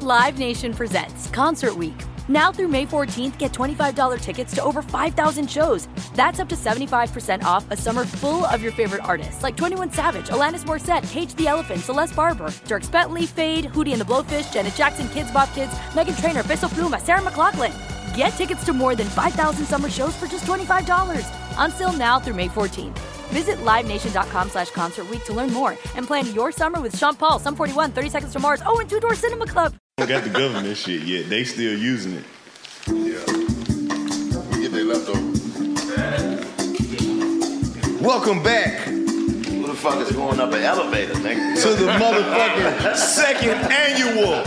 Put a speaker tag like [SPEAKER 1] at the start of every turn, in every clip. [SPEAKER 1] Live Nation presents Concert Week. Now through May 14th, get $25 tickets to over 5,000 shows. That's up to 75% off a summer full of your favorite artists like 21 Savage, Alanis Morissette, Cage the Elephant, Celeste Barber, Dirk Bentley, Fade, Hootie and the Blowfish, Janet Jackson, Kids Bop Kids, Megan Trainor, Bissell Pluma, Sarah McLaughlin. Get tickets to more than 5,000 summer shows for just $25. Until now through May 14th. Visit LiveNation.com slash Concert Week to learn more and plan your summer with Sean Paul, Sum 41, 30 Seconds to Mars, oh, and Two Door Cinema Club.
[SPEAKER 2] don't got the government shit yet. They still using it. Yeah. We get their leftovers. Welcome back. Who the fuck is going up an elevator, nigga? To the motherfucking second annual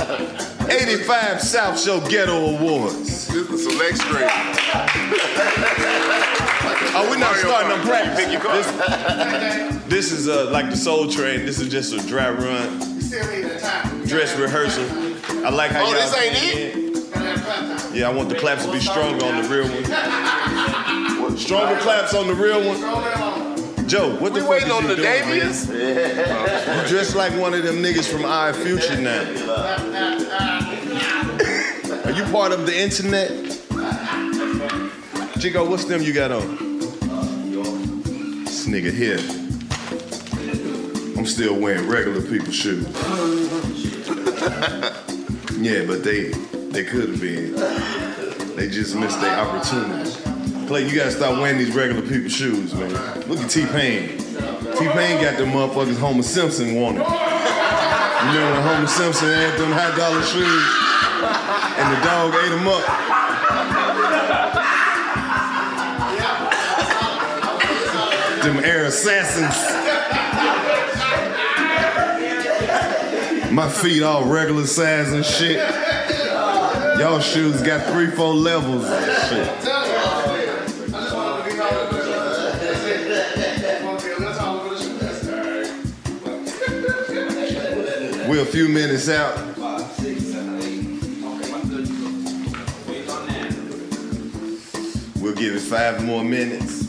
[SPEAKER 2] 85 South Show Ghetto Awards. This is select straight. Oh, we're not starting on practice. This, this is uh, like the Soul Train. This is just a dry run, dress rehearsal. I like how
[SPEAKER 3] Oh,
[SPEAKER 2] y'all
[SPEAKER 3] this ain't
[SPEAKER 2] came in. Yeah, I want the claps to be stronger on the real one. Stronger claps on the real one. Joe, what
[SPEAKER 3] We
[SPEAKER 2] the fuck
[SPEAKER 3] waiting
[SPEAKER 2] is
[SPEAKER 3] on
[SPEAKER 2] you
[SPEAKER 3] the
[SPEAKER 2] doing, man?
[SPEAKER 3] Davies?
[SPEAKER 2] You dressed like one of them niggas from Our Future now. Are you part of the internet? Jigo, what's them you got on? This nigga here. I'm still wearing regular people's shoes. yeah, but they they could have been. They just missed their opportunity. Clay, you gotta stop wearing these regular people's shoes, man. Look at T-Pain. T-Pain got them motherfuckers Homer Simpson wanted. You remember when Homer Simpson had them high dollar shoes and the dog ate them up? Them air assassins. My feet all regular size and shit. Y'all shoes got three, four levels and shit. We're a few minutes out. We'll give it five more minutes.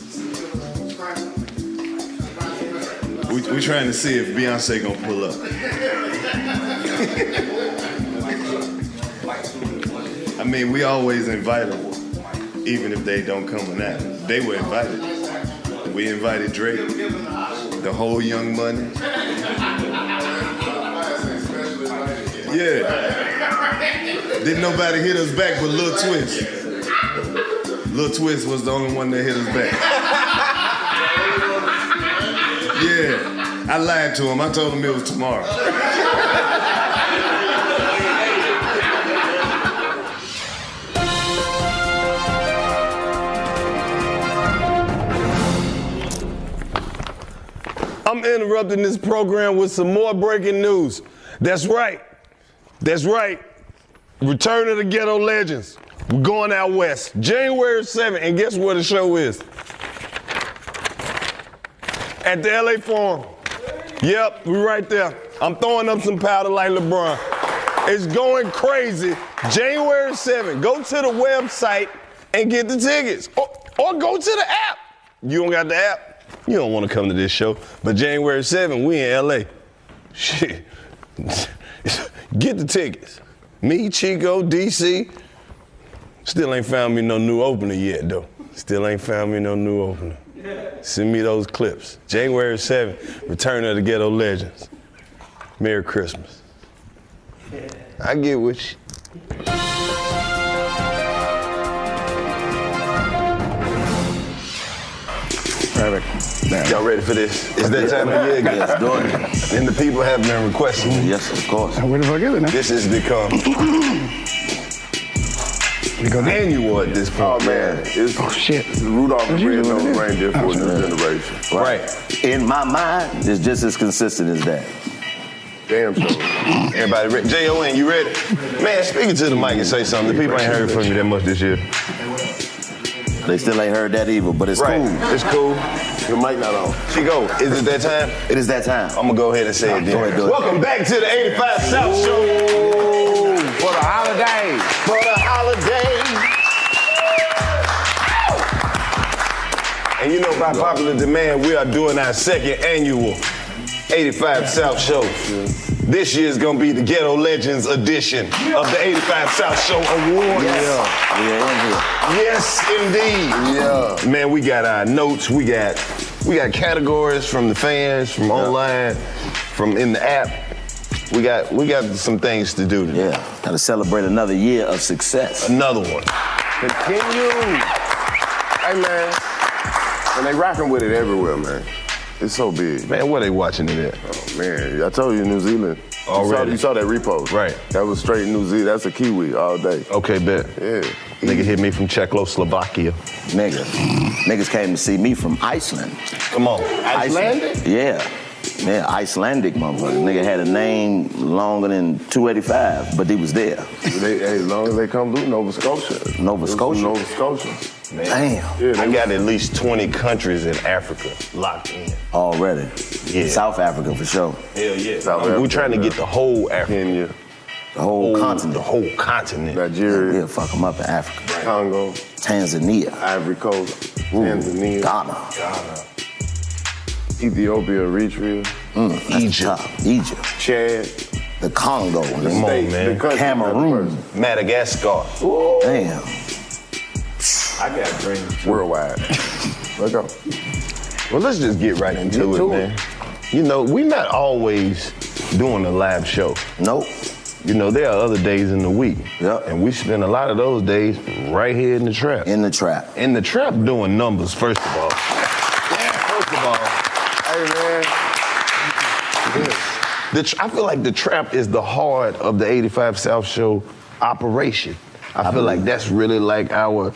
[SPEAKER 2] We, we're trying to see if Beyonce gonna pull up. I mean, we always invite them, even if they don't come or not. They were invited. We invited Drake, the whole Young Money. Yeah. Didn't nobody hit us back but Lil Twist. Lil Twist was the only one that hit us back. Yeah. I lied to him. I told him it was tomorrow.
[SPEAKER 4] I'm interrupting this program with some more breaking news. That's right. That's right. Return of the Ghetto Legends. We're going out west. January 7th, and guess where the show is? At the LA Forum. Yep, we right there. I'm throwing up some powder like LeBron. It's going crazy. January 7th. Go to the website and get the tickets. Or, or go to the app. You don't got the app? You don't want to come to this show. But January 7th, we in LA. Shit. get the tickets. Me, Chico, DC. Still ain't found me no new opener yet, though. Still ain't found me no new opener.
[SPEAKER 2] Send me those clips. January 7th, Return of the Ghetto Legends. Merry Christmas. I get with you.
[SPEAKER 5] Perfect.
[SPEAKER 2] Y'all ready for this? It's that time of year again.
[SPEAKER 5] Yes, do it.
[SPEAKER 2] And the people have been requesting.
[SPEAKER 5] Yes, of course.
[SPEAKER 6] Where the fuck is it now?
[SPEAKER 2] This is the come
[SPEAKER 6] We go there.
[SPEAKER 2] annual at this point.
[SPEAKER 5] Oh man, it's
[SPEAKER 6] Oh, shit.
[SPEAKER 5] Rudolph the
[SPEAKER 6] Did you do what it
[SPEAKER 5] Red-Nosed
[SPEAKER 6] is?
[SPEAKER 5] Reindeer for a new
[SPEAKER 6] Absolutely.
[SPEAKER 5] generation.
[SPEAKER 2] Oh, Right.
[SPEAKER 5] In my mind, it's just as consistent as that.
[SPEAKER 2] Damn sure. Everybody, re- J.O.N., you ready? Man, speak it to the mic and say something. The people ain't heard from you that much this year.
[SPEAKER 5] They still ain't heard that either, but it's
[SPEAKER 2] right.
[SPEAKER 5] cool.
[SPEAKER 2] It's cool.
[SPEAKER 5] Your mic not on.
[SPEAKER 2] She go. Is it that time?
[SPEAKER 5] It is that time.
[SPEAKER 2] I'm gonna go ahead and say it
[SPEAKER 5] Go
[SPEAKER 2] then.
[SPEAKER 5] ahead, do it.
[SPEAKER 2] Welcome back to the 85 South Show.
[SPEAKER 5] for the holiday.
[SPEAKER 2] for the holiday. And you know, by popular demand, we are doing our second annual 85 South Show. This year's gonna be the Ghetto Legends edition of the 85 South Show Awards.
[SPEAKER 5] Yeah.
[SPEAKER 2] Yes, indeed.
[SPEAKER 5] Yeah.
[SPEAKER 2] Man, we got our notes. We got we got categories from the fans, from online, from in the app. We got we got some things to do
[SPEAKER 5] Yeah.
[SPEAKER 2] today.
[SPEAKER 5] yeah. Gotta celebrate another year of success.
[SPEAKER 2] Another one.
[SPEAKER 7] Continue. Hey man, and they rocking with it everywhere, man. It's so big.
[SPEAKER 2] Man, what they watching it at?
[SPEAKER 7] Oh, man, I told you, New Zealand. You saw-
[SPEAKER 2] Already.
[SPEAKER 7] You saw, that repost.
[SPEAKER 2] Right.
[SPEAKER 7] That was straight New Zealand. That's a Kiwi all day.
[SPEAKER 2] Okay, bet.
[SPEAKER 7] Yeah.
[SPEAKER 2] Nigga hit me from Czechoslovakia.
[SPEAKER 5] Nigga. Niggas came to see me from Iceland.
[SPEAKER 2] Come on.
[SPEAKER 5] Icelandic? Yeah. Yeah, Icelandic motherfucker. Nigga had a name longer than 285, but he was there.
[SPEAKER 7] They, hey, as long as they come through Nova Scotia. It
[SPEAKER 5] Nova
[SPEAKER 7] was from
[SPEAKER 5] Scotia?
[SPEAKER 7] Nova Scotia.
[SPEAKER 5] Damn.
[SPEAKER 7] Yeah,
[SPEAKER 2] I
[SPEAKER 7] they
[SPEAKER 2] got at least 20 countries in Africa locked in.
[SPEAKER 5] Already.
[SPEAKER 2] Yeah.
[SPEAKER 5] South Africa for sure.
[SPEAKER 2] Hell yeah.
[SPEAKER 7] South
[SPEAKER 2] We're
[SPEAKER 7] Africa,
[SPEAKER 2] trying to
[SPEAKER 7] yeah.
[SPEAKER 2] get the whole Africa.
[SPEAKER 7] Kenya,
[SPEAKER 5] The whole
[SPEAKER 2] The
[SPEAKER 5] continent.
[SPEAKER 2] whole continent.
[SPEAKER 7] Nigeria,
[SPEAKER 5] We'll fuck them up in Africa.
[SPEAKER 7] Congo,
[SPEAKER 5] Tanzania.
[SPEAKER 7] Ivory Coast, Tanzania,
[SPEAKER 5] Ghana.
[SPEAKER 7] Ethiopia, Eritrea,
[SPEAKER 5] Egypt. Mm, Egypt.
[SPEAKER 7] Chad,
[SPEAKER 5] The Congo.
[SPEAKER 7] the
[SPEAKER 5] nigga.
[SPEAKER 2] on,
[SPEAKER 7] state,
[SPEAKER 2] man.
[SPEAKER 7] the country,
[SPEAKER 5] Cameroon.
[SPEAKER 2] Madagascar.
[SPEAKER 5] Damn.
[SPEAKER 2] I got dreams.
[SPEAKER 7] worldwide. Let's go.
[SPEAKER 2] Well, let's just get right into
[SPEAKER 7] Get
[SPEAKER 2] it,
[SPEAKER 7] to it.
[SPEAKER 2] man. You know, we're not always doing a live show.
[SPEAKER 5] Nope.
[SPEAKER 2] You know, there are other days in the week.
[SPEAKER 5] Yep.
[SPEAKER 2] And we spend a lot of those days right here in the trap.
[SPEAKER 5] In the trap.
[SPEAKER 2] in the trap doing numbers, first of all. First of all,
[SPEAKER 7] Hey man.
[SPEAKER 2] the tr I feel like the trap is the heart of the 85 South Show operation. I feel like that's really like our,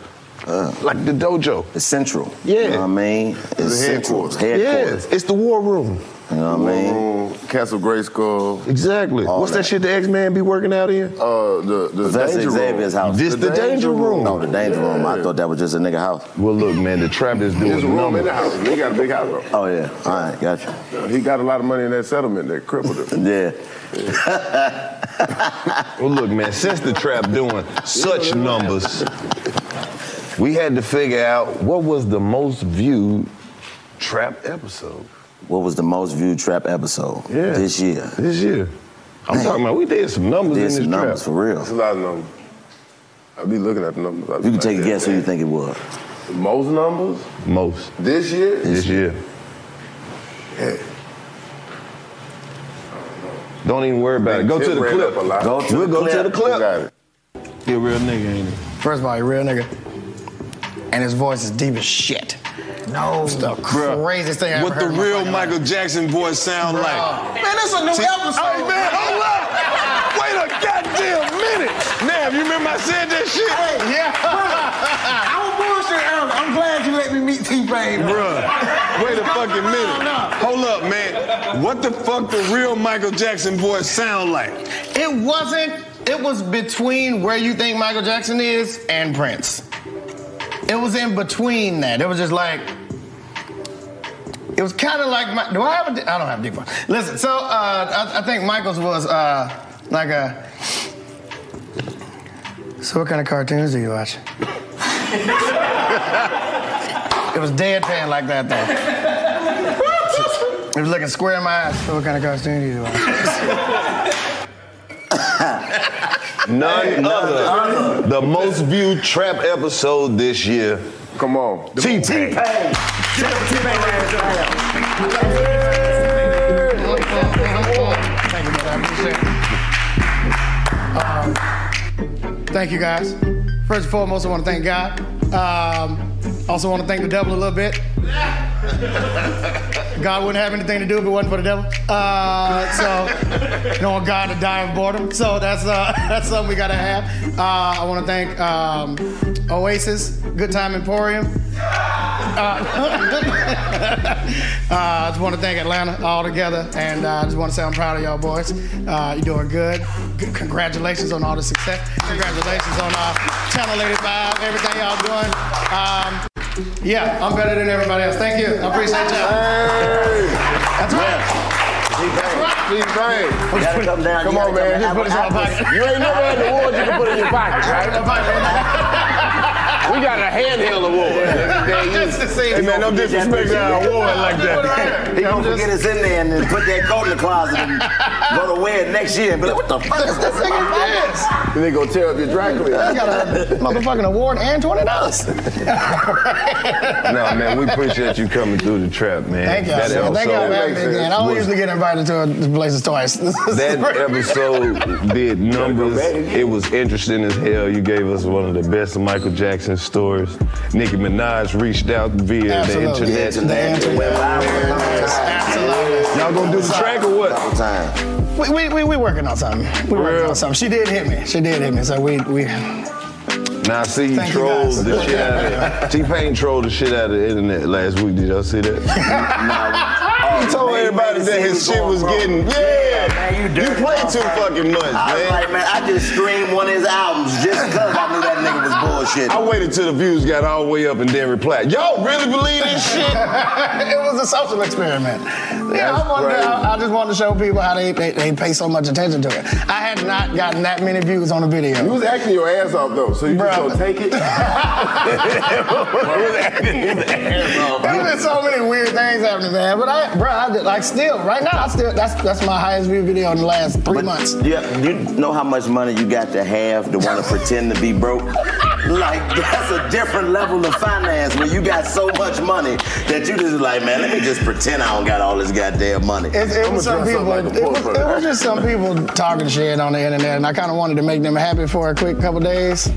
[SPEAKER 2] uh, like the dojo.
[SPEAKER 5] It's central.
[SPEAKER 2] Yeah.
[SPEAKER 5] You know what I mean? It's central. It's
[SPEAKER 7] headquarters.
[SPEAKER 5] headquarters.
[SPEAKER 2] Yeah, it's the war room.
[SPEAKER 5] You know what I mean?
[SPEAKER 7] Um, Castle Grayskull.
[SPEAKER 2] Exactly.
[SPEAKER 5] All
[SPEAKER 2] What's that.
[SPEAKER 5] that.
[SPEAKER 2] shit the X-Man be working out in?
[SPEAKER 7] Uh, the the
[SPEAKER 5] That's
[SPEAKER 7] danger
[SPEAKER 5] Xavier's
[SPEAKER 7] room.
[SPEAKER 5] house.
[SPEAKER 2] This the danger room.
[SPEAKER 5] No, the danger room. I
[SPEAKER 7] Yeah.
[SPEAKER 5] thought that was just a nigga house.
[SPEAKER 2] Well, look, man, the trap is doing
[SPEAKER 7] There's a room in
[SPEAKER 2] numbers.
[SPEAKER 7] the house. He got a big house. though. Uh,
[SPEAKER 5] Oh yeah. All right, gotcha.
[SPEAKER 7] He got a lot of money in that settlement that crippled him.
[SPEAKER 5] Yeah.
[SPEAKER 2] Well, look, man, since the trap doing such numbers, we had to figure out what was the most viewed trap episode.
[SPEAKER 5] What was the most viewed trap episode
[SPEAKER 2] Yeah.
[SPEAKER 5] this year?
[SPEAKER 2] This year. I'm
[SPEAKER 5] Man.
[SPEAKER 2] talking about we did some numbers in
[SPEAKER 5] Did
[SPEAKER 2] this
[SPEAKER 5] some
[SPEAKER 2] trap.
[SPEAKER 5] numbers for
[SPEAKER 7] That's a
[SPEAKER 5] real.
[SPEAKER 7] lot of numbers. I be looking at the numbers. I be
[SPEAKER 5] You can
[SPEAKER 7] like,
[SPEAKER 5] take a guess who you think it was.
[SPEAKER 7] Most numbers
[SPEAKER 2] Most
[SPEAKER 7] this year?
[SPEAKER 2] this year.
[SPEAKER 7] Yeah.
[SPEAKER 2] Don't even worry about it. Go to the
[SPEAKER 7] ran
[SPEAKER 2] clip.
[SPEAKER 7] up a lot.
[SPEAKER 5] Go to
[SPEAKER 2] we'll
[SPEAKER 5] the
[SPEAKER 2] go
[SPEAKER 5] clip.
[SPEAKER 2] to the clip.
[SPEAKER 7] You got it.
[SPEAKER 2] He a real nigga, ain't he?
[SPEAKER 3] First of all, he a real nigga. And his voice is deep as shit. No. It's the
[SPEAKER 2] Bruh.
[SPEAKER 3] craziest thing I ever
[SPEAKER 2] What the
[SPEAKER 3] heard in my
[SPEAKER 2] real
[SPEAKER 3] fucking life.
[SPEAKER 2] Michael Jackson voice sound
[SPEAKER 3] Bruh.
[SPEAKER 2] like?
[SPEAKER 3] Man, that's a new
[SPEAKER 2] See-
[SPEAKER 3] episode.
[SPEAKER 2] Oh man, hold up! Wait a goddamn minute! Now, you remember I said that shit?
[SPEAKER 3] Yeah. I was bullshit earlier. I'm glad you let me meet T-Pain.
[SPEAKER 2] Bruh, wait a fucking minute. Hold up, man. What the fuck the real Michael Jackson voice sound like?
[SPEAKER 3] It wasn't, it was between where you think Michael Jackson is and Prince. It was in between that. It was just like, it was kind of like my. Do I have a? di- I don't have a deep voice. Listen, so uh, I, I think Michael's was uh, like a. So what kind of cartoons do you watch? it was deadpan like that though. It was looking square in my eyes. So what kind of cartoon do you watch?
[SPEAKER 2] None other. The most viewed trap episode this year.
[SPEAKER 7] Come on.
[SPEAKER 2] T-Pain. T-Pain. Give it up for T-Pain right now.
[SPEAKER 3] Thank you, brother. I appreciate Uh, it. Um, thank you, guys. First and foremost, I want to thank God. Um, also, want to thank the devil a little bit. God wouldn't have anything to do if it wasn't for the devil. Uh, so, you don't want God to die of boredom. So that's uh, that's something we gotta have. Uh, I want to thank um, Oasis, Good Time Emporium. Uh, uh, I just want to thank Atlanta all together, and uh, I just want to say I'm proud of y'all boys. Uh, you're doing good. Good- Congratulations on all the success. Congratulations on uh, Channel 85, everything y'all doing. Um, yeah, I'm better than everybody else. Thank you. I appreciate y'all. That's right.
[SPEAKER 2] T-Pain. T-Pain.
[SPEAKER 5] Gotta come down
[SPEAKER 2] Come
[SPEAKER 5] here
[SPEAKER 2] on,
[SPEAKER 5] and come
[SPEAKER 2] man.
[SPEAKER 5] and
[SPEAKER 2] Just put this in my
[SPEAKER 5] have an
[SPEAKER 2] pocket. You ain't never had an award you can put in your pocket, right? We got a handheld award.
[SPEAKER 3] Just to see.
[SPEAKER 4] Hey, man, don't
[SPEAKER 5] Get that
[SPEAKER 4] disrespect
[SPEAKER 5] bitch in
[SPEAKER 4] that
[SPEAKER 5] there.
[SPEAKER 4] award like that.
[SPEAKER 5] He gonna forget it's in there and then put that coat in the closet and go to wear it next year and be like, what the fuck is this? in my bag?"
[SPEAKER 2] And they gonna tear up your
[SPEAKER 3] I
[SPEAKER 2] Dracula.
[SPEAKER 3] got a motherfucking award and twenty dollars.
[SPEAKER 2] no, man, we appreciate you coming through the trap, man.
[SPEAKER 3] Thank y'all.
[SPEAKER 2] That
[SPEAKER 3] man. Thank
[SPEAKER 2] episode-
[SPEAKER 3] y'all for having me again. I don't
[SPEAKER 2] was-
[SPEAKER 3] usually get invited to places twice. This is
[SPEAKER 2] That
[SPEAKER 3] great.
[SPEAKER 2] episode did numbers. It was interesting as hell. You gave us one of the best Michael Jackson stories. Nicki Minaj reached out via
[SPEAKER 3] Absolutely.
[SPEAKER 2] the internet.
[SPEAKER 3] The internet went viral. Absolutely.
[SPEAKER 2] Y'all gonna do the track or what?
[SPEAKER 5] All the time.
[SPEAKER 3] We, we, we, we working on something. We working on something. She did hit me. She did hit me. So we we
[SPEAKER 2] Now I see you
[SPEAKER 3] Thank you,
[SPEAKER 2] trolled
[SPEAKER 3] guys.
[SPEAKER 2] the shit out of T Pain trolled the shit out of the internet last week. Did y'all see that?
[SPEAKER 5] Nah,
[SPEAKER 2] He told
[SPEAKER 5] man,
[SPEAKER 2] everybody
[SPEAKER 5] you
[SPEAKER 2] that
[SPEAKER 5] see
[SPEAKER 2] his
[SPEAKER 5] me
[SPEAKER 2] shit
[SPEAKER 5] going
[SPEAKER 2] was
[SPEAKER 5] broke.
[SPEAKER 2] getting
[SPEAKER 5] Yeah,
[SPEAKER 2] yeah.
[SPEAKER 5] man, you
[SPEAKER 2] you
[SPEAKER 5] dirty
[SPEAKER 2] played too fucking much,
[SPEAKER 5] I was
[SPEAKER 2] man.
[SPEAKER 5] like, man, I just streamed one of his albums just because I knew that nigga was bullshit.
[SPEAKER 2] I waited till the views got all the way up and then replied. Y'all really believe this shit?
[SPEAKER 3] it was a social experiment. Yeah,
[SPEAKER 2] That's
[SPEAKER 3] I, wanted,
[SPEAKER 2] crazy.
[SPEAKER 3] I, I just wanted to show people how they, they they pay so much attention to it. I had not gotten that many views on a video.
[SPEAKER 8] You was acting your ass off though, so you
[SPEAKER 3] Bruh.
[SPEAKER 8] just gonna take it.
[SPEAKER 3] There's been so many weird things happening, man. But I, bro, I did, like still right now. I still that's that's my highest view video in the last three months.
[SPEAKER 5] Yeah, you know how much money you got to have to want to pretend to be broke? Like, that's a different level of finance when you got so much money that you just like, man, let me just pretend I don't got all this goddamn money.
[SPEAKER 3] It, it was some
[SPEAKER 2] dress up
[SPEAKER 3] people.
[SPEAKER 2] like a
[SPEAKER 3] it, was,
[SPEAKER 2] poor
[SPEAKER 3] it was just some people talking shit on the internet, and I kind of wanted to make them happy for a quick couple days,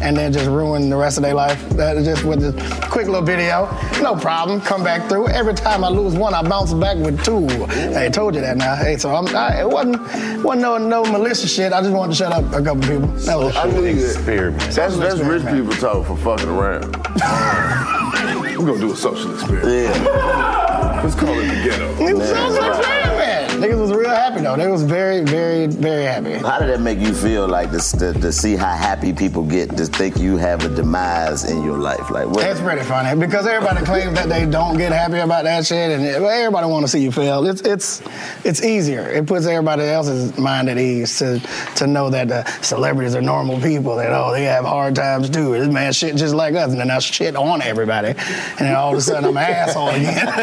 [SPEAKER 3] and then just ruin the rest of their life. That is just with a quick little video, no problem. Come back through. Every time I lose one, I bounce back with two. Hey, I told you that now. Hey, so I'm, I, it wasn't wasn't no no malicious shit. I just wanted to shut up a couple people. That was
[SPEAKER 8] I knew that.
[SPEAKER 2] Experiment.
[SPEAKER 8] That's, that's rich
[SPEAKER 3] experiment.
[SPEAKER 8] people talk for fucking around. We're gonna do a social experiment.
[SPEAKER 5] Yeah.
[SPEAKER 8] Let's call it the ghetto.
[SPEAKER 3] It was so much fun, man. Niggas was real happy though. They was very, very, very happy.
[SPEAKER 5] How did that make you feel, like, to, to, to see how happy people get to think you have a demise in your life? Like, what?
[SPEAKER 3] That's pretty funny because everybody claims that they don't get happy about that shit, and it- well, everybody want to see you fail. It's it's it's easier. It puts everybody else's mind at ease to to know that the celebrities are normal people that oh they have hard times too. This man shit just like us, and then I shit on everybody, and then all of a sudden I'm an asshole again.
[SPEAKER 5] Bro,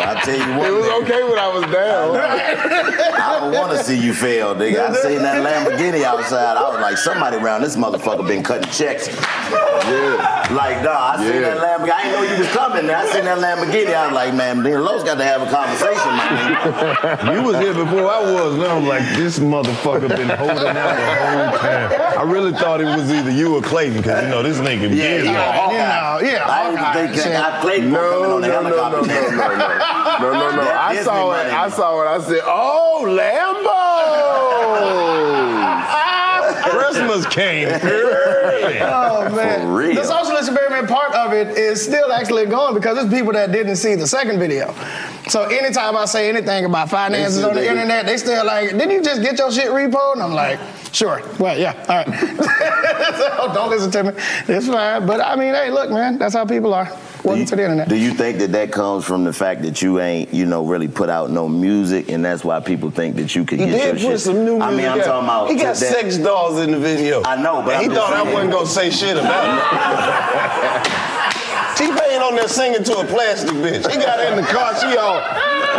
[SPEAKER 5] I tell you what,
[SPEAKER 8] It was
[SPEAKER 5] nigga,
[SPEAKER 8] okay when I was down.
[SPEAKER 5] I don't want to see you fail, nigga. I seen that Lamborghini outside. I was like, somebody around this motherfucker been cutting checks.
[SPEAKER 8] Yeah.
[SPEAKER 5] Like, nah, I seen
[SPEAKER 8] Yeah.
[SPEAKER 5] that Lamborghini. I didn't know you was coming. I seen that Lamborghini. I was like, man, me and Lowe's got to have a conversation, man.
[SPEAKER 2] You was here before I was, and I was like, this motherfucker been holding out the whole time. I really thought it was either you or Clayton, because you know this nigga
[SPEAKER 5] Yeah,
[SPEAKER 2] big.
[SPEAKER 5] you know, Hawkeye.
[SPEAKER 8] Oh,
[SPEAKER 3] You know, yeah,
[SPEAKER 5] I didn't
[SPEAKER 3] Hawkeye
[SPEAKER 5] think
[SPEAKER 3] and shit.
[SPEAKER 5] that. I played more
[SPEAKER 8] No,
[SPEAKER 5] coming
[SPEAKER 8] no,
[SPEAKER 5] on
[SPEAKER 8] no,
[SPEAKER 5] the
[SPEAKER 8] no, no, no,
[SPEAKER 5] helicopter.
[SPEAKER 8] no, no, no, no, no.
[SPEAKER 5] That
[SPEAKER 8] I
[SPEAKER 5] Disney
[SPEAKER 8] saw it.
[SPEAKER 5] money.
[SPEAKER 8] I saw it. I said, "Oh, Lambo."
[SPEAKER 2] Christmas came early.
[SPEAKER 3] Oh man,
[SPEAKER 5] For real.
[SPEAKER 3] the social experiment part of it is still actually going because there's people that didn't see the second video. So anytime I say anything about finances
[SPEAKER 8] still
[SPEAKER 3] on the
[SPEAKER 8] dig it.
[SPEAKER 3] internet, they still like, "Didn't you just get your shit repo?" And I'm like, "Sure, well, yeah, all right." so don't listen to me. It's fine, but I mean, hey, look, man, that's how people are.
[SPEAKER 5] Do
[SPEAKER 3] Welcome
[SPEAKER 5] you-
[SPEAKER 3] to the internet.
[SPEAKER 5] Do you think that that comes from the fact that you ain't, you know, really put out no music, and that's why people think that you could
[SPEAKER 2] He
[SPEAKER 5] get your
[SPEAKER 2] did
[SPEAKER 5] shit?
[SPEAKER 2] put some new music
[SPEAKER 5] I mean, I'm
[SPEAKER 2] out.
[SPEAKER 5] talking about
[SPEAKER 2] He
[SPEAKER 5] that-
[SPEAKER 2] got sex dolls in the video.
[SPEAKER 5] I know, but
[SPEAKER 2] And he
[SPEAKER 5] I'm just
[SPEAKER 2] thought I
[SPEAKER 5] saying.
[SPEAKER 2] wasn't gonna say shit about it. T Pain on there singing to a plastic bitch. He got in the car. She all. How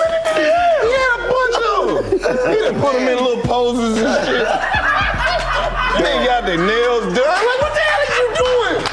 [SPEAKER 2] many did he have? He had a bunch of them. He done put them in little poses and shit.
[SPEAKER 4] They got their nails done. Like, what the hell are you doing?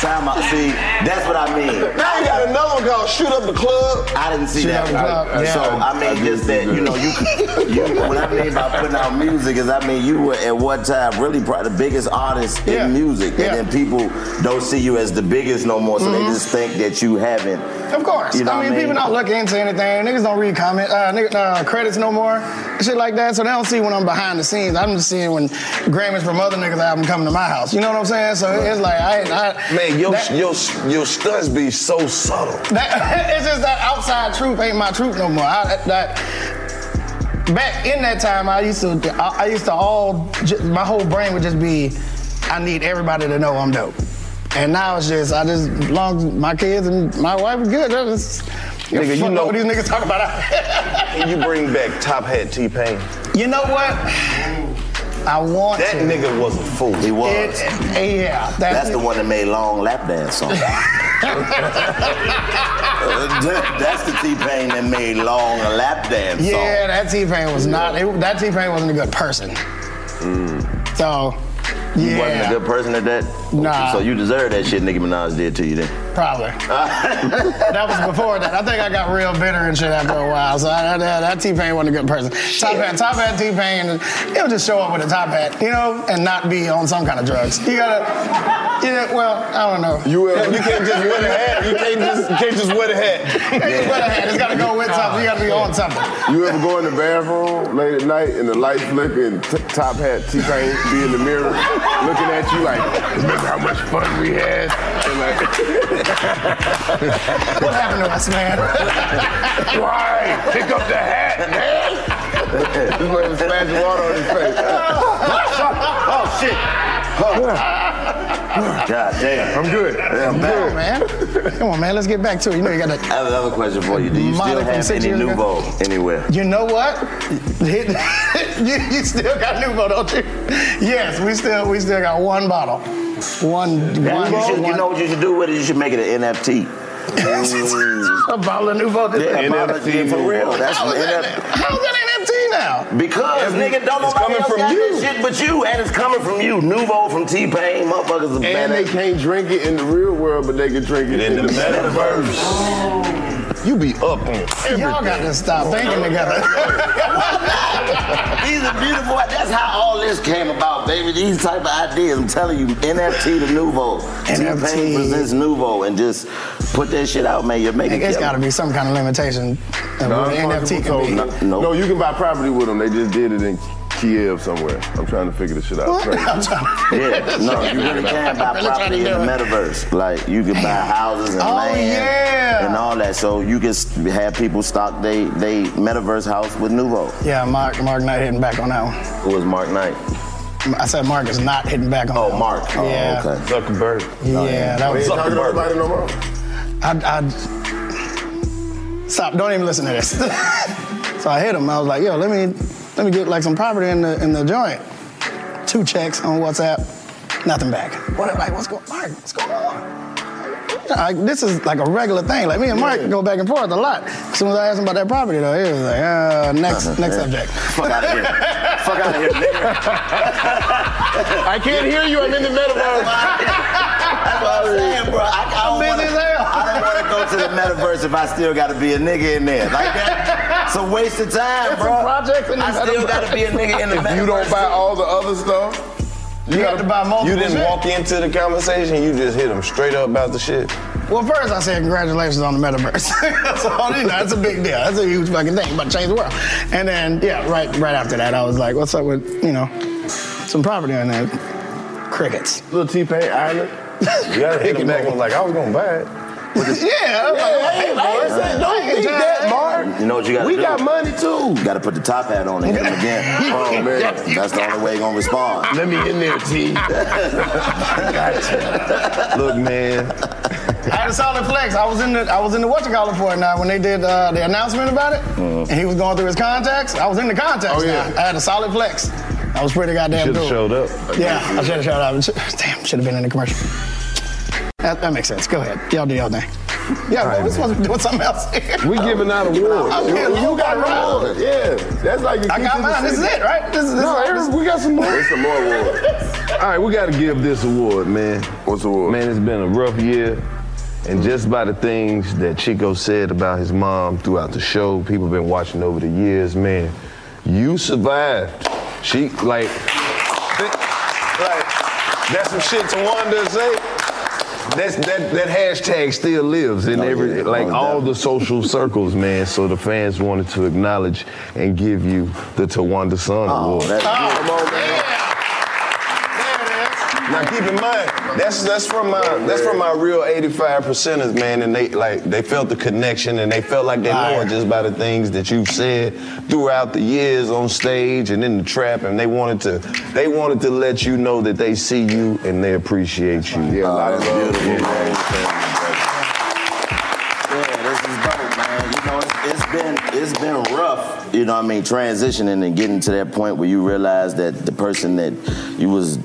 [SPEAKER 5] Time out. See, that's what I mean.
[SPEAKER 4] Now you got another one called Shoot Up the Club.
[SPEAKER 5] I didn't see
[SPEAKER 4] Shoot
[SPEAKER 5] that.
[SPEAKER 4] Up the Club,
[SPEAKER 5] I- So
[SPEAKER 4] yeah.
[SPEAKER 5] I mean, just that you know, you, you. What I mean by putting out music is, I mean, you were at one time really probably the biggest artist in music, and then people don't see you as the biggest no more, so they just think that you haven't.
[SPEAKER 3] Of course.
[SPEAKER 5] You know
[SPEAKER 3] I
[SPEAKER 5] what
[SPEAKER 3] mean, people not looking into anything. Niggas don't read comment, uh, nigga, uh, credits no more, shit like that. So they don't see when I'm behind the scenes. I'm just seeing when Grammys from other niggas album coming to my house. You know what I'm saying? So it's like I, I
[SPEAKER 8] Man, your,
[SPEAKER 3] that-
[SPEAKER 8] your, your stunts be so subtle.
[SPEAKER 3] that, it's just that outside truth ain't my truth no more. I, that, that- back in that time, I used to, I, I used to all, ju- my whole brain would just be, I need everybody to know I'm dope. And now it's just, I just, as long as my kids and my wife are good, I just,
[SPEAKER 8] Nigga, you
[SPEAKER 3] fuck
[SPEAKER 8] know-
[SPEAKER 3] what these niggas talk about.
[SPEAKER 8] Can you bring back Top Hat T Pain?
[SPEAKER 3] You know what? I want
[SPEAKER 8] That nigga was a fool.
[SPEAKER 5] He was.
[SPEAKER 3] yeah, that's,
[SPEAKER 5] That's the one that made long lap dance song. That- that's the T Pain that made long lap dance song.
[SPEAKER 3] Yeah, that T Pain was not. It, that T Pain wasn't a good person. So,
[SPEAKER 5] Mm. You
[SPEAKER 3] yeah,
[SPEAKER 5] wasn't a good person at that.
[SPEAKER 3] Nah.
[SPEAKER 5] So you deserve that shit Nicki Minaj did to you then.
[SPEAKER 3] probably. that was before that. I think I got real bitter and shit after a while. So I, I, that T Pain wasn't a good person. Top hat, top hat, T Pain. He'll just show up with a top hat, you know, and not be on some kind of drugs. You gotta. Yeah, well, I don't know.
[SPEAKER 4] You, uh, you can't just wear the hat. You can't just, you can't just wear the hat.
[SPEAKER 3] It's better hat. It's gotta go with something. You gotta be on something.
[SPEAKER 8] You ever go in the bathroom late at night and the light flicker and t- top hat T Pain be in the mirror looking at you like, remember how much fun we had? And like,
[SPEAKER 3] What happened to us, man?
[SPEAKER 8] why? Pick up the hat, man. Just let him splash water on his face.
[SPEAKER 3] oh shit.
[SPEAKER 5] God damn.
[SPEAKER 8] I'm good.
[SPEAKER 5] I'm
[SPEAKER 3] Come
[SPEAKER 5] back.
[SPEAKER 3] on, man. Come on, man. Let's get back to it. You know you got to.
[SPEAKER 5] I have another question for you. Do you
[SPEAKER 3] Molly
[SPEAKER 5] still
[SPEAKER 3] from
[SPEAKER 5] have
[SPEAKER 3] six
[SPEAKER 5] any
[SPEAKER 3] years ago?
[SPEAKER 5] Nouveau anywhere?
[SPEAKER 3] You know what? you, you still got Nuvo, don't you? Yes, we still we still got one bottle. One
[SPEAKER 5] Yeah,
[SPEAKER 3] one,
[SPEAKER 5] you, should,
[SPEAKER 3] one
[SPEAKER 5] you know what you should do with it? You should make it an NFT.
[SPEAKER 3] a bottle of Nuvo.
[SPEAKER 5] Yeah, Baba, yeah, for real. That's
[SPEAKER 3] How's
[SPEAKER 5] an
[SPEAKER 3] that,
[SPEAKER 5] NFT.
[SPEAKER 3] how's that an NFT now?
[SPEAKER 5] Because
[SPEAKER 3] Every-
[SPEAKER 5] nigga, don't
[SPEAKER 3] it's
[SPEAKER 5] nobody
[SPEAKER 3] coming
[SPEAKER 5] else
[SPEAKER 3] from
[SPEAKER 5] got
[SPEAKER 3] you.
[SPEAKER 5] this shit but you, and it's coming from you. Nouveau from T Pain, motherfuckers. are
[SPEAKER 8] And they
[SPEAKER 5] mad
[SPEAKER 8] can't drink it in the real world, but they can drink it in, the, metaverse. You be up on
[SPEAKER 3] Y'all got to stop thinking together.
[SPEAKER 5] These are beautiful. That's how all this came about, baby. These type of ideas. I'm telling you, NFT to Nouveau.
[SPEAKER 3] NFT.
[SPEAKER 5] T-Pain presents Nouveau, and just put that shit out, man. You're making.
[SPEAKER 3] it's got to be some kind of limitation of
[SPEAKER 8] No,
[SPEAKER 3] what an NFT
[SPEAKER 8] told
[SPEAKER 3] can be.
[SPEAKER 8] me. No, you can buy property with them. They just did it in Kiev somewhere. I'm trying to figure this shit out.
[SPEAKER 3] What? Oh,
[SPEAKER 8] Crazy.
[SPEAKER 3] I'm trying to-
[SPEAKER 5] Yeah, no, you really can buy
[SPEAKER 3] Really trying to
[SPEAKER 5] property in
[SPEAKER 3] do
[SPEAKER 5] the
[SPEAKER 3] it.
[SPEAKER 5] metaverse. Like you can buy houses and
[SPEAKER 3] Oh,
[SPEAKER 5] land
[SPEAKER 3] yeah.
[SPEAKER 5] and all that. So you can s- have people stock they they metaverse house with Nouveau.
[SPEAKER 3] Yeah, Mark Mark Knight hitting back on that one.
[SPEAKER 5] It was Mark Knight.
[SPEAKER 3] I said Mark is not hitting back on.
[SPEAKER 5] Oh,
[SPEAKER 3] that one.
[SPEAKER 5] Mark. Oh,
[SPEAKER 3] Yeah.
[SPEAKER 5] okay.
[SPEAKER 4] Zuckerberg.
[SPEAKER 3] Yeah, that
[SPEAKER 8] We
[SPEAKER 3] was
[SPEAKER 8] ain't talking about nobody no more.
[SPEAKER 3] I, I stop. Don't even listen to this. so I hit him. I was like, "Yo, let me let me get like some property in the in the joint." Two checks on WhatsApp, nothing back. What like? What's going? Mark, what's going on? Like, this is like a regular thing. Like me and Mark go back and forth a lot. As soon as I asked him about that property, though, he was like, uh, "Next, next subject."
[SPEAKER 5] Fuck out of here. Fuck out of here, nigga.
[SPEAKER 8] I can't hear you. I'm in the metaverse.
[SPEAKER 5] That's what I'm saying, bro. I, I
[SPEAKER 3] I'm
[SPEAKER 5] don't
[SPEAKER 3] busy
[SPEAKER 5] wanna,
[SPEAKER 3] as hell.
[SPEAKER 5] I don't want to go to the metaverse if I still got to be a nigga in there. Like that, it's a waste of time,
[SPEAKER 3] Different
[SPEAKER 5] bro.
[SPEAKER 3] projects in the
[SPEAKER 5] I still got to be a nigga in the
[SPEAKER 8] If
[SPEAKER 5] metaverse.
[SPEAKER 8] you don't buy all the other stuff,
[SPEAKER 3] You have to buy multiple.
[SPEAKER 2] You didn't
[SPEAKER 3] shit.
[SPEAKER 2] walk into the conversation, you just hit him straight up about the shit.
[SPEAKER 3] Well, first I said congratulations on the metaverse. that's all you know. That's a big deal. That's a huge fucking thing. About to change the world. And then yeah, right right after that, I was like, what's up with you know some property on there? Crickets.
[SPEAKER 8] little T-Pain Island.
[SPEAKER 2] You gotta hit him back and like, I was gonna buy it.
[SPEAKER 3] yeah. I was like,
[SPEAKER 8] Hey,
[SPEAKER 3] hey, boy,
[SPEAKER 8] man, say, don't
[SPEAKER 3] hey,
[SPEAKER 8] think
[SPEAKER 3] John,
[SPEAKER 8] that,
[SPEAKER 3] hey.
[SPEAKER 8] Mark.
[SPEAKER 5] You know what you gotta
[SPEAKER 8] We
[SPEAKER 5] do?
[SPEAKER 8] got money too.
[SPEAKER 5] You got to put the top hat on and hit him again.
[SPEAKER 8] Oh man.
[SPEAKER 5] That's the only way he gonna respond.
[SPEAKER 8] Let me in there, T.
[SPEAKER 2] Look, man,
[SPEAKER 3] I had a solid flex. I was in the I was in the what you call it for it now when they did uh, the announcement about it, and he was going through his contacts. I was in the
[SPEAKER 8] Uh-huh.
[SPEAKER 3] contacts.
[SPEAKER 8] Oh, yeah.
[SPEAKER 3] now. I had a solid flex. I was pretty goddamn
[SPEAKER 2] should have
[SPEAKER 3] cool.
[SPEAKER 2] showed up.
[SPEAKER 3] Yeah, I should have showed up. Damn, should have been in the commercial. That, that makes sense. Go ahead. Y'all do y'all thing. Yeah, but we supposed to be doing something else here.
[SPEAKER 9] We giving out awards.
[SPEAKER 3] I'm
[SPEAKER 9] You-
[SPEAKER 3] here,
[SPEAKER 9] you
[SPEAKER 3] Lou got
[SPEAKER 9] got an award.
[SPEAKER 3] mine.
[SPEAKER 9] Yeah, that's like the
[SPEAKER 3] I
[SPEAKER 9] key
[SPEAKER 3] got
[SPEAKER 9] to the
[SPEAKER 3] mine. This is
[SPEAKER 9] city.
[SPEAKER 3] it, right? This is- this
[SPEAKER 9] no,
[SPEAKER 3] is-
[SPEAKER 9] Aaron, we got some more. There's some more awards.
[SPEAKER 2] All right, we got to give this award, man. What's the award? Man, it's been a rough year. And just by the things that Chico said about his mom throughout the show, people been watching over the years, man. You survived. She, like, like that's some shit to Wanda say. That's, that, that hashtag still lives in every, like, all the social circles, man. So the fans wanted to acknowledge and give you the Tawanda Sun Award.
[SPEAKER 10] Ah,
[SPEAKER 9] Come on, man.
[SPEAKER 2] Now keep in mind, that's that's from my that's from my real 85 percenters, man, and they like they felt the connection and they felt like they know it just by the things that you've said throughout the years on stage and in the trap, and they wanted to they wanted to let you know that they see you and they appreciate you. Yeah,
[SPEAKER 5] Yeah, this is dope, man. You know, it's, it's been it's been rough. You know, what I mean, transitioning and getting to that point where you realize that the person that you was,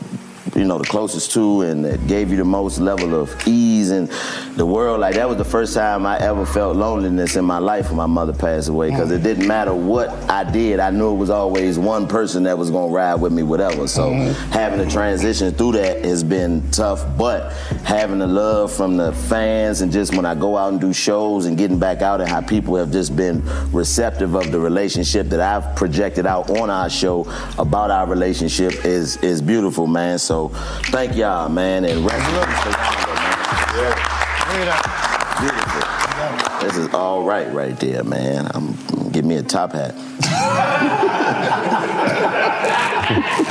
[SPEAKER 5] you know, the closest to and that gave you the most level of ease in the world. Like that was the first time I ever felt loneliness in my life when my mother passed away. Because it didn't matter what I did, I knew it was always one person that was gonna ride with me, whatever. So having to transition through that has been tough, but having the love from the fans and just when I go out and do shows and getting back out and how people have just been receptive of the relationship that I've projected out on our show about our relationship is is beautiful, man. So thank y'all, man, and rest in peace to Wanda, man. Beautiful. This is all right right there, man. I'm give me a top hat.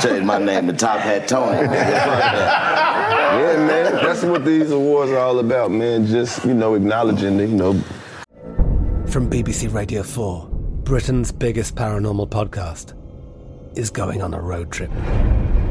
[SPEAKER 5] Change my name to Top Hat Tony.
[SPEAKER 2] yeah, man, that's what these awards are all about, man. Just you know acknowledging that you know
[SPEAKER 11] From BBC Radio 4, Britain's biggest paranormal podcast is going on a road trip.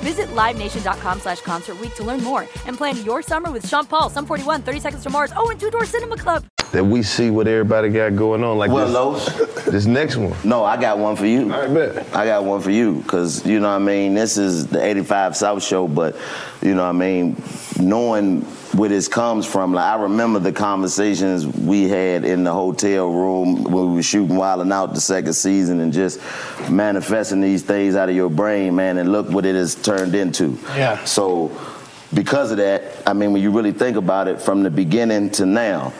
[SPEAKER 1] Visit LiveNation.com slash Concert Week to learn more and plan your summer with Sean Paul, Sum 41, 30 Seconds to Mars, oh, and Two Door Cinema Club.
[SPEAKER 2] that we see what everybody got going on. Like
[SPEAKER 5] Well,
[SPEAKER 2] this, this next one.
[SPEAKER 5] No, I got one for you. I bet. I got one for you because you know what I mean. This is the '85 South Show, but you know what I mean. Knowing where this comes from, like I remember the conversations we had in the hotel room when we were shooting Wildin' Out the second season, and just manifesting these things out of your brain, man. And look what it has turned into.
[SPEAKER 3] Yeah.
[SPEAKER 5] So, because of that, I mean, when you really think about it, from the beginning to now.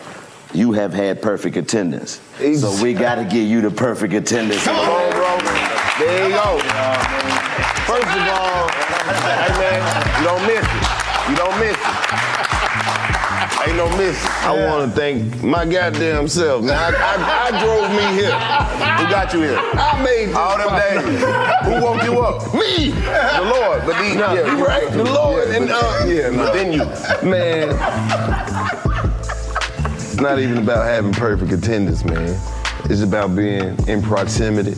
[SPEAKER 5] You have had perfect attendance. So we got to give you the perfect attendance.
[SPEAKER 12] Come on, bro.
[SPEAKER 2] There you go. First of all, hey man, you don't miss it. You don't miss it. Ain't no miss. I want to thank my goddamn self, man. I, I, I drove me here. Who got you here? I made this all them days. Who woke you up? Me, the Lord. But the,
[SPEAKER 12] Nah,
[SPEAKER 2] yeah,
[SPEAKER 12] you right, the Lord
[SPEAKER 2] yeah,
[SPEAKER 12] and,
[SPEAKER 2] but,
[SPEAKER 12] uh,
[SPEAKER 2] yeah, but then you, man. It's not even about having perfect attendance, man. It's about being in proximity,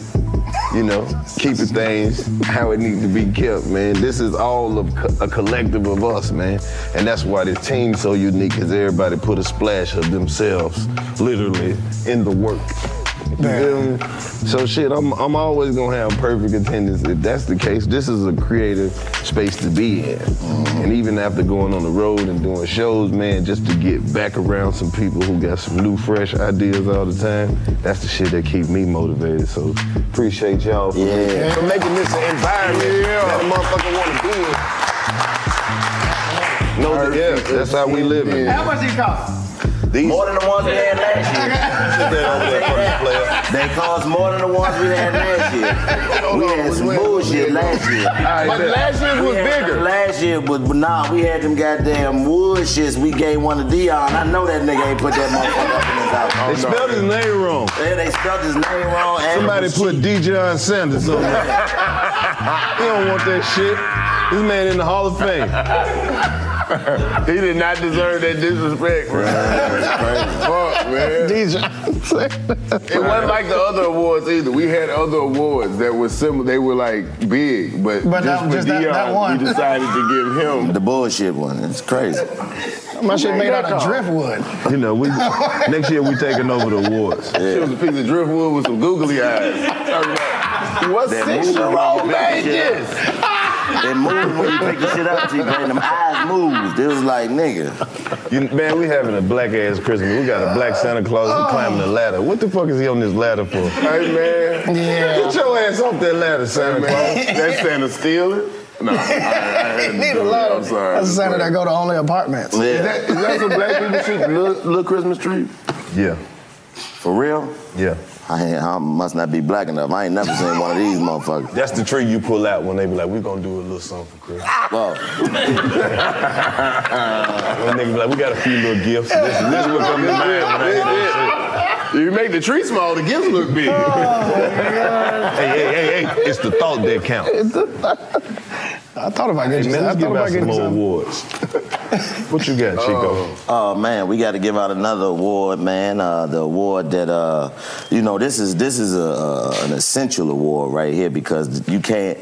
[SPEAKER 2] you know, keeping things how it needs to be kept, man. This is all of co- a collective of us, man. And that's why this team's so unique, because everybody put a splash of themselves, literally, in the work. You feel me? So shit, I'm I'm always gonna have perfect attendance. If that's the case, this is a creative space to be in.
[SPEAKER 5] Mm-hmm.
[SPEAKER 2] And even after going on the road and doing shows, man, just to get back around some people who got some new, fresh ideas all the time, that's the shit that keep me motivated. So appreciate y'all for
[SPEAKER 8] Yeah.
[SPEAKER 2] for making this an environment that a motherfucker wanna be in. No, yeah, that's how we live it.
[SPEAKER 3] How much he cost?
[SPEAKER 2] These
[SPEAKER 5] more than the ones we had last year. They cost more than the ones we had last year. we had some bullshit last year.
[SPEAKER 8] But last year's
[SPEAKER 5] We
[SPEAKER 8] was
[SPEAKER 5] had-
[SPEAKER 8] bigger.
[SPEAKER 5] Last year was nah. We had them goddamn wood shits. We gave one to Dion. I know that nigga ain't put that motherfucker up in his
[SPEAKER 2] They
[SPEAKER 5] house.
[SPEAKER 2] spelled his name wrong.
[SPEAKER 5] Yeah, they spelled his name wrong. and
[SPEAKER 2] Somebody put Dijon Sanders on there. he don't want that shit. This man in the Hall of Fame.
[SPEAKER 8] he did not deserve that disrespect. Fuck, man. It wasn't like the other awards either. We had other awards that were similar. They were like big, but,
[SPEAKER 3] But
[SPEAKER 8] just
[SPEAKER 3] that-
[SPEAKER 8] for
[SPEAKER 3] just that-
[SPEAKER 8] Dion,
[SPEAKER 3] that one.
[SPEAKER 8] we decided to give him
[SPEAKER 5] The bullshit one. It's crazy.
[SPEAKER 3] My shit
[SPEAKER 8] Man,
[SPEAKER 3] made
[SPEAKER 8] that
[SPEAKER 3] out of
[SPEAKER 8] cost.
[SPEAKER 3] driftwood.
[SPEAKER 2] You know, we next year we taking over the awards.
[SPEAKER 8] She was a piece of driftwood with some googly eyes. What
[SPEAKER 5] That
[SPEAKER 8] six
[SPEAKER 5] movie
[SPEAKER 8] year
[SPEAKER 5] when
[SPEAKER 8] old
[SPEAKER 5] you pick
[SPEAKER 8] Oh, man
[SPEAKER 5] the shit
[SPEAKER 8] is?
[SPEAKER 5] They moved when you pick the shit up, T-Pain. Them eyes moved. It was like, nigga.
[SPEAKER 2] You, man, we having a black ass Christmas. We got a black Santa Claus. He climbing the ladder. What the fuck is he on this ladder for?
[SPEAKER 8] Hey man,
[SPEAKER 2] Get
[SPEAKER 3] Yeah.
[SPEAKER 2] your ass off that ladder, Santa Claus.
[SPEAKER 8] man, that Santa stealing? No, I, I had to
[SPEAKER 3] Need
[SPEAKER 8] do
[SPEAKER 3] a
[SPEAKER 8] it.
[SPEAKER 3] load.
[SPEAKER 8] I'm sorry.
[SPEAKER 3] That's the same that go to only apartments.
[SPEAKER 5] Yeah.
[SPEAKER 8] Is that, is that some black people shit? Little, little Christmas tree?
[SPEAKER 2] Yeah,
[SPEAKER 5] For real?
[SPEAKER 2] yeah.
[SPEAKER 5] I, ain't, I must not be black enough. I ain't never seen one of these motherfuckers.
[SPEAKER 2] That's the tree you pull out when they be like, we gonna do a little something for Christmas.
[SPEAKER 8] Ah!
[SPEAKER 5] Whoa.
[SPEAKER 2] And they be like, we got a few little gifts. This, this what come to mind when I hear this shit.
[SPEAKER 8] You make the tree small, the gifts look big.
[SPEAKER 3] Oh,
[SPEAKER 2] Hey, hey, hey, hey, it's the thought that counts.
[SPEAKER 3] I thought about getting
[SPEAKER 2] man,
[SPEAKER 3] you. I thought
[SPEAKER 2] let's give
[SPEAKER 3] about
[SPEAKER 2] out some
[SPEAKER 3] getting
[SPEAKER 2] more
[SPEAKER 3] some.
[SPEAKER 2] awards. what you got, Chico?
[SPEAKER 5] Oh man, we got to give out another award, man. Uh, the award that uh, you know, this is this is a, a, an essential award right here because you can't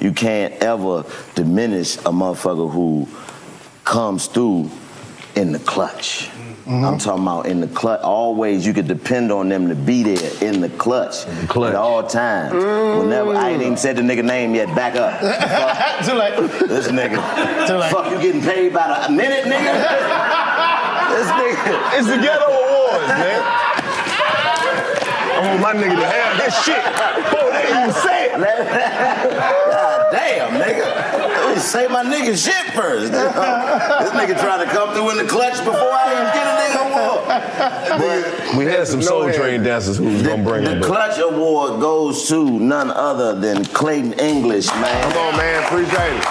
[SPEAKER 5] you can't ever diminish a motherfucker who comes through in the clutch.
[SPEAKER 3] Mm-hmm.
[SPEAKER 5] I'm talking about in the clutch. Always, you could depend on them to be there in the clutch,
[SPEAKER 2] the clutch.
[SPEAKER 5] at all times.
[SPEAKER 3] Mm.
[SPEAKER 5] Whenever I ain't even said the nigga name yet. Back up. Fuck.
[SPEAKER 3] Too late.
[SPEAKER 5] This
[SPEAKER 3] Too
[SPEAKER 5] nigga.
[SPEAKER 3] late.
[SPEAKER 5] Fuck, you getting paid by the minute, nigga? this nigga.
[SPEAKER 2] It's the Ghetto Awards, man. I want my nigga to have this shit before they even say it.
[SPEAKER 5] God damn, nigga. Let me say my nigga shit first. this nigga trying to come through in the clutch before I even get a nigga award. But
[SPEAKER 2] We had some Soul Train dancers who was gonna bring
[SPEAKER 5] the
[SPEAKER 2] it. but-
[SPEAKER 5] clutch award goes to none other than Clayton English,
[SPEAKER 8] Come
[SPEAKER 5] man.
[SPEAKER 8] on, man, appreciate it.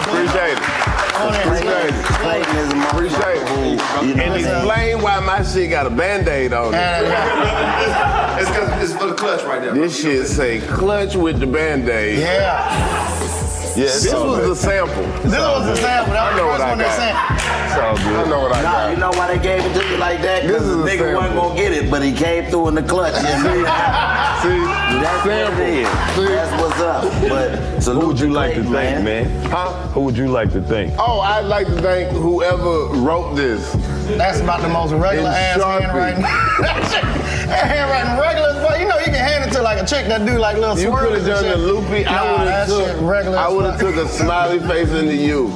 [SPEAKER 8] Appreciate it. Appreciate it.
[SPEAKER 5] Clayton is a
[SPEAKER 8] Appreciate
[SPEAKER 5] motherfucker who, you know
[SPEAKER 8] And
[SPEAKER 5] what I'm saying?
[SPEAKER 8] explain why my shit got a band-aid on it. it's, cause it's for the clutch right now. This shit say clutch with the band-aid.
[SPEAKER 3] Yeah.
[SPEAKER 2] Yeah, it's
[SPEAKER 8] This
[SPEAKER 2] all
[SPEAKER 8] was
[SPEAKER 2] good.
[SPEAKER 8] the sample.
[SPEAKER 3] This was the sample. That
[SPEAKER 8] I know
[SPEAKER 3] was the
[SPEAKER 8] what I
[SPEAKER 3] first one they
[SPEAKER 8] got.
[SPEAKER 3] sent.
[SPEAKER 2] It's all
[SPEAKER 8] I
[SPEAKER 2] good.
[SPEAKER 8] know what I
[SPEAKER 5] Nah, you
[SPEAKER 8] got.
[SPEAKER 5] know why they gave it to you like that? Because
[SPEAKER 8] This is
[SPEAKER 5] the
[SPEAKER 8] a
[SPEAKER 5] nigga wasn't
[SPEAKER 8] sample.
[SPEAKER 5] gonna get it, but he came through in the clutch. and made it happen.
[SPEAKER 8] See,
[SPEAKER 5] That's what it is.
[SPEAKER 8] See?
[SPEAKER 5] That's what's up. But
[SPEAKER 2] Who would you like to
[SPEAKER 5] Clayton,
[SPEAKER 2] thank, man?
[SPEAKER 8] Huh?
[SPEAKER 2] Who would you like to thank?
[SPEAKER 8] Oh, I'd like to thank whoever wrote this.
[SPEAKER 3] That's about the most regular
[SPEAKER 8] In
[SPEAKER 3] ass
[SPEAKER 8] Sharpie.
[SPEAKER 3] handwriting. that shit- that handwriting regular, but you know you can hand it to like a chick that do like little
[SPEAKER 8] You could
[SPEAKER 3] swirls
[SPEAKER 8] have
[SPEAKER 3] and
[SPEAKER 8] done
[SPEAKER 3] shit.
[SPEAKER 8] the loopy. I
[SPEAKER 3] Nah,
[SPEAKER 8] would have
[SPEAKER 3] that shit
[SPEAKER 8] took.
[SPEAKER 3] regular.
[SPEAKER 8] I
[SPEAKER 3] as
[SPEAKER 8] would have
[SPEAKER 3] fuck.
[SPEAKER 8] took a smiley face into you.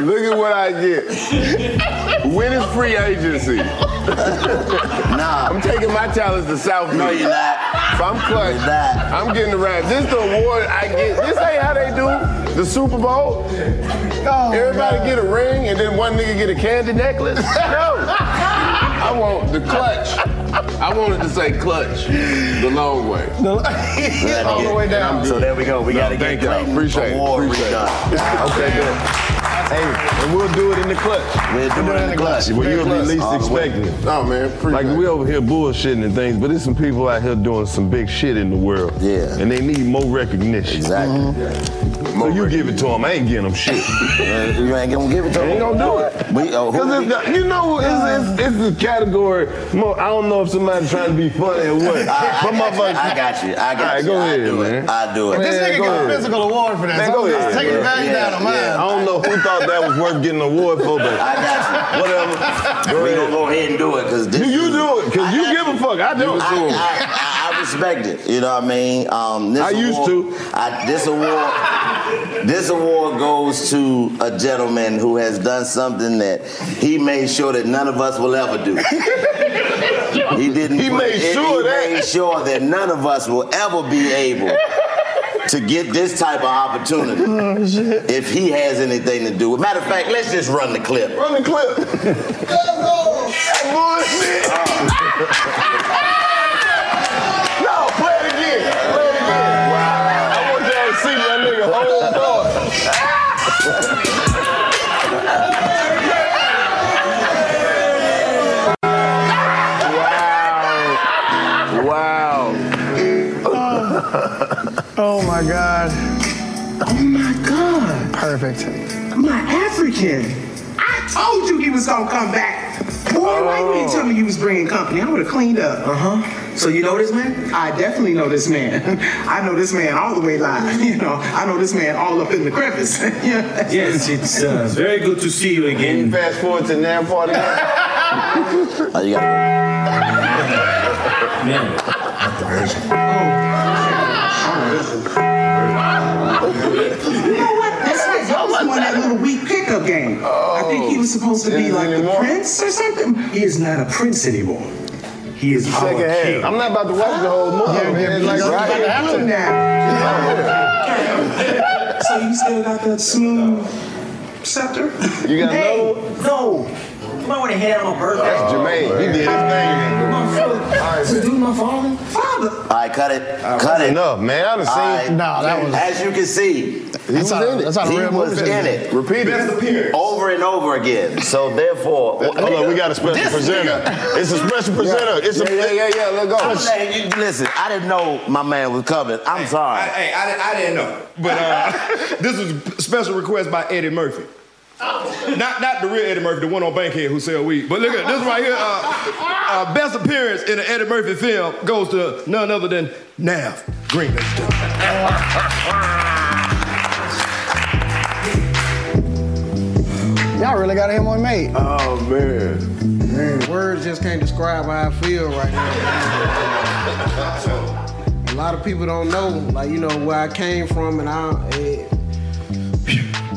[SPEAKER 8] Look at what I get. When is free agency?
[SPEAKER 5] Nah,
[SPEAKER 8] I'm taking my talents to South
[SPEAKER 5] No,
[SPEAKER 8] Beach.
[SPEAKER 5] you're not.
[SPEAKER 8] If I'm clutch,
[SPEAKER 5] You're not.
[SPEAKER 8] I'm getting around. This the award I get. This ain't how they do the Super Bowl.
[SPEAKER 3] Oh,
[SPEAKER 8] Everybody
[SPEAKER 3] God.
[SPEAKER 8] get a ring and then one nigga get a candy necklace. No. I want the clutch. I want it to say clutch the long way.
[SPEAKER 3] the, all the way down.
[SPEAKER 5] So there we go. We got to get
[SPEAKER 8] thank y'all.
[SPEAKER 5] Clayton
[SPEAKER 8] Appreciate it.
[SPEAKER 5] award
[SPEAKER 8] Appreciate it.
[SPEAKER 5] redone.
[SPEAKER 2] Okay, good. Hey, and we'll do it in the clutch.
[SPEAKER 5] We're doing it in the clutch.
[SPEAKER 2] Where you'll be least
[SPEAKER 5] All the way.
[SPEAKER 2] expecting it.
[SPEAKER 8] No, man. Appreciate
[SPEAKER 2] Like we over here bullshitting and things, but there's some people out here doing some big shit in the world.
[SPEAKER 5] Yeah.
[SPEAKER 2] And they need more recognition. Mm-hmm.
[SPEAKER 5] Exactly.
[SPEAKER 2] So you give it to them, I ain't getting them shit.
[SPEAKER 5] Uh, You ain't gonna give it to him.
[SPEAKER 2] Ain't gonna do it.
[SPEAKER 5] We, oh, who
[SPEAKER 2] Cause
[SPEAKER 5] we-
[SPEAKER 2] it's not, you know, it's, it's, it's the category. Mo, I don't know if somebody's trying to be funny or what.
[SPEAKER 5] I,
[SPEAKER 2] But
[SPEAKER 5] I, got you. I got you. I
[SPEAKER 2] motherfucker,
[SPEAKER 5] got
[SPEAKER 2] All right,
[SPEAKER 5] you.
[SPEAKER 2] go
[SPEAKER 5] I
[SPEAKER 2] ahead,
[SPEAKER 5] do
[SPEAKER 2] man.
[SPEAKER 5] it. I do it.
[SPEAKER 3] This
[SPEAKER 2] Man,
[SPEAKER 3] nigga
[SPEAKER 2] go
[SPEAKER 3] got
[SPEAKER 2] ahead.
[SPEAKER 3] a physical award for that.
[SPEAKER 2] Man,
[SPEAKER 3] so
[SPEAKER 2] go
[SPEAKER 3] I'm just
[SPEAKER 2] ahead,
[SPEAKER 3] taking
[SPEAKER 2] bro.
[SPEAKER 3] the value
[SPEAKER 5] Yeah,
[SPEAKER 3] down of mine.
[SPEAKER 5] yeah.
[SPEAKER 2] I don't know who thought thought that was worth getting an award for, but
[SPEAKER 5] I got you.
[SPEAKER 2] Whatever.
[SPEAKER 5] Go we gonna go ahead and do it because this.
[SPEAKER 2] You do it because you give a fuck. I don't.
[SPEAKER 5] I, I, I, I respect it. You know what I mean? Um, this
[SPEAKER 2] I used
[SPEAKER 5] award, to. I, this award, this award goes to a gentleman who has done something that he made sure that none of us will ever do. He didn't.
[SPEAKER 2] He
[SPEAKER 5] put
[SPEAKER 2] made
[SPEAKER 5] it-
[SPEAKER 2] sure
[SPEAKER 5] he
[SPEAKER 2] that-
[SPEAKER 5] made sure that none of us will ever be able to get this type of opportunity. If he has anything to do with. Matter of fact, let's just run the clip.
[SPEAKER 2] Run the clip.
[SPEAKER 8] No, play it again. Play it again. I want y'all to see that nigga hold on.
[SPEAKER 2] Oh, Wow.
[SPEAKER 3] Oh my God.
[SPEAKER 13] Oh my God.
[SPEAKER 3] Perfect.
[SPEAKER 13] My African. I told you he was gonna come back. Boy, why you didn't tell me you was bringing company? I would have cleaned up. Uh
[SPEAKER 2] Uh-huh.
[SPEAKER 13] huh. So you know this man? I definitely know this man. I know this man all the way live. You know, I know this man all up in the crevice. yeah.
[SPEAKER 14] Yes, it's uh, very good to see you again.
[SPEAKER 8] Fast forward to now party.
[SPEAKER 5] Oh, you got
[SPEAKER 13] You know what? That's like Joe was on that little weak pickup game. I think
[SPEAKER 8] Oh.
[SPEAKER 13] he was supposed to be like the prince or something. He is not a prince anymore. He is our
[SPEAKER 8] Second
[SPEAKER 13] king.
[SPEAKER 8] half. I'm not about to watch the whole movie. man. Like,
[SPEAKER 13] Right.
[SPEAKER 8] right.
[SPEAKER 13] Right. Now. so you still got that smooth scepter?
[SPEAKER 8] You got
[SPEAKER 13] Hey,
[SPEAKER 8] another
[SPEAKER 13] no. You might want to head out on birthday.
[SPEAKER 8] That's Jermaine. He did his thing.
[SPEAKER 13] So do my father? Father.
[SPEAKER 5] All right, cut it. cut it.
[SPEAKER 2] Enough, man. I done
[SPEAKER 5] All
[SPEAKER 2] seen.
[SPEAKER 5] right. As you can see,
[SPEAKER 2] That's was how- in it. that's how the
[SPEAKER 5] he
[SPEAKER 2] real
[SPEAKER 5] was
[SPEAKER 2] movie
[SPEAKER 5] in
[SPEAKER 2] is.
[SPEAKER 5] it.
[SPEAKER 2] Repeat it. Best appearance.
[SPEAKER 5] Over and over again. So therefore,
[SPEAKER 2] Hold on, we got a special presenter. It's a special presenter. It's a
[SPEAKER 5] I'm saying, you- listen, I didn't know my man was coming. I'm sorry.
[SPEAKER 10] Hey, I, di- I didn't know, but uh, this was a special request by Eddie Murphy. Not, not the real Eddie Murphy, the one on Bankhead who sell weed. But look at this right here. Uh, uh, best appearance in an Eddie Murphy film goes to none other than Nav Green.
[SPEAKER 3] Y'all really got him on mate.
[SPEAKER 8] Oh man.
[SPEAKER 12] Words just can't describe how I feel right now. a lot of people don't know, like you know, where I came from, and I. eh,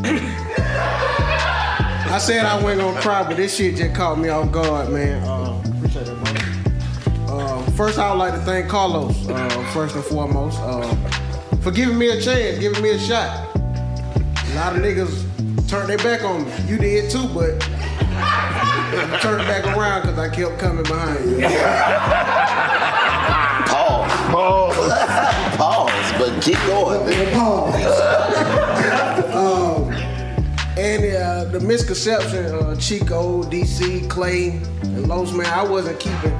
[SPEAKER 12] I said I wasn't gonna cry, but this shit just caught me off guard, man. Uh, appreciate that, bro. Uh, first, I would like to thank Carlos, uh, first and foremost, uh, for giving me a chance, giving me a shot. A lot of niggas turned their back on me. You did too, but I turned back around because I kept coming behind you.
[SPEAKER 5] Pause. Pause. Pause, but keep going.
[SPEAKER 12] um, and uh, the misconception, uh, Chico, DC, Clay, and Los, man, I wasn't keeping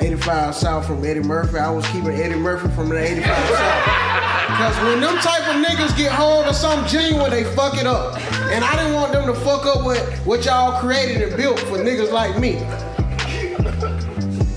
[SPEAKER 12] 85 South from Eddie Murphy. I was keeping Eddie Murphy from the 85 South. Because when them type of niggas get hold of some genuine, they fuck it up. And I didn't want them to fuck up what, what y'all created and built for niggas like me.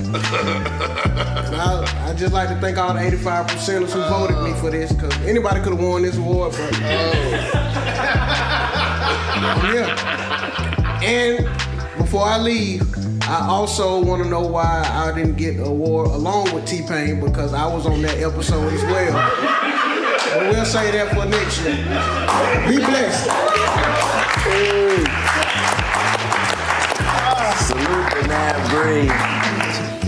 [SPEAKER 12] And I, I just like to thank all the 85 percenters who voted me for this, because anybody could have won this award, but uh, yeah. And before I leave, I also want to know why I didn't get an award along with T Pain because I was on that episode as well. But we'll say that for next year. Be blessed.
[SPEAKER 5] Salute to Nav Green.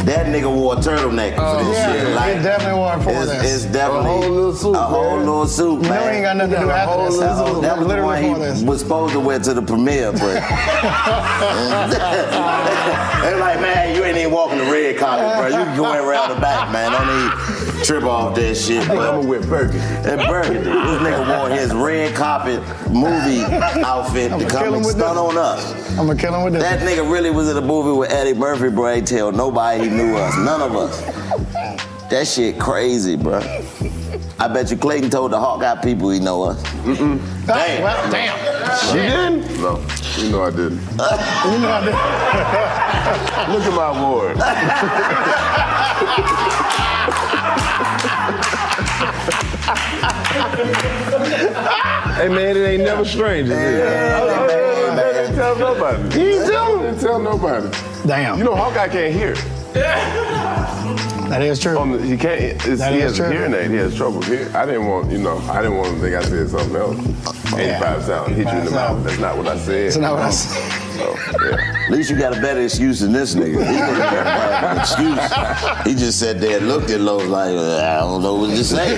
[SPEAKER 5] That nigga wore a turtleneck for this
[SPEAKER 3] Oh, yeah,
[SPEAKER 5] shit.
[SPEAKER 3] he
[SPEAKER 5] Like,
[SPEAKER 3] definitely wore it for
[SPEAKER 5] it's,
[SPEAKER 3] this.
[SPEAKER 5] It's definitely a whole little suit.
[SPEAKER 8] Uh-uh.
[SPEAKER 3] You know
[SPEAKER 5] man.
[SPEAKER 3] he ain't got nothing to do
[SPEAKER 5] Yeah, a
[SPEAKER 3] after
[SPEAKER 5] whole
[SPEAKER 3] this.
[SPEAKER 5] little
[SPEAKER 3] This is
[SPEAKER 5] suit. That was the
[SPEAKER 3] literally
[SPEAKER 5] one he
[SPEAKER 3] for this.
[SPEAKER 5] was supposed to wear to the premiere, but they're like, man, you ain't even walking the red carpet, bro. You can go around the back, man. Don't need trip off that shit. But I'm
[SPEAKER 8] with Burgundy.
[SPEAKER 5] And Burgundy, this nigga wore his red carpet movie outfit to come and stun on us.
[SPEAKER 3] I'm gonna kill him with this.
[SPEAKER 5] That nigga really was in a movie with Eddie Murphy, bro. Ain't tell nobody he knew us, none of us. That shit crazy, bro. I bet you Clayton told the Hawkeye people he know us. Mm-mm. Damn.
[SPEAKER 3] Well, damn.
[SPEAKER 8] You didn't? No. You know I didn't.
[SPEAKER 3] you know I
[SPEAKER 8] didn't. Look at my award. Oh,
[SPEAKER 2] Hey man, it ain't never strange. Is it?
[SPEAKER 8] tell nobody.
[SPEAKER 3] He didn't tell
[SPEAKER 8] him. Didn't tell nobody.
[SPEAKER 3] Damn.
[SPEAKER 8] You know, Hawkeye can't hear.
[SPEAKER 3] That is true.
[SPEAKER 8] he can't. It's,
[SPEAKER 3] That
[SPEAKER 8] he
[SPEAKER 3] is
[SPEAKER 8] has a
[SPEAKER 3] true.
[SPEAKER 8] hearing aid. He has trouble hearing. I didn't want. You know, I didn't want him to think I said something else. 85 sound. Hit you in the mouth. That's not what I said.
[SPEAKER 5] That's not what I
[SPEAKER 8] said.
[SPEAKER 5] At least you got a better excuse than this nigga. He didn't have an excuse. He just sat there and looked at Lowe's like, I don't know what to say.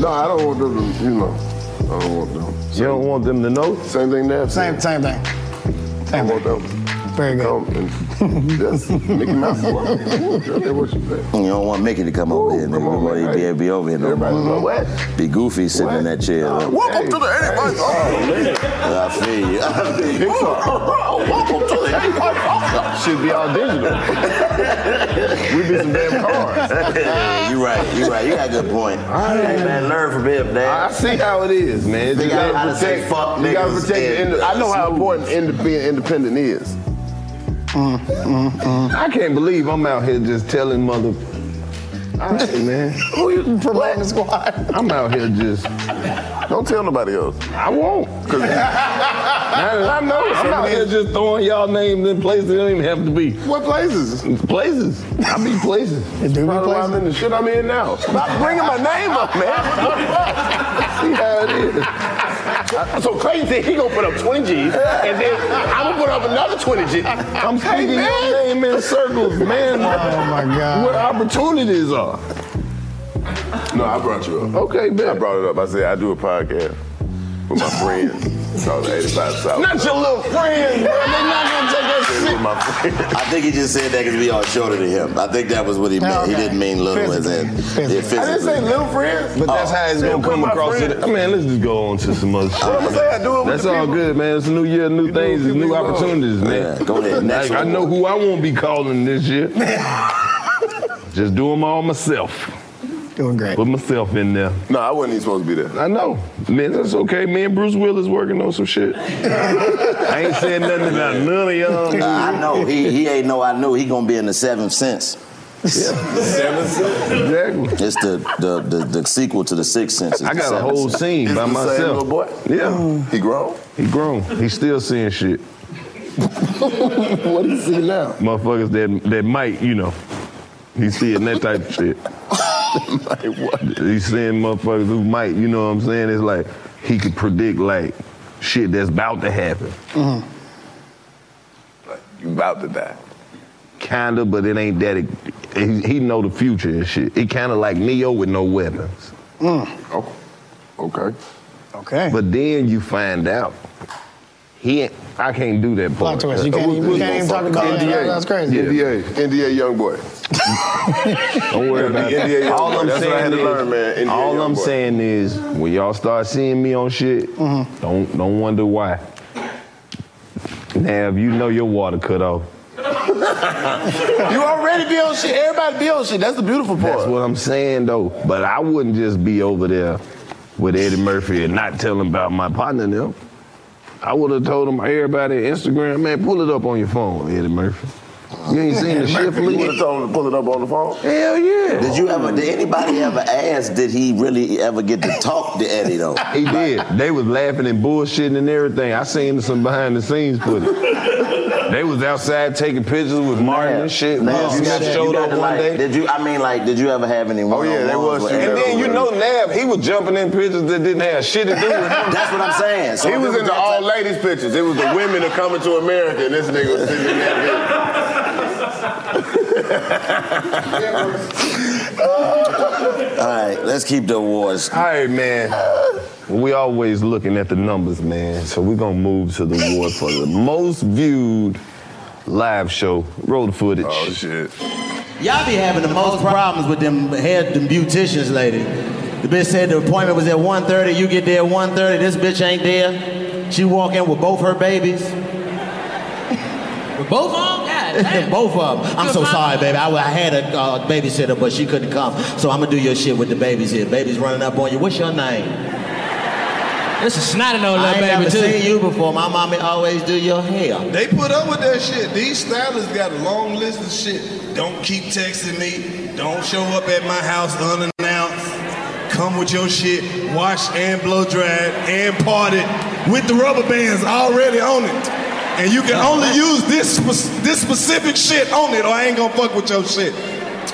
[SPEAKER 8] no, I don't want them to, you know, I don't want them. You don't want them to know? Same thing Nav
[SPEAKER 3] Same,
[SPEAKER 8] said.
[SPEAKER 3] same thing.
[SPEAKER 8] Same thing.
[SPEAKER 3] Very good.
[SPEAKER 8] That's Mickey Mouse. what you say.
[SPEAKER 5] You don't want Mickey to come over here, nigga. Boy, he be, be over here no more. Be goofy sitting in that chair.
[SPEAKER 8] Welcome to the Anybody
[SPEAKER 5] I feel you. I feel you.
[SPEAKER 8] Oh, Welcome to the Anybody Should be all digital. we be some damn cars.
[SPEAKER 5] you right, you right. You got a good point. Hey, man, learn from him, man.
[SPEAKER 8] I see how it is, man.
[SPEAKER 5] They
[SPEAKER 8] You
[SPEAKER 5] got how
[SPEAKER 8] gotta
[SPEAKER 5] to say
[SPEAKER 8] protect.
[SPEAKER 5] fuck
[SPEAKER 8] You gotta
[SPEAKER 5] niggas
[SPEAKER 8] protect. the
[SPEAKER 5] and,
[SPEAKER 8] inde- I know how important inde- being independent is. I can't believe I'm out here just telling mother. All right, man. Who you promoting the squad? I'm out here just. Don't tell nobody else. I won't. Cause now that I know, I'm out here just throwing y'all names in places they don't even have to be. What places? Places. I be places. Do you places? I'm in the shit I'm in now. Stop bringing my name up, man. See how it is.
[SPEAKER 15] So Clayton said he gonna put up 20 G's, and then I'm gonna put up another 20 G's.
[SPEAKER 8] I'm speaking your name in circles, man. Oh my God. Where opportunities are. No, I brought you up. Okay, bet. I brought it up. I said I do a podcast with my friends. It's called the 85 South.
[SPEAKER 15] Not your little friends, bro. They not gonna take that shit.
[SPEAKER 5] I think he just said that because we all shorter than him. I think that was what he meant. He didn't mean little as in. Yeah, physically.
[SPEAKER 8] I didn't say little friends,
[SPEAKER 2] But that's how it's
[SPEAKER 3] Oh,
[SPEAKER 2] gonna come across. To the, I mean, let's just go on to some other shit.
[SPEAKER 8] I'ma say, I do it with
[SPEAKER 2] That's
[SPEAKER 8] the
[SPEAKER 2] all good, man. It's a new year, new things, it's new opportunities, man.
[SPEAKER 5] Yeah, go ahead. Next
[SPEAKER 2] like, I
[SPEAKER 5] one.
[SPEAKER 2] know who I won't be calling this year. just do them all myself.
[SPEAKER 3] Doing great.
[SPEAKER 2] Put myself in there.
[SPEAKER 8] No, I wasn't even supposed to be there.
[SPEAKER 2] I know. Man, that's okay. Me and Bruce Willis working on some shit. I ain't said nothing about none of y'all.
[SPEAKER 5] Nah, I know. He, he ain't know I knew. He going to be in the seventh sense.
[SPEAKER 8] Exactly.
[SPEAKER 5] It's the, the, the, the sequel to the sixth sense.
[SPEAKER 2] I got a whole scene by myself. Yeah.
[SPEAKER 8] He grown?
[SPEAKER 2] He grown. He still seeing shit.
[SPEAKER 8] what do you see now?
[SPEAKER 2] Motherfuckers that that might, you know. He seeing that type of shit. like what? He seeing motherfuckers who might, you know what I'm saying? It's like he could predict like shit that's about to happen.
[SPEAKER 3] Mm-hmm.
[SPEAKER 8] You about to die.
[SPEAKER 2] Kinda, but it ain't that. It, he, he know the future and shit. He kinda like Neo with no weapons.
[SPEAKER 3] Mm.
[SPEAKER 8] Oh, okay.
[SPEAKER 2] Okay. But then you find out he ain't, I can't do that part.
[SPEAKER 8] Plot twist, you can't even- you can't even talk about that. That's crazy. NDA, NDA young boy.
[SPEAKER 2] Don't worry about
[SPEAKER 8] Yeah, yeah,
[SPEAKER 2] it.
[SPEAKER 8] yeah.
[SPEAKER 2] All I'm
[SPEAKER 8] That's what I had
[SPEAKER 2] saying
[SPEAKER 8] to
[SPEAKER 2] is,
[SPEAKER 8] learn, man. In
[SPEAKER 2] all
[SPEAKER 8] Young
[SPEAKER 2] I'm
[SPEAKER 8] Boy.
[SPEAKER 2] saying is, when y'all start seeing me on shit,
[SPEAKER 8] Mm-hmm.
[SPEAKER 2] don't don't wonder why. Now, if you know your water cut off,
[SPEAKER 15] you already be on shit. Everybody be on shit. That's the beautiful part.
[SPEAKER 2] that's what I'm saying though. But I wouldn't just be over there with Eddie Murphy and not tell him about my partner and them. I would have told him everybody Instagram, man, pull it up on your phone, Eddie Murphy. You ain't seen the shit,
[SPEAKER 8] You would
[SPEAKER 2] please.
[SPEAKER 8] have told him to pull it up on the phone.
[SPEAKER 2] Hell yeah.
[SPEAKER 5] Did you ever? Did anybody ever ask? Did he really ever get to talk to Eddie though?
[SPEAKER 2] He did. They was laughing and bullshitting and everything. I seen some behind the scenes footage. they was outside taking pictures with Martin and shit. Will
[SPEAKER 5] you
[SPEAKER 2] Smith
[SPEAKER 5] got- you
[SPEAKER 2] showed
[SPEAKER 5] got
[SPEAKER 2] up
[SPEAKER 5] to,
[SPEAKER 2] one
[SPEAKER 5] like,
[SPEAKER 2] day.
[SPEAKER 5] Did you? I mean, like, did you ever have any? Oh yeah,
[SPEAKER 2] they was shooting. And then you know Nav, he was jumping in pictures that didn't have shit to do with him.
[SPEAKER 5] That's what I'm saying. So
[SPEAKER 8] he was in the all ladies pictures. It was the women that coming to America, and this nigga was sitting in that
[SPEAKER 5] All right, let's keep the awards.
[SPEAKER 2] All right, man. We always looking at the numbers, man. So we're gonna move to the award for the most viewed live show. Roll the footage. Oh
[SPEAKER 8] shit.
[SPEAKER 16] Y'all be having the most problems with them hair, them beauticians, lady. The bitch said the appointment was at 1.30, you get there at 1.30, this bitch ain't there. She walk in with both her babies. With both of them? both of them. I'm so sorry, baby. I, I had a uh, babysitter, but she couldn't come. So I'm gonna do your shit with the babies here. Babies running up on you. What's your name? This is snotty no
[SPEAKER 17] little
[SPEAKER 16] I ain't
[SPEAKER 17] baby,
[SPEAKER 16] never
[SPEAKER 17] too.
[SPEAKER 16] seen you before. My mommy always do your hair.
[SPEAKER 18] They put up with that shit. These stylists got a long list of shit. Don't keep texting me. Don't show up at my house unannounced. Come with your shit, wash and blow dry and part it with the rubber bands already on it.
[SPEAKER 19] and you can only use this spe- this specific shit on it, or I ain't gonna fuck with your shit.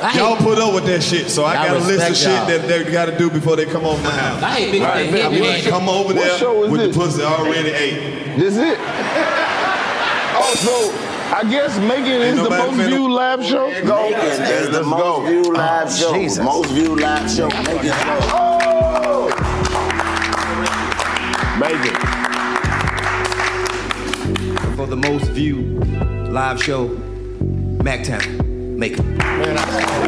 [SPEAKER 12] I
[SPEAKER 19] y'all
[SPEAKER 12] hate-
[SPEAKER 19] put up with that shit, so I,
[SPEAKER 12] I
[SPEAKER 19] got a list of shit
[SPEAKER 12] respect y'all.
[SPEAKER 19] that they gotta do before they come over my house.
[SPEAKER 12] I hate big
[SPEAKER 19] All right,
[SPEAKER 12] thing.
[SPEAKER 19] man,
[SPEAKER 12] Hit
[SPEAKER 19] I'm
[SPEAKER 12] me.
[SPEAKER 19] gonna come over
[SPEAKER 12] What
[SPEAKER 19] there
[SPEAKER 12] show is
[SPEAKER 19] with
[SPEAKER 12] this?
[SPEAKER 19] the pussy already ate.
[SPEAKER 20] This it? Oh, so I guess Megan is the most viewed live show. Go.
[SPEAKER 5] It's the most viewed live show. Most viewed live show. Make it so.
[SPEAKER 9] For the most viewed live show, MacTown, make it.
[SPEAKER 20] Yeah.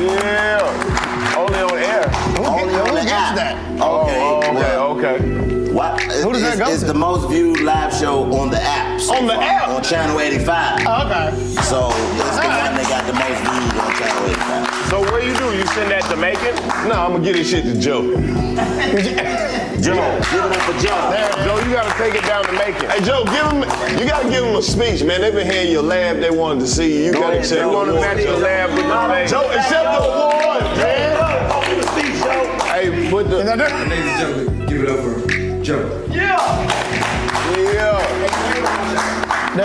[SPEAKER 20] Only on air.
[SPEAKER 5] Only on the app. Okay.
[SPEAKER 20] Oh, okay, okay.
[SPEAKER 5] What? Who does that go It's the most viewed live show on the app. on the app? On Channel 85. okay. So it's the one that got the most views on Channel 85.
[SPEAKER 2] So what do you do? You send that to Macon? No, I'm gonna get this shit to Joe.
[SPEAKER 5] Joe, give it up for Joe.
[SPEAKER 2] Joe, you gotta take it down to Macon. Hey Joe, give him. You gotta give him a speech, man. They've been here in your lab. They wanted to see you. You
[SPEAKER 20] Go
[SPEAKER 2] gotta
[SPEAKER 20] ahead,
[SPEAKER 2] accept
[SPEAKER 20] Joe.
[SPEAKER 2] the
[SPEAKER 20] You wanna
[SPEAKER 2] award,
[SPEAKER 20] match your
[SPEAKER 2] Joe.
[SPEAKER 20] lab with the thing.
[SPEAKER 2] Joe, accept the award, man.
[SPEAKER 20] Hey, put the. Ladies
[SPEAKER 9] and gentlemen, give it up for Joe. I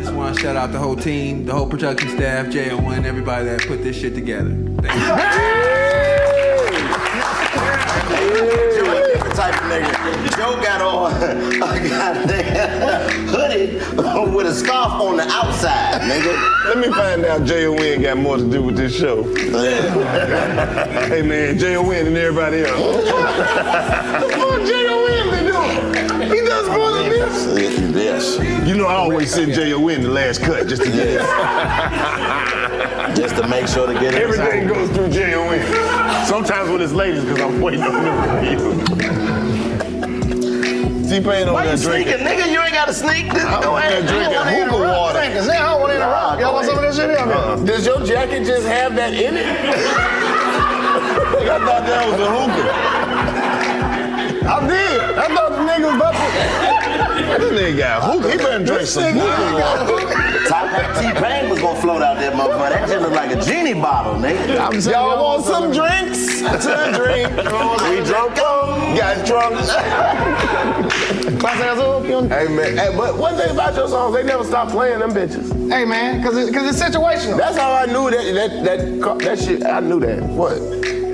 [SPEAKER 9] just want to shout out the whole team, the whole production staff, J01, everybody that put this shit together.
[SPEAKER 5] Joe a different type of nigga. Joe got on a goddamn hoodie with a scarf on the outside, nigga.
[SPEAKER 2] Let me find out Jay Wynn got more to do with this show. hey man, Jay Wynn and everybody else.
[SPEAKER 20] He does more than this.
[SPEAKER 5] Yes.
[SPEAKER 2] You know I always send Jay Wynn the last cut just to get it.
[SPEAKER 5] just to make sure to get it.
[SPEAKER 2] Everything goes through Jay Wynn. Sometimes with his ladies because I'm waiting on the review. T-Pain on
[SPEAKER 3] Why you
[SPEAKER 2] that drink.
[SPEAKER 3] sneaking, nigga? You ain't got to sneak. This,
[SPEAKER 2] I'm
[SPEAKER 3] go
[SPEAKER 2] on
[SPEAKER 3] ahead. I
[SPEAKER 2] that
[SPEAKER 3] don't
[SPEAKER 2] drinking
[SPEAKER 3] want to
[SPEAKER 2] hookah
[SPEAKER 3] interrupt.
[SPEAKER 2] water.
[SPEAKER 3] Niggas, I don't want to interrupt. Y'all want some of this shit? in
[SPEAKER 2] Uh-uh.
[SPEAKER 3] here?
[SPEAKER 21] Does your jacket just have that in it? I
[SPEAKER 2] thought that was a hookah.
[SPEAKER 20] I did. I thought the nigga was about to.
[SPEAKER 2] This nigga got hookah. He better drink some hookah
[SPEAKER 5] Top that T-Pain was gonna float out that motherfucker. That shit looked like a genie bottle, nigga.
[SPEAKER 20] I'm saying Y'all y'all want want some some drinks? drinks? To the drink.
[SPEAKER 5] we drunk on.
[SPEAKER 20] Got drunk. hey man, hey, but one thing about your songs, they never stop playing them bitches.
[SPEAKER 3] Hey, man, because it, 'cause it's situational.
[SPEAKER 20] That's how I knew that that that car, that shit. I knew that. What?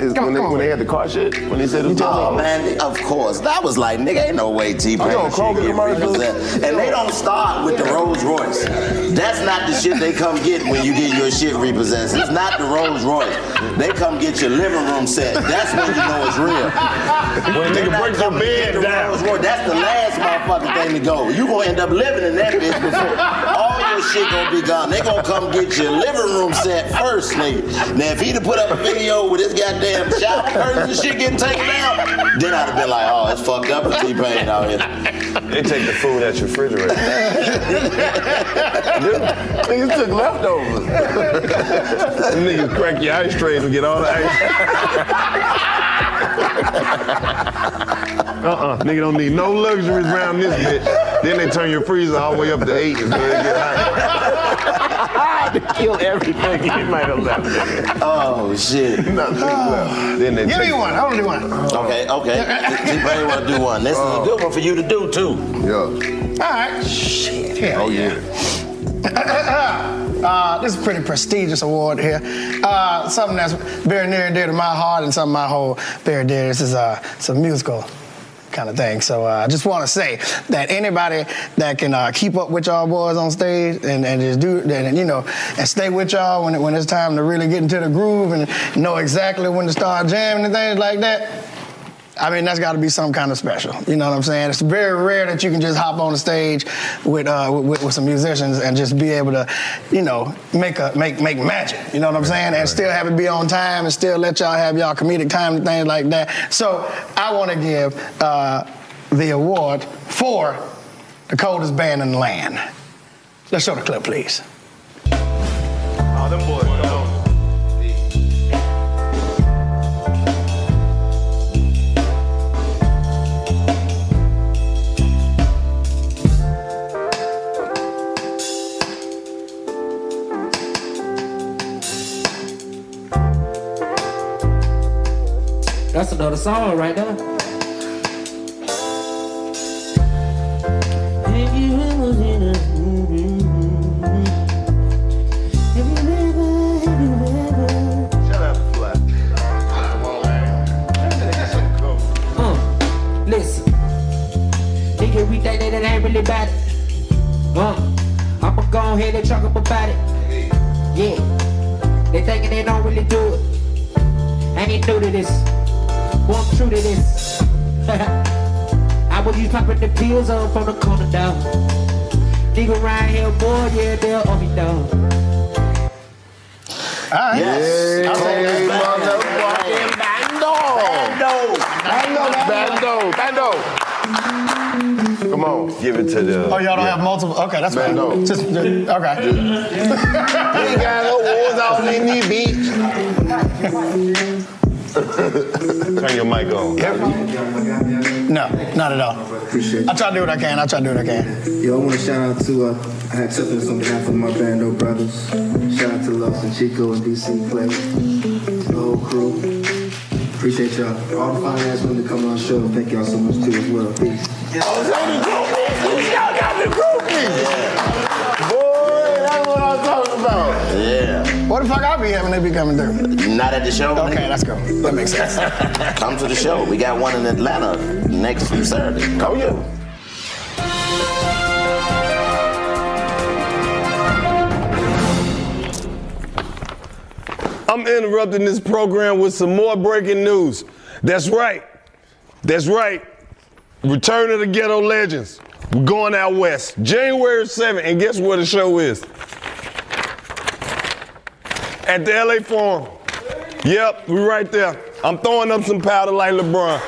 [SPEAKER 20] Is when, they, when they had the car shit, when they said it was
[SPEAKER 5] Oh man, of course. That was like, nigga, ain't no way T-Pain.
[SPEAKER 20] You on
[SPEAKER 5] shit
[SPEAKER 20] Oh, Kroger
[SPEAKER 5] get
[SPEAKER 20] commercials?
[SPEAKER 5] repossessed. And they don't start with the Rolls Royce. That's not the shit they come get when you get your shit repossessed. It's not the Rolls Royce. They come get your living room set. That's when you know it's real.
[SPEAKER 20] When a
[SPEAKER 5] They
[SPEAKER 20] nigga
[SPEAKER 5] not
[SPEAKER 20] break your
[SPEAKER 5] coming to get
[SPEAKER 20] bed
[SPEAKER 5] the
[SPEAKER 20] down.
[SPEAKER 5] Rolls Royce. That's the last motherfucking thing to go. You gonna end up living in that bitch before all your shit gonna be gone. They gonna come get your living room set first, nigga. Now if he'd have put up a video with his goddamn shower curtains and shit getting taken down, then I'd have been like, oh, it's fucked up with T-Pain out here.
[SPEAKER 2] They take the food out your refrigerator.
[SPEAKER 20] Niggas took leftovers.
[SPEAKER 2] Them niggas crack your ice trays and get all the ice. Uh-uh, nigga don't need no luxuries around this bitch. Then they turn your freezer all the way up to eight and it get hot. they kill everything you might have left.
[SPEAKER 5] Oh shit.
[SPEAKER 2] Nothing left. Then they
[SPEAKER 3] Give
[SPEAKER 2] take
[SPEAKER 3] me one. I want to do one.
[SPEAKER 5] Okay, okay. T-Pain wanna do one. This is a good one for you to do too.
[SPEAKER 20] Yeah.
[SPEAKER 3] All right. Shit. Hell
[SPEAKER 20] Oh yeah.
[SPEAKER 3] Uh, this is a pretty prestigious award here. Uh, something that's very near and dear to my heart and something I hold very dear. This is a, it's a musical kind of thing. So uh, I just want to say that anybody that can uh, keep up with y'all boys on stage and, and just do, and, and, you know, and stay with y'all when, it- when it's time to really get into the groove and know exactly when to start jamming and things like that, I mean, that's got to be some kind of special. You know what I'm saying? It's very rare that you can just hop on the stage with, uh, with with some musicians and just be able to, you know, make a make make magic. You know what I'm saying? And still have it be on time and still let y'all have y'all comedic time and things like that. So I want to give uh, the award for the coldest band in the land. Let's show the clip, please.
[SPEAKER 2] Oh, them boys.
[SPEAKER 22] That's another song right there. If you was
[SPEAKER 23] thing and they don't really do it. Ain't new to this. Well, I'm true to this. I was just popping the pills up on the corner though. Nigga round here, boy, yeah, they'll owe me though.
[SPEAKER 15] Yes.
[SPEAKER 3] Yeah.
[SPEAKER 15] I'm saying
[SPEAKER 3] Yeah.
[SPEAKER 15] motherfucking Bando. Bando. Bando. Bando.
[SPEAKER 2] Come on, give it to the.
[SPEAKER 3] Oh, y'all don't have multiple. Okay, that's fine. Just, okay.
[SPEAKER 15] We got no wars out in the beach.
[SPEAKER 2] Turn your mic on.
[SPEAKER 3] No, not at all. I try to do what I can. I try to do what I can.
[SPEAKER 9] Yo, I want to shout out to, uh, I had something on behalf of my Bando brothers. Shout out to Lux and Chico and DC Play, the whole crew. Appreciate y'all. All the fine ass women that come on the show, thank y'all so much too as well. Peace.
[SPEAKER 15] Y'all got the groupies. Boy, that's what I'm talking about.
[SPEAKER 3] Yeah. What the fuck I be having? They be coming through.
[SPEAKER 5] Not at the show.
[SPEAKER 3] Okay, let's go. That makes sense.
[SPEAKER 5] Come to the show. We got one in Atlanta next Saturday. Oh yeah.
[SPEAKER 4] I'm interrupting this program with some more breaking news. That's right. That's right. Return of the Ghetto Legends. We're going out west. January 7th. And guess where the show is? At the LA Forum. Yep, we right there. I'm throwing up some powder like LeBron.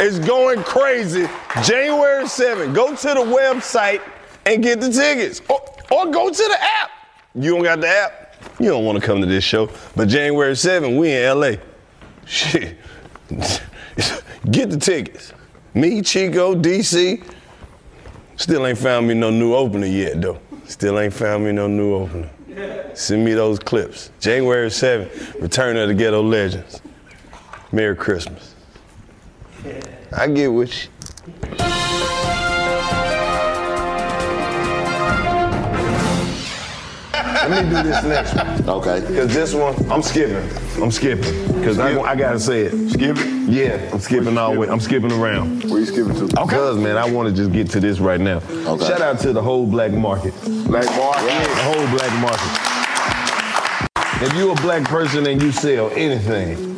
[SPEAKER 4] It's going crazy. January 7th. Go to the website and get the tickets. Or, or go to the app. You don't got the app? You don't want to come to this show. But January 7th, we in LA. Shit. get the tickets. Me, Chico, DC. Still ain't found me no new opener yet, though. Still ain't found me no new opener. Send me those clips. January 7th, Return of the Ghetto Legends. Merry Christmas. I get with you.
[SPEAKER 2] Let me do this next one.
[SPEAKER 5] Okay.
[SPEAKER 2] Because this one, I'm skipping. I'm skipping. Because I, I gotta say it. Skip it? Yeah, I'm skipping all way. I'm skipping around. Where you skipping to? Okay. Because, man, I wanna just get to this right now. Okay. Shout out to the whole black market. Black market? The whole black market. If you a black person and you sell anything,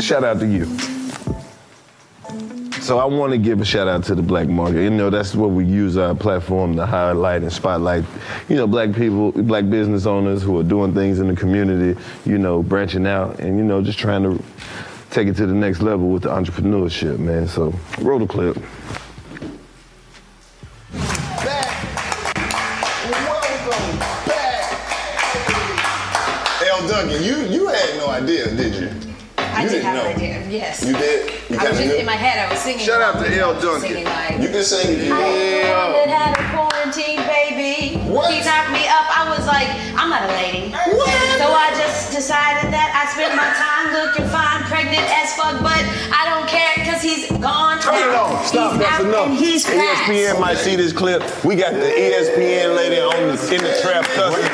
[SPEAKER 2] shout out to you. So I want to give a shout out to the black market. You know, that's what we use our platform to highlight and spotlight, you know, black people, black business owners who are doing things in the community, you know, branching out and, you know, just trying to take it to the next level with the entrepreneurship, man. So, roll the clip.
[SPEAKER 8] L. Duncan, you you had no idea, did you?
[SPEAKER 24] I
[SPEAKER 8] You
[SPEAKER 24] did
[SPEAKER 8] didn't
[SPEAKER 24] have
[SPEAKER 8] know.
[SPEAKER 24] an idea. Yes.
[SPEAKER 8] You did? You
[SPEAKER 24] I
[SPEAKER 8] kinda
[SPEAKER 24] was just
[SPEAKER 8] knew?
[SPEAKER 24] in my head. I was singing.
[SPEAKER 8] Shout out to
[SPEAKER 24] along,
[SPEAKER 8] L.
[SPEAKER 24] singing
[SPEAKER 8] Duncan.
[SPEAKER 24] like,
[SPEAKER 8] You can sing if you
[SPEAKER 24] I
[SPEAKER 8] want.
[SPEAKER 24] ain't the one that had a quarantine baby.
[SPEAKER 8] What?
[SPEAKER 24] He knocked me up. I was like, I'm not a lady. So I just decided that I spent my time looking fine, pregnant as fuck, but I don't care because he's gone.
[SPEAKER 2] Turn it
[SPEAKER 24] now.
[SPEAKER 2] off. Stop.
[SPEAKER 24] He's out
[SPEAKER 2] That's enough. E
[SPEAKER 24] And he's fast.
[SPEAKER 2] ESPN might see this clip. We got the E ESPN lady on the, in the trap cussing.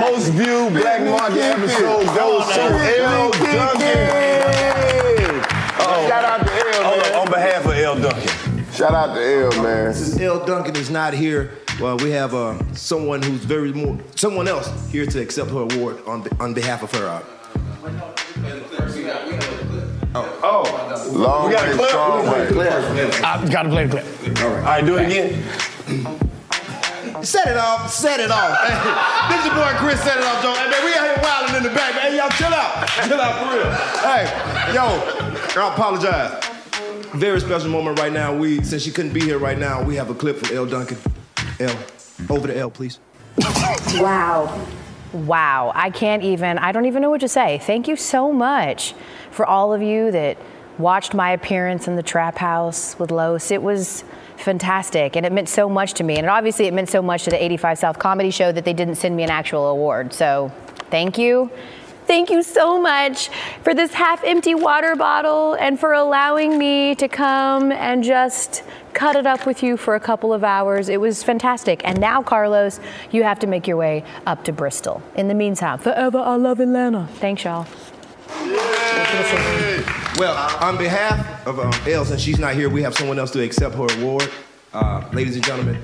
[SPEAKER 2] Most viewed black market episode goes to L. Duncan.
[SPEAKER 8] Shout out to L, man.
[SPEAKER 2] on behalf of L. Duncan.
[SPEAKER 8] Shout out to L, man.
[SPEAKER 9] Since L. Duncan is not here, well, we have uh, someone who's very more, someone else here to accept her award on, be- on behalf of her. uh,
[SPEAKER 8] Oh, oh. long
[SPEAKER 9] We got a
[SPEAKER 8] way,
[SPEAKER 9] clip?
[SPEAKER 8] strong
[SPEAKER 9] We got a
[SPEAKER 8] way.
[SPEAKER 3] I gotta play the clip.
[SPEAKER 8] All right, do it again.
[SPEAKER 9] Set it off, set it off. Hey, this your boy Chris set it off, Joe. Hey, man, we out here wilding in the back, man. Hey, y'all chill out. Chill out for real. Hey, yo, I apologize. Very special moment right now. We, since she couldn't be here right now, we have a clip from L. Duncan. L, over to L, please.
[SPEAKER 25] Wow. Wow. I can't even, I don't even know what to say. Thank you so much for all of you that watched my appearance in the trap house with Los. It was fantastic and it meant so much to me. And obviously, it meant so much to the 85 South Comedy Show that they didn't send me an actual award. So thank you. Thank you so much for this half empty water bottle and for allowing me to come and just cut it up with you for a couple of hours. It was fantastic. And now, Carlos, you have to make your way up to Bristol. In the meantime, forever I love Atlanta. Thanks, y'all.
[SPEAKER 9] Well, on behalf of um, Elle, since she's not here, we have someone else to accept her award. Uh, ladies and gentlemen,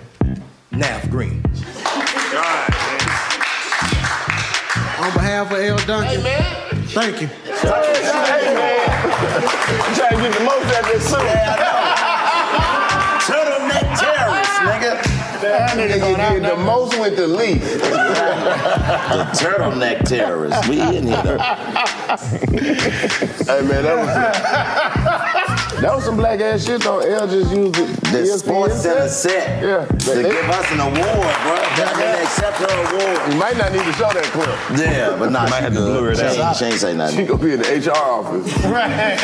[SPEAKER 9] Nav Green.
[SPEAKER 8] All right, man.
[SPEAKER 12] On behalf of L. Duncan, thank you.
[SPEAKER 8] Hey, man. I'm trying to get the most out of this suit.
[SPEAKER 5] to the neck terrorist,
[SPEAKER 8] nigga. That nigga did the most with the least.
[SPEAKER 5] The turtleneck terrorist. We in here.
[SPEAKER 8] Hey man, that was that was some black ass shit though. L just used it. E
[SPEAKER 5] The Sports Center set
[SPEAKER 8] Yeah.
[SPEAKER 5] to give us an award, bro. That's an acceptable award.
[SPEAKER 8] You might not need to show that clip.
[SPEAKER 5] Yeah, but nah,
[SPEAKER 8] You might
[SPEAKER 5] she
[SPEAKER 8] have to
[SPEAKER 5] good.
[SPEAKER 8] blur it
[SPEAKER 5] She ain't-
[SPEAKER 8] out.
[SPEAKER 5] She ain't say nothing.
[SPEAKER 8] She gonna be in the HR office.
[SPEAKER 5] Right.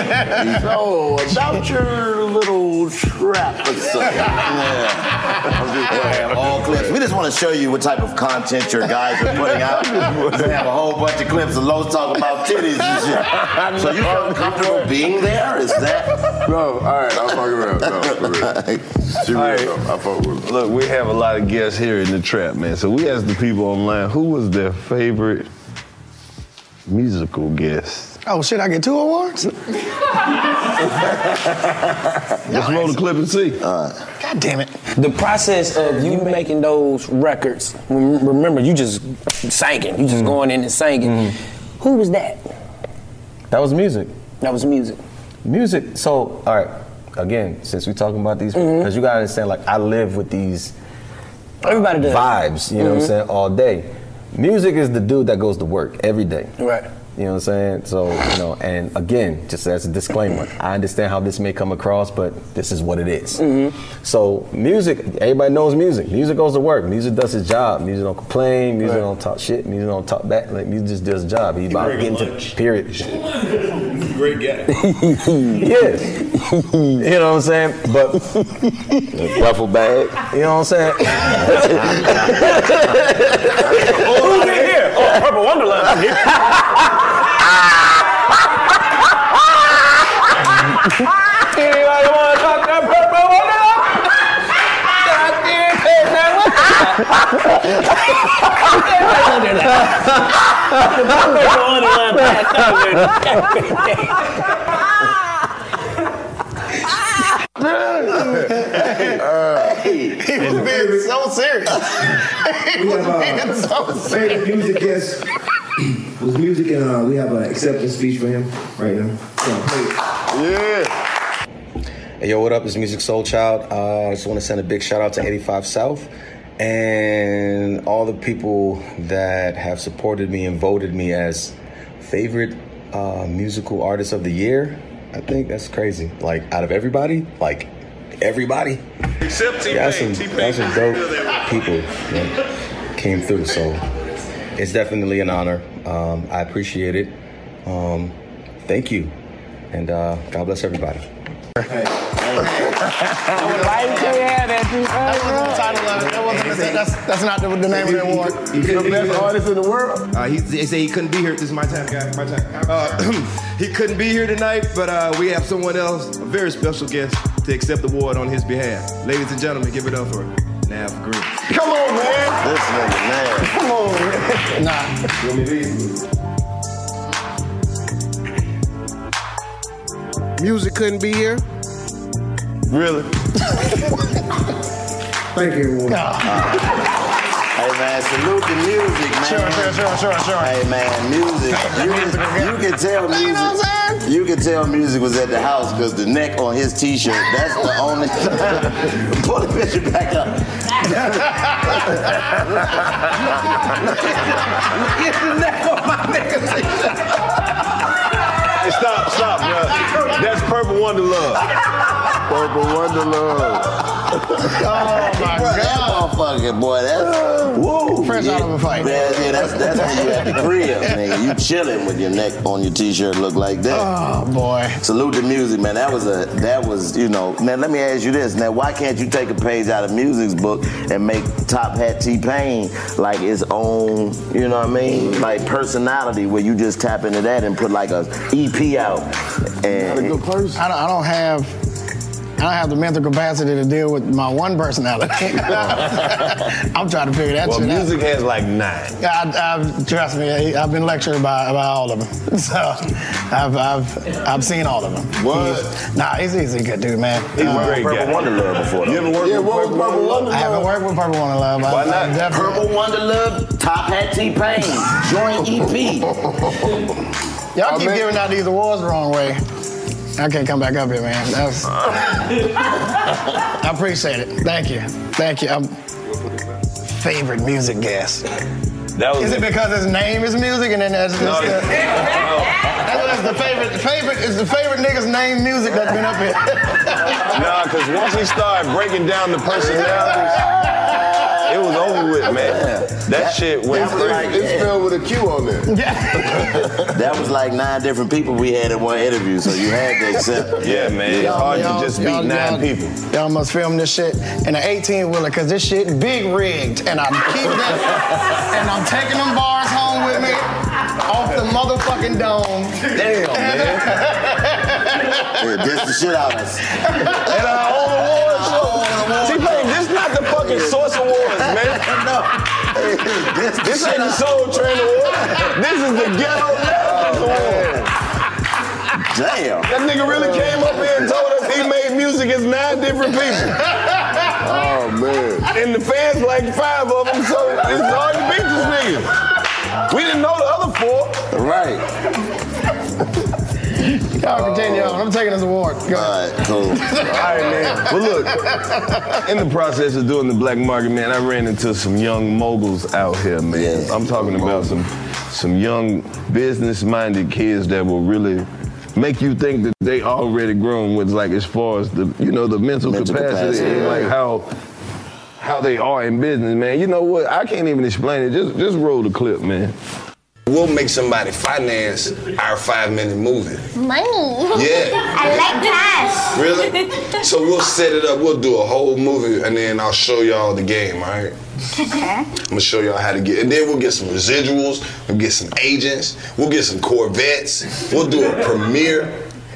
[SPEAKER 8] so about your little trap.
[SPEAKER 5] Yeah. All clips. We just want to show you what type of content your guys are putting out. They have a whole bunch of clips of Lowe's talking about titties and shit. So you feel comfortable being there? Is that?
[SPEAKER 8] No, all right, I'll fuck around. No, for real. She real though. I fuck with her.
[SPEAKER 2] Look, we have a lot of guests here in the trap, man. So we asked the people online who was their favorite musical guest.
[SPEAKER 12] Oh shit, I get two awards?
[SPEAKER 2] Let's roll the clip and see.
[SPEAKER 26] God damn it. The process of you making those records, rem- remember, you just singing, you
[SPEAKER 7] Mm-hmm.
[SPEAKER 26] just going in and singing. Who was that?
[SPEAKER 7] That was music.
[SPEAKER 26] That was music.
[SPEAKER 7] Music. So, all right. Again, since we're talking about these,
[SPEAKER 26] Mm-hmm.
[SPEAKER 7] because you gotta understand, like I live with these.
[SPEAKER 26] Everybody does.
[SPEAKER 7] Vibes. You know what
[SPEAKER 26] Mhm.
[SPEAKER 7] I'm saying? All day. Music is the dude that goes to work every day.
[SPEAKER 26] Right.
[SPEAKER 7] You know what I'm saying? So, you know, and again, just as a disclaimer, I understand how this may come across, but this is what it is.
[SPEAKER 2] Mm-hmm.
[SPEAKER 7] So, music, everybody knows music. Music goes to work. Music does his job. Music don't complain. Music don't talk shit. Music don't talk back. Like, music just does his job. He about to
[SPEAKER 2] bring
[SPEAKER 7] get into
[SPEAKER 2] lunch.
[SPEAKER 7] period.
[SPEAKER 2] Great guy.
[SPEAKER 7] yes. You know what I'm saying? But ruffle bag. You know what I'm saying?
[SPEAKER 15] Who's in here? Oh, Purple Wonderland. here. Anybody want to talk that Purple Wonderland? God damn it, man. Everybody gonna do that. The Purple Wonderland passed out, man.
[SPEAKER 3] He was being so serious. He
[SPEAKER 13] We
[SPEAKER 3] was
[SPEAKER 13] have
[SPEAKER 3] being so
[SPEAKER 13] uh, favorite
[SPEAKER 3] serious.
[SPEAKER 13] music guest was music, and uh, we have an acceptance speech for him right now. So, play it.
[SPEAKER 8] Yeah.
[SPEAKER 19] Hey, yo, what up? It's Music Soul Child. Uh, I just want to send a big shout out to 85 South and all the people that have supported me and voted me as favorite uh, musical artist of the year. I think that's crazy. Like, out of everybody, like, everybody.
[SPEAKER 4] Except T-Pain.
[SPEAKER 19] Yeah, that's some,
[SPEAKER 4] T-Pain
[SPEAKER 19] that's some
[SPEAKER 4] is
[SPEAKER 19] dope
[SPEAKER 4] still there.
[SPEAKER 19] people that came through. So it's definitely an honor. Um, I appreciate it. Um, thank you. And uh, God bless everybody.
[SPEAKER 3] I would like to have that. That wasn't the title of it. That wasn't the, that's, that's not the, the name of the award.
[SPEAKER 9] The best artist
[SPEAKER 8] in the world.
[SPEAKER 9] Uh, he, they say he couldn't be here. This is my time, guy. My time. Uh, he couldn't be here tonight, but uh, we have someone else, a very special guest, to accept the award on his behalf. Ladies and gentlemen, give it up for Nav Green.
[SPEAKER 8] Come on, man.
[SPEAKER 9] This nigga Nav.
[SPEAKER 8] Come on, man.
[SPEAKER 12] Music couldn't be here.
[SPEAKER 8] Really?
[SPEAKER 12] Thank you, everyone.
[SPEAKER 5] Hey man, salute the music, man. Sure, sure, sure, sure, sure. Hey man, music. You can, you can tell music. You, can tell music was at the house because the neck on his t-shirt. That's the only. Pull the picture back up.
[SPEAKER 15] Get the neck off my nigga.
[SPEAKER 8] Hey, stop, stop, bro. That's Purple Wonder Love. Purple Wonder Love.
[SPEAKER 5] Oh my god, that motherfucker, boy. That's woo. Fresh yeah, out of a fight. Yeah, yeah, that's that's when you at the crib, nigga. You chilling with your neck on your t-shirt look like that. Oh boy. Salute the music, man. That was a that was you know. Now let me ask you this. Now why can't you take a page out of music's book and make Top Hat T Pain like its own? You know what I mean? Like personality where you just tap into that and put like a EP out. And
[SPEAKER 3] I don't, I don't have. I don't have the mental capacity to deal with my one personality. I'm trying to figure that
[SPEAKER 2] well,
[SPEAKER 3] shit out.
[SPEAKER 2] music has like nine.
[SPEAKER 3] Yeah, I, I've, trust me, I- I've been lectured by, by all of them. So I've, I've, I've seen all of them. What? nah, he's, he's a good dude, man. Uh,
[SPEAKER 5] He's a great Purple guy. Wonder Love before, though.
[SPEAKER 3] You ever worked with Purple Wonder Love? I haven't worked with Purple Wonder Love.
[SPEAKER 5] Why
[SPEAKER 3] I,
[SPEAKER 5] not?
[SPEAKER 3] I
[SPEAKER 5] Purple Wonder Love, Top Hat T Pain, joint E EP.
[SPEAKER 3] Y'all keep giving out these awards the wrong way. I can't come back up here, man. That's, I appreciate it. Thank you. Thank you. I'm favorite music guest.
[SPEAKER 11] That was
[SPEAKER 3] Is it because his name is music and then that's just
[SPEAKER 11] No,
[SPEAKER 3] the,
[SPEAKER 11] it's-
[SPEAKER 5] Oh.
[SPEAKER 3] that's the favorite favorite is the favorite nigga's name music that's been up here.
[SPEAKER 4] Nah, because once he started breaking down the personalities, it was over with, man. That, shit went
[SPEAKER 5] that was
[SPEAKER 4] crazy.
[SPEAKER 5] like- It's filled
[SPEAKER 4] with a Q on there.
[SPEAKER 5] that was like nine different people we had in one interview, so you had to accept.
[SPEAKER 4] Yeah, man, it's hard to just beat nine people.
[SPEAKER 3] Y'all must film this shit in an 18 wheeler because this shit big rigged and I'm keeping that and I'm taking them bars home with me off the motherfucking dome. Damn, man.
[SPEAKER 5] Yeah, this the shit out of us.
[SPEAKER 4] And our own award show. T-Pain, this not the fucking Source Awards, man. no. This ain't the Soul Train Award. This is the Ghetto Legends Award.
[SPEAKER 5] Damn.
[SPEAKER 4] That nigga really came up here and told us he made music as nine different people. Oh man. And the fans like five of them, so it's hard to beat this nigga. We didn't know the other four.
[SPEAKER 5] Right.
[SPEAKER 3] Y'all continue on. I'm taking this award. Go
[SPEAKER 5] ahead. cool.
[SPEAKER 2] All right, man. But look, in the process of doing the black market, man, I ran into some young moguls out here, man. I'm talking about some some young business-minded kids that will really make you think that they already grown with like as far as the you know the mental,
[SPEAKER 8] Mental
[SPEAKER 2] capacity,
[SPEAKER 8] capacity,
[SPEAKER 2] and
[SPEAKER 8] yeah.
[SPEAKER 2] like how how they are in business, man. You know what? I can't even explain it. Just just roll the clip, man.
[SPEAKER 11] We'll make somebody finance our five minute movie.
[SPEAKER 15] Money.
[SPEAKER 11] Yeah.
[SPEAKER 15] I like cash.
[SPEAKER 11] Really? So we'll set it up. We'll do a whole movie, and then I'll show y'all the game. All right?
[SPEAKER 15] Okay.
[SPEAKER 11] I'm gonna show y'all how to get. And then we'll get some residuals. We'll get some agents. We'll get some Corvettes. We'll do a premiere.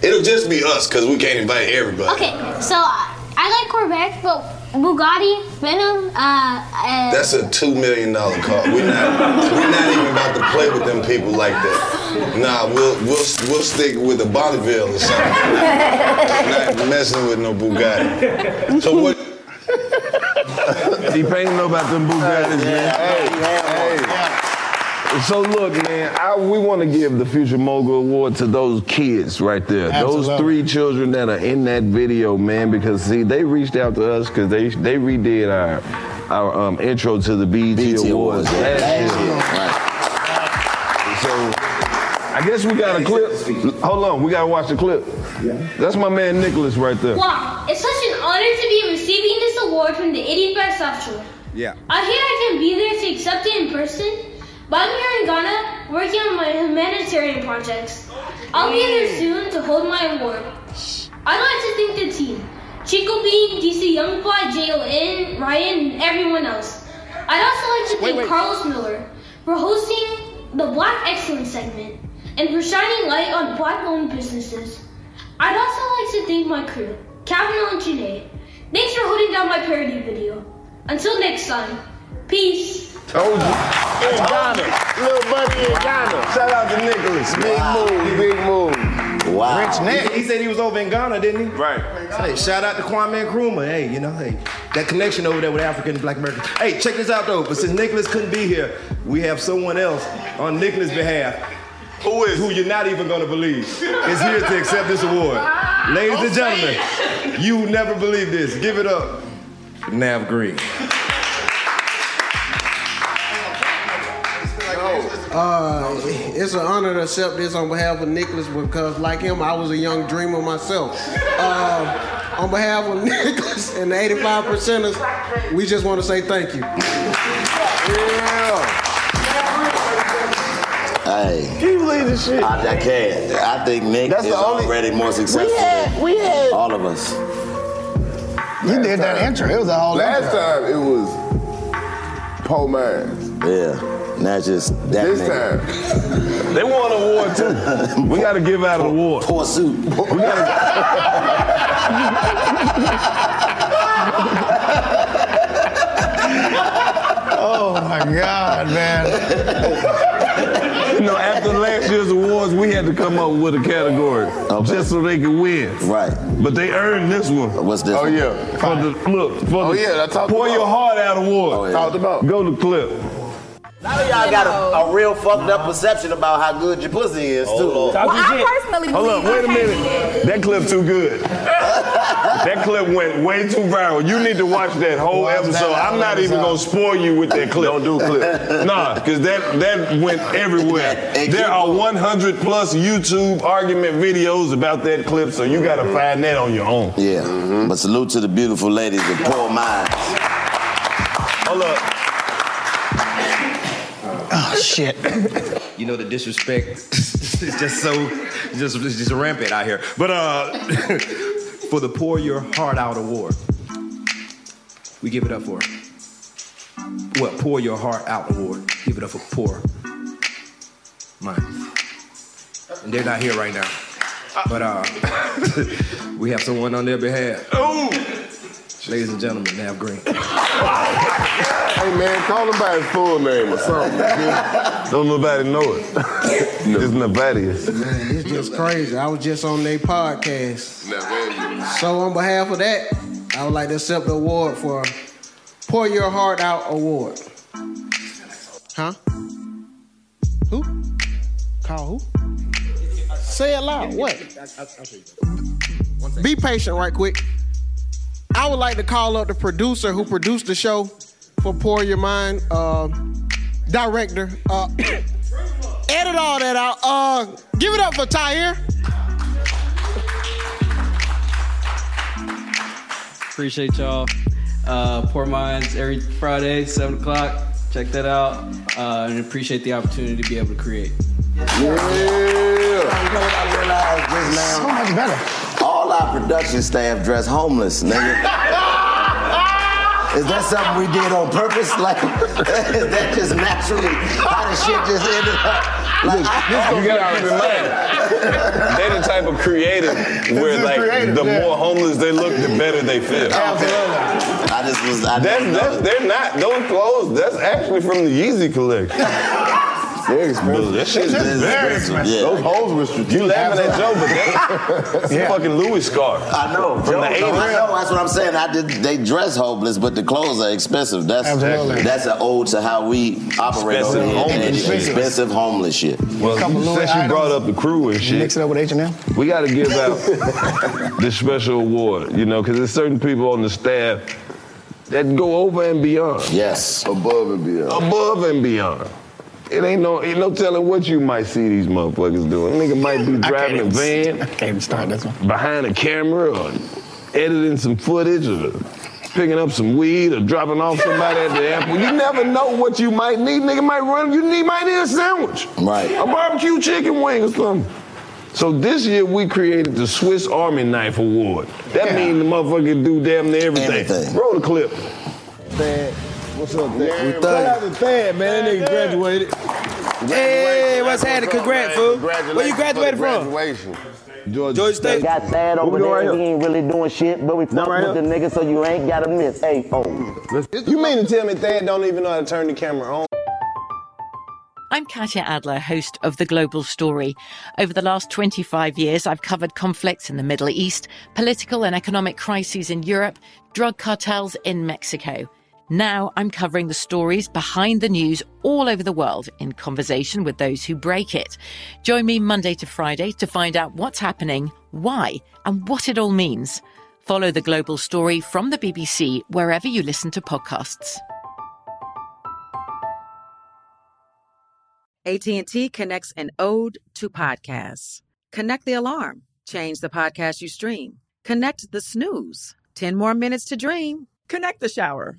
[SPEAKER 11] It'll just be us because we can't invite everybody.
[SPEAKER 27] Okay, so I I like Corvettes, but Bugatti, Venom, uh, uh
[SPEAKER 11] That's a two million dollar car. We're not. We're not even about to play with them people like that. Nah, we'll we'll we'll stick with a Bonneville or something. not messing with no Bugatti. So what?
[SPEAKER 2] T-Pain know about them Bugattis, man. So look, man, I, we want to give the Future Mogul Award to those kids right there. Those
[SPEAKER 8] Absolutely.
[SPEAKER 2] three children that are in that video, man, because see, they reached out to us because they they redid our our um, intro to the BET, E Awards, last year. So I guess we got a clip. Hold on, we gotta watch the clip. That's my man Nicholas right there.
[SPEAKER 27] wow, it's such an honor to be receiving this award from the Idiot Press Offshore.
[SPEAKER 2] Yeah.
[SPEAKER 27] I hear I can be there to accept it in person, but I'm here in Ghana working on my humanitarian projects. I'll be there soon to hold my award. I'd like to thank the team Chico Bean, DC Youngblood, JLN, Ryan, and everyone else. I'd also like to thank Carlos Miller for hosting the Black Excellence segment and for shining light on black owned businesses. I'd also like to thank my crew, Kavanaugh and Janae. Thanks for holding down my parody video. Until next time, peace.
[SPEAKER 8] Told you. In Ghana. Little buddy in Ghana. Shout out to Nicholas. Big move, big move.
[SPEAKER 9] He, he said he was over in Ghana, didn't he? Right. Hey, shout out to Kwame Nkrumah. Hey, you know, hey, that connection over there with African and Black Americans. Hey, check this out though. But since Nicholas couldn't be here, we have someone else on Nicholas' behalf. Who is? Who you're not even gonna believe is here to accept this award. Ladies and gentlemen, you will never believe this. Give it up. Nav Green.
[SPEAKER 12] Uh, it's an honor to accept this on behalf of Nicholas because, like him, I was a young dreamer myself. Uh, on behalf of Nicholas and the 85 percenters, we just want to say thank you.
[SPEAKER 5] Hey. Can you believe this shit? I, I can't. I think Nick is already more successful than
[SPEAKER 3] we had.
[SPEAKER 5] all of us.
[SPEAKER 3] You did that intro. It was a whole
[SPEAKER 8] Last
[SPEAKER 3] intro.
[SPEAKER 8] time it was Paul Mines.
[SPEAKER 5] Yeah. Not just that
[SPEAKER 8] This
[SPEAKER 5] nigga.
[SPEAKER 8] time.
[SPEAKER 2] They won an award too. We gotta give out an award.
[SPEAKER 5] Poor suit. We
[SPEAKER 2] gotta,
[SPEAKER 3] Oh my God, man.
[SPEAKER 2] You know, after last year's awards, we had to come up with a category just so they could win.
[SPEAKER 5] Right.
[SPEAKER 2] But they earned this one.
[SPEAKER 5] What's this?
[SPEAKER 2] Oh yeah. For the look. For
[SPEAKER 8] Oh,
[SPEAKER 2] the
[SPEAKER 8] yeah, I talked
[SPEAKER 2] Pour
[SPEAKER 8] about-
[SPEAKER 5] Oh,
[SPEAKER 2] Your Heart Out award.
[SPEAKER 8] Talked about.
[SPEAKER 2] Go to clip.
[SPEAKER 5] lot of y'all got a, a real fucked up perception about how good your pussy is, too.
[SPEAKER 28] Well, I personally
[SPEAKER 10] Hold
[SPEAKER 28] believe
[SPEAKER 10] up, wait a
[SPEAKER 28] okay.
[SPEAKER 10] minute. That clip too good. that clip went way too viral. You need to watch that whole
[SPEAKER 2] Watch that
[SPEAKER 10] episode.
[SPEAKER 2] whole
[SPEAKER 10] I'm not even
[SPEAKER 2] episode.
[SPEAKER 10] gonna spoil you with that clip. Don't do clip. Nah, because that that went everywhere. There are 100 plus YouTube argument videos about that clip, so you gotta find that on your own.
[SPEAKER 5] Yeah. But salute to the beautiful ladies and poor minds.
[SPEAKER 10] Hold up.
[SPEAKER 9] Oh shit. you know the disrespect is just so it's just it's just rampant out here. But uh for the Pour Your Heart Out Award. We give it up for What Pour Your Heart Out Award. Give it up for Pour Mine. And they're not here right now. But uh we have someone on their behalf.
[SPEAKER 10] Oh
[SPEAKER 9] Ladies and gentlemen, Nav Green.
[SPEAKER 2] Hey man, call him by his full name or something. dude. Don't nobody know it. It's Nevadius.
[SPEAKER 12] Man, it's just crazy. I was just on their podcast. So on behalf of that, I would like to accept the award for Pour Your Heart Out Award. Huh? Who? Call who? Say it loud. What? Be patient right quick. I would like to call up the producer who produced the show for Pour Your Mind, uh, director. Uh, edit all that out. Uh, give it up for Tyre.
[SPEAKER 16] Appreciate y'all. Uh, Poor Minds every Friday, 7 o'clock. Check that out. Uh, and appreciate the opportunity to be able to create.
[SPEAKER 5] Yeah. So much better. All our production staff dress homeless, nigga. Is that something we did on purpose? Like, is that just naturally how the shit just ended up? Like,
[SPEAKER 10] You gotta keep in mind, they're the type of creative where
[SPEAKER 5] is
[SPEAKER 10] like
[SPEAKER 5] creative,
[SPEAKER 10] the
[SPEAKER 5] yeah.
[SPEAKER 10] more homeless they look, the better they feel.
[SPEAKER 5] I just was. I
[SPEAKER 10] that's,
[SPEAKER 5] didn't
[SPEAKER 10] that's,
[SPEAKER 5] know
[SPEAKER 10] they're not those clothes. That's actually from the Yeezy collection. They're expensive. That shit's
[SPEAKER 5] That's
[SPEAKER 10] very
[SPEAKER 5] expensive,
[SPEAKER 10] expensive.
[SPEAKER 5] yeah.
[SPEAKER 10] Those hoes were strategic. You laughing at Joe, but that- that's a fucking Louis scarf.
[SPEAKER 5] I know.
[SPEAKER 10] From the 80s.
[SPEAKER 5] I know. That's what I'm saying. I did. They dress hopeless, but the clothes are expensive. That's
[SPEAKER 10] Absolutely.
[SPEAKER 5] that's an ode to how we operate over
[SPEAKER 10] Expensive
[SPEAKER 5] here. and
[SPEAKER 10] homeless
[SPEAKER 5] it's
[SPEAKER 10] shit.
[SPEAKER 5] expensive homeless shit.
[SPEAKER 10] Well,
[SPEAKER 2] Couple
[SPEAKER 10] you-
[SPEAKER 2] Louis
[SPEAKER 10] since you
[SPEAKER 2] items.
[SPEAKER 10] brought up the crew and shit,
[SPEAKER 2] Mix
[SPEAKER 12] it up with H&M.
[SPEAKER 2] We gotta give out this special award, you know, because there's certain people on the staff that go over and beyond.
[SPEAKER 5] Yes.
[SPEAKER 2] Above and beyond. Above and beyond. It ain't no, ain't no telling what you might see these motherfuckers doing. Nigga might be driving a van. I can't even start this one. Behind a camera or editing some footage or picking up some weed or dropping off somebody at the airport. You never know what you might need. Nigga might run, you need might need a sandwich.
[SPEAKER 5] Right.
[SPEAKER 2] A barbecue chicken wing or something. So this year we created the Swiss Army Knife Award. That means the motherfucker can do damn near everything. Roll the clip.
[SPEAKER 29] What's up,
[SPEAKER 2] Thad?
[SPEAKER 29] Shout out to Thad, man. That nigga graduated. Hey, what's happening? Congrats, fool. Where you graduated from?
[SPEAKER 2] Graduation.
[SPEAKER 29] Georgia,
[SPEAKER 5] They got sad over
[SPEAKER 29] doing
[SPEAKER 5] there.
[SPEAKER 29] right
[SPEAKER 5] and we ain't really doing shit, but we fuck
[SPEAKER 29] right
[SPEAKER 5] with the nigga, so you ain't gotta miss. Hey, oh.
[SPEAKER 29] You mean to tell me Thad don't even know how to turn the camera on?
[SPEAKER 30] I'm Katya Adler, host of The Global Story. Over the last 25 years, I've covered conflicts in the Middle East, political and economic crises in Europe, drug cartels in Mexico. Now I'm covering the stories behind the news all over the world in conversation with those who break it. Join me Monday to Friday to find out what's happening, why, and what it all means. Follow The Global Story from the BBC wherever you listen to podcasts.
[SPEAKER 31] AT&T connects an ode to podcasts. Connect the alarm, change the podcast you stream. Connect the snooze, 10 more minutes to dream.
[SPEAKER 32] Connect the shower.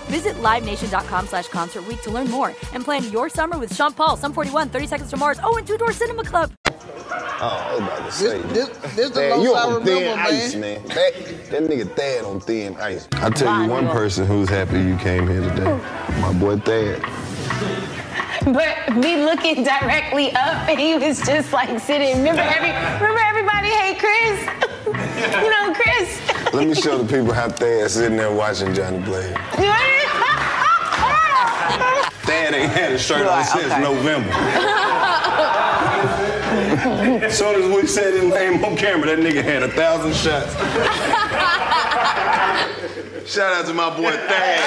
[SPEAKER 1] Visit LiveNation.com slash Concert Week to learn more and plan your summer with Sean Paul, Sum 41, 30 Seconds to Mars, oh, and Two Door Cinema Club.
[SPEAKER 2] Oh, I was about to say.
[SPEAKER 3] This- this the
[SPEAKER 2] Man,
[SPEAKER 3] most
[SPEAKER 2] you
[SPEAKER 3] I
[SPEAKER 2] on
[SPEAKER 3] remember,
[SPEAKER 2] thin
[SPEAKER 3] man.
[SPEAKER 2] ice, man. That, that nigga Thad on thin ice.
[SPEAKER 15] I tell you one person who's happy you came here today. My boy Thad.
[SPEAKER 25] But me looking directly up, and he was just like sitting. Remember, every, remember everybody hate Chris. you know, Chris.
[SPEAKER 2] Let me show the people how Thad's sitting there watching Johnny Blaze. Thad ain't had a shirt on since November. Soon as we said his name on camera, that nigga had a thousand shots. Shout out to my boy Thad.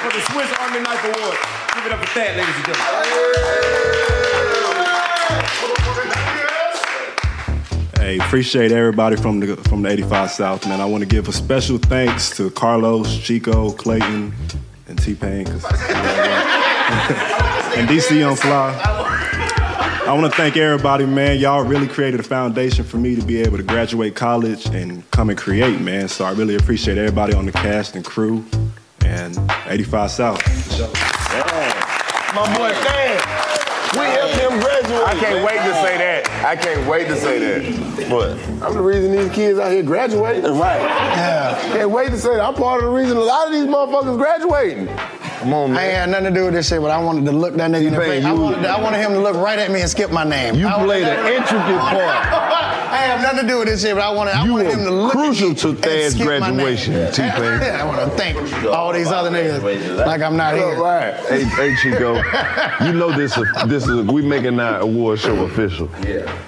[SPEAKER 33] For the Swiss Army Knife Award. Give it up for Thad, ladies and gentlemen.
[SPEAKER 10] Hey, appreciate everybody from the from the 85 South, man. I want to give a special thanks to Carlos, Chico, Clayton, and T Pain, and DC on Fly. I want to thank everybody, man. Y'all really created a foundation for me to be able to graduate college and come and create, man. So I really appreciate everybody on the cast and crew, and 85 South.
[SPEAKER 34] My boy Thad. We helped him graduate. I can't wait to say that. I can't wait to say that. What? I'm the reason these kids out here graduate. Right. Yeah. Can't wait to say that. I'm part of the reason a lot of these motherfuckers graduating. Come on, man.
[SPEAKER 3] I ain't had nothing to do with this shit, but I wanted to look that nigga in the face. I wanted, I wanted him to look right at me and skip my name. You
[SPEAKER 15] played an intricate part.
[SPEAKER 3] I have nothing to do with this shit, but I wanted, I wanted him to look
[SPEAKER 15] Crucial to Thad's
[SPEAKER 3] skip my name.
[SPEAKER 15] graduation, T-Pain.
[SPEAKER 3] I want to thank all these other niggas like I'm not here.
[SPEAKER 15] Right. Hey, hey Chico, you know this. Is, this is we making our award show official. Yeah.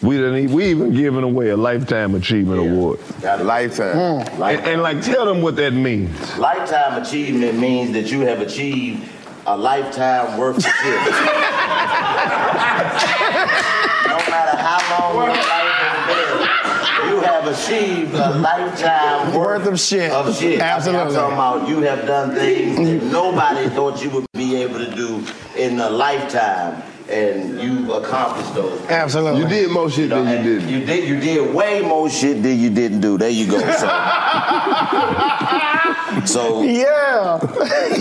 [SPEAKER 15] We done, e- we even giving away a lifetime achievement award.
[SPEAKER 34] lifetime.
[SPEAKER 15] And, and like, tell them what that means.
[SPEAKER 5] Lifetime achievement means that you have achieved a lifetime worth of shit. no matter how long your life has been, you have achieved a lifetime worth of shit. Of shit. Absolutely. I'm talking about you have done things
[SPEAKER 34] Mm-hmm.
[SPEAKER 5] that nobody thought you would be able to do in a lifetime. And you accomplished those.
[SPEAKER 3] Absolutely.
[SPEAKER 5] You did more shit than you did. You did. You did way more shit than you didn't do. There you go. So, so
[SPEAKER 3] yeah.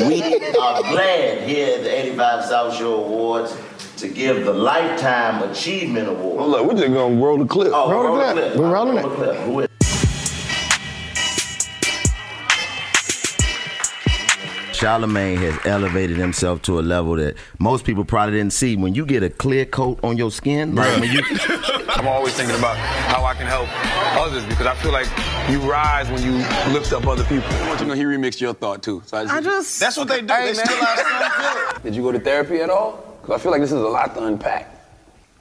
[SPEAKER 5] we are glad here at the 85 South Shore Awards to give the Lifetime Achievement Award.
[SPEAKER 15] Hold up, we're just gonna roll the clip.
[SPEAKER 5] Oh, roll the clip.
[SPEAKER 3] We're rolling it.
[SPEAKER 5] Who is-
[SPEAKER 25] Charlemagne
[SPEAKER 5] has elevated himself to a level that most people probably didn't see. When you get a clear coat on your skin, like when you
[SPEAKER 12] I'm always thinking about how I can help others because I feel like you rise when you lift up other people. I want you to know he remixed your thought too. So I just, that's what they do. they still
[SPEAKER 26] Did you go to therapy at all? Because I feel like this is a lot to unpack.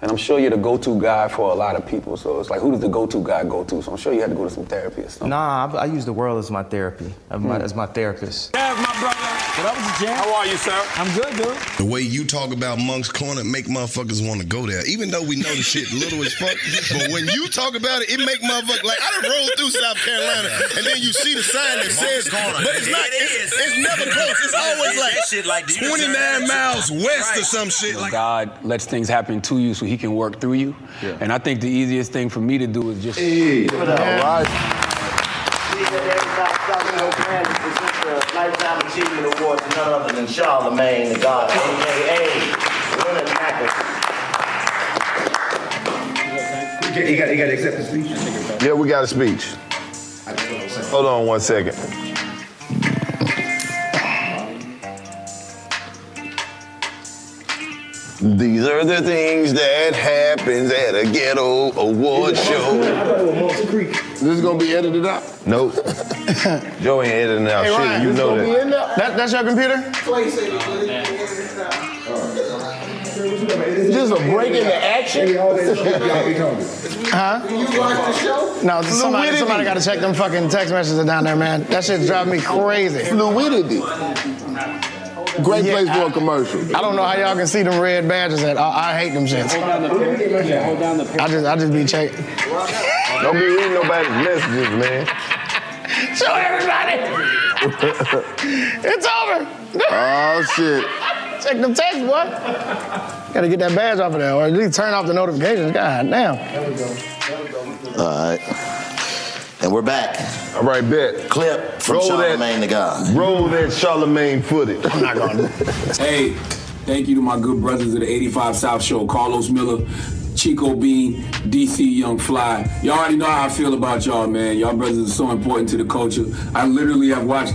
[SPEAKER 26] And I'm sure you're the go-to guy for a lot of people. So it's like, who does the go-to guy go to? So I'm sure you had to go to some therapy or something.
[SPEAKER 9] Nah, I, I use the world as my therapy, as my, as my therapist.
[SPEAKER 12] my brother. What up, Jam? How are you, sir? I'm good, dude.
[SPEAKER 2] The way you talk about Monk's Corner make motherfuckers want to go there. Even though we know the shit little as fuck, but when you talk about it, it make motherfuckers like I done rolled through South Carolina and then you see the sign that says
[SPEAKER 33] Corner.
[SPEAKER 2] but it's not.
[SPEAKER 33] It is.
[SPEAKER 2] It's, it's never close. It's always like,
[SPEAKER 33] That shit, like, do you deserve
[SPEAKER 2] 29
[SPEAKER 33] that?
[SPEAKER 2] miles west or something.
[SPEAKER 9] You know, God lets things happen to you so he can work through you. And I think the easiest thing for me to do is just.
[SPEAKER 5] Lifetime Achievement Award to none other than Charlemagne the God, a.k.a. Leonard Mackin.
[SPEAKER 2] You got, you got to accept the speech.
[SPEAKER 15] Yeah, we got a speech. Hold on one second.
[SPEAKER 2] These are the things that happens at a ghetto award show.
[SPEAKER 34] This is gonna be edited out.
[SPEAKER 15] Nope. Joe ain't editing out
[SPEAKER 3] Hey,
[SPEAKER 15] shit.
[SPEAKER 3] Ryan,
[SPEAKER 15] you
[SPEAKER 3] this
[SPEAKER 15] know
[SPEAKER 3] gonna
[SPEAKER 15] that.
[SPEAKER 3] That- that's your computer?
[SPEAKER 34] Just a break in the action.
[SPEAKER 3] Huh? No, somebody,
[SPEAKER 34] Fluidity.
[SPEAKER 3] somebody got to check them fucking text messages down there, man. That shit driving me crazy. Fluidity.
[SPEAKER 34] Great place for a commercial.
[SPEAKER 3] I don't know how y'all can see them red badges at. I, I hate them shits. Hold down the pair. Hold down the I just, I just be checking.
[SPEAKER 15] Don't be reading nobody's messages, man.
[SPEAKER 3] Show everybody. It's over.
[SPEAKER 15] Uh,
[SPEAKER 34] oh shit.
[SPEAKER 3] Check them text, boy. Gotta get that badge off of there, or at least turn off the notifications. God damn.
[SPEAKER 5] All right. And we're back.
[SPEAKER 2] All right, bet.
[SPEAKER 5] Clip from Charlemagne the God.
[SPEAKER 2] Roll that Charlemagne footage. I'm not gonna.
[SPEAKER 26] hey, thank you to my good brothers of the 85 South Show, Carlos Miller, Chico Bean, DC Young Fly. Y'all already know how I feel about y'all, man. Y'all brothers are so important to the culture. I literally have watched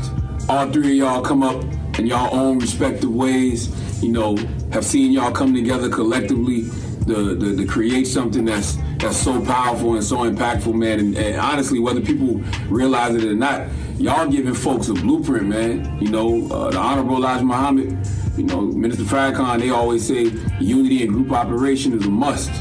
[SPEAKER 26] all three of y'all come up in y'all own respective ways. You know, have seen y'all come together collectively to, to, to create something that's that's so powerful and so impactful, man. And, and honestly, whether people realize it or not, y'all giving folks a blueprint, man. You know, uh, the Honorable Elijah Muhammad, you know, Minister Farrakhan, they always say unity and group operation is a must.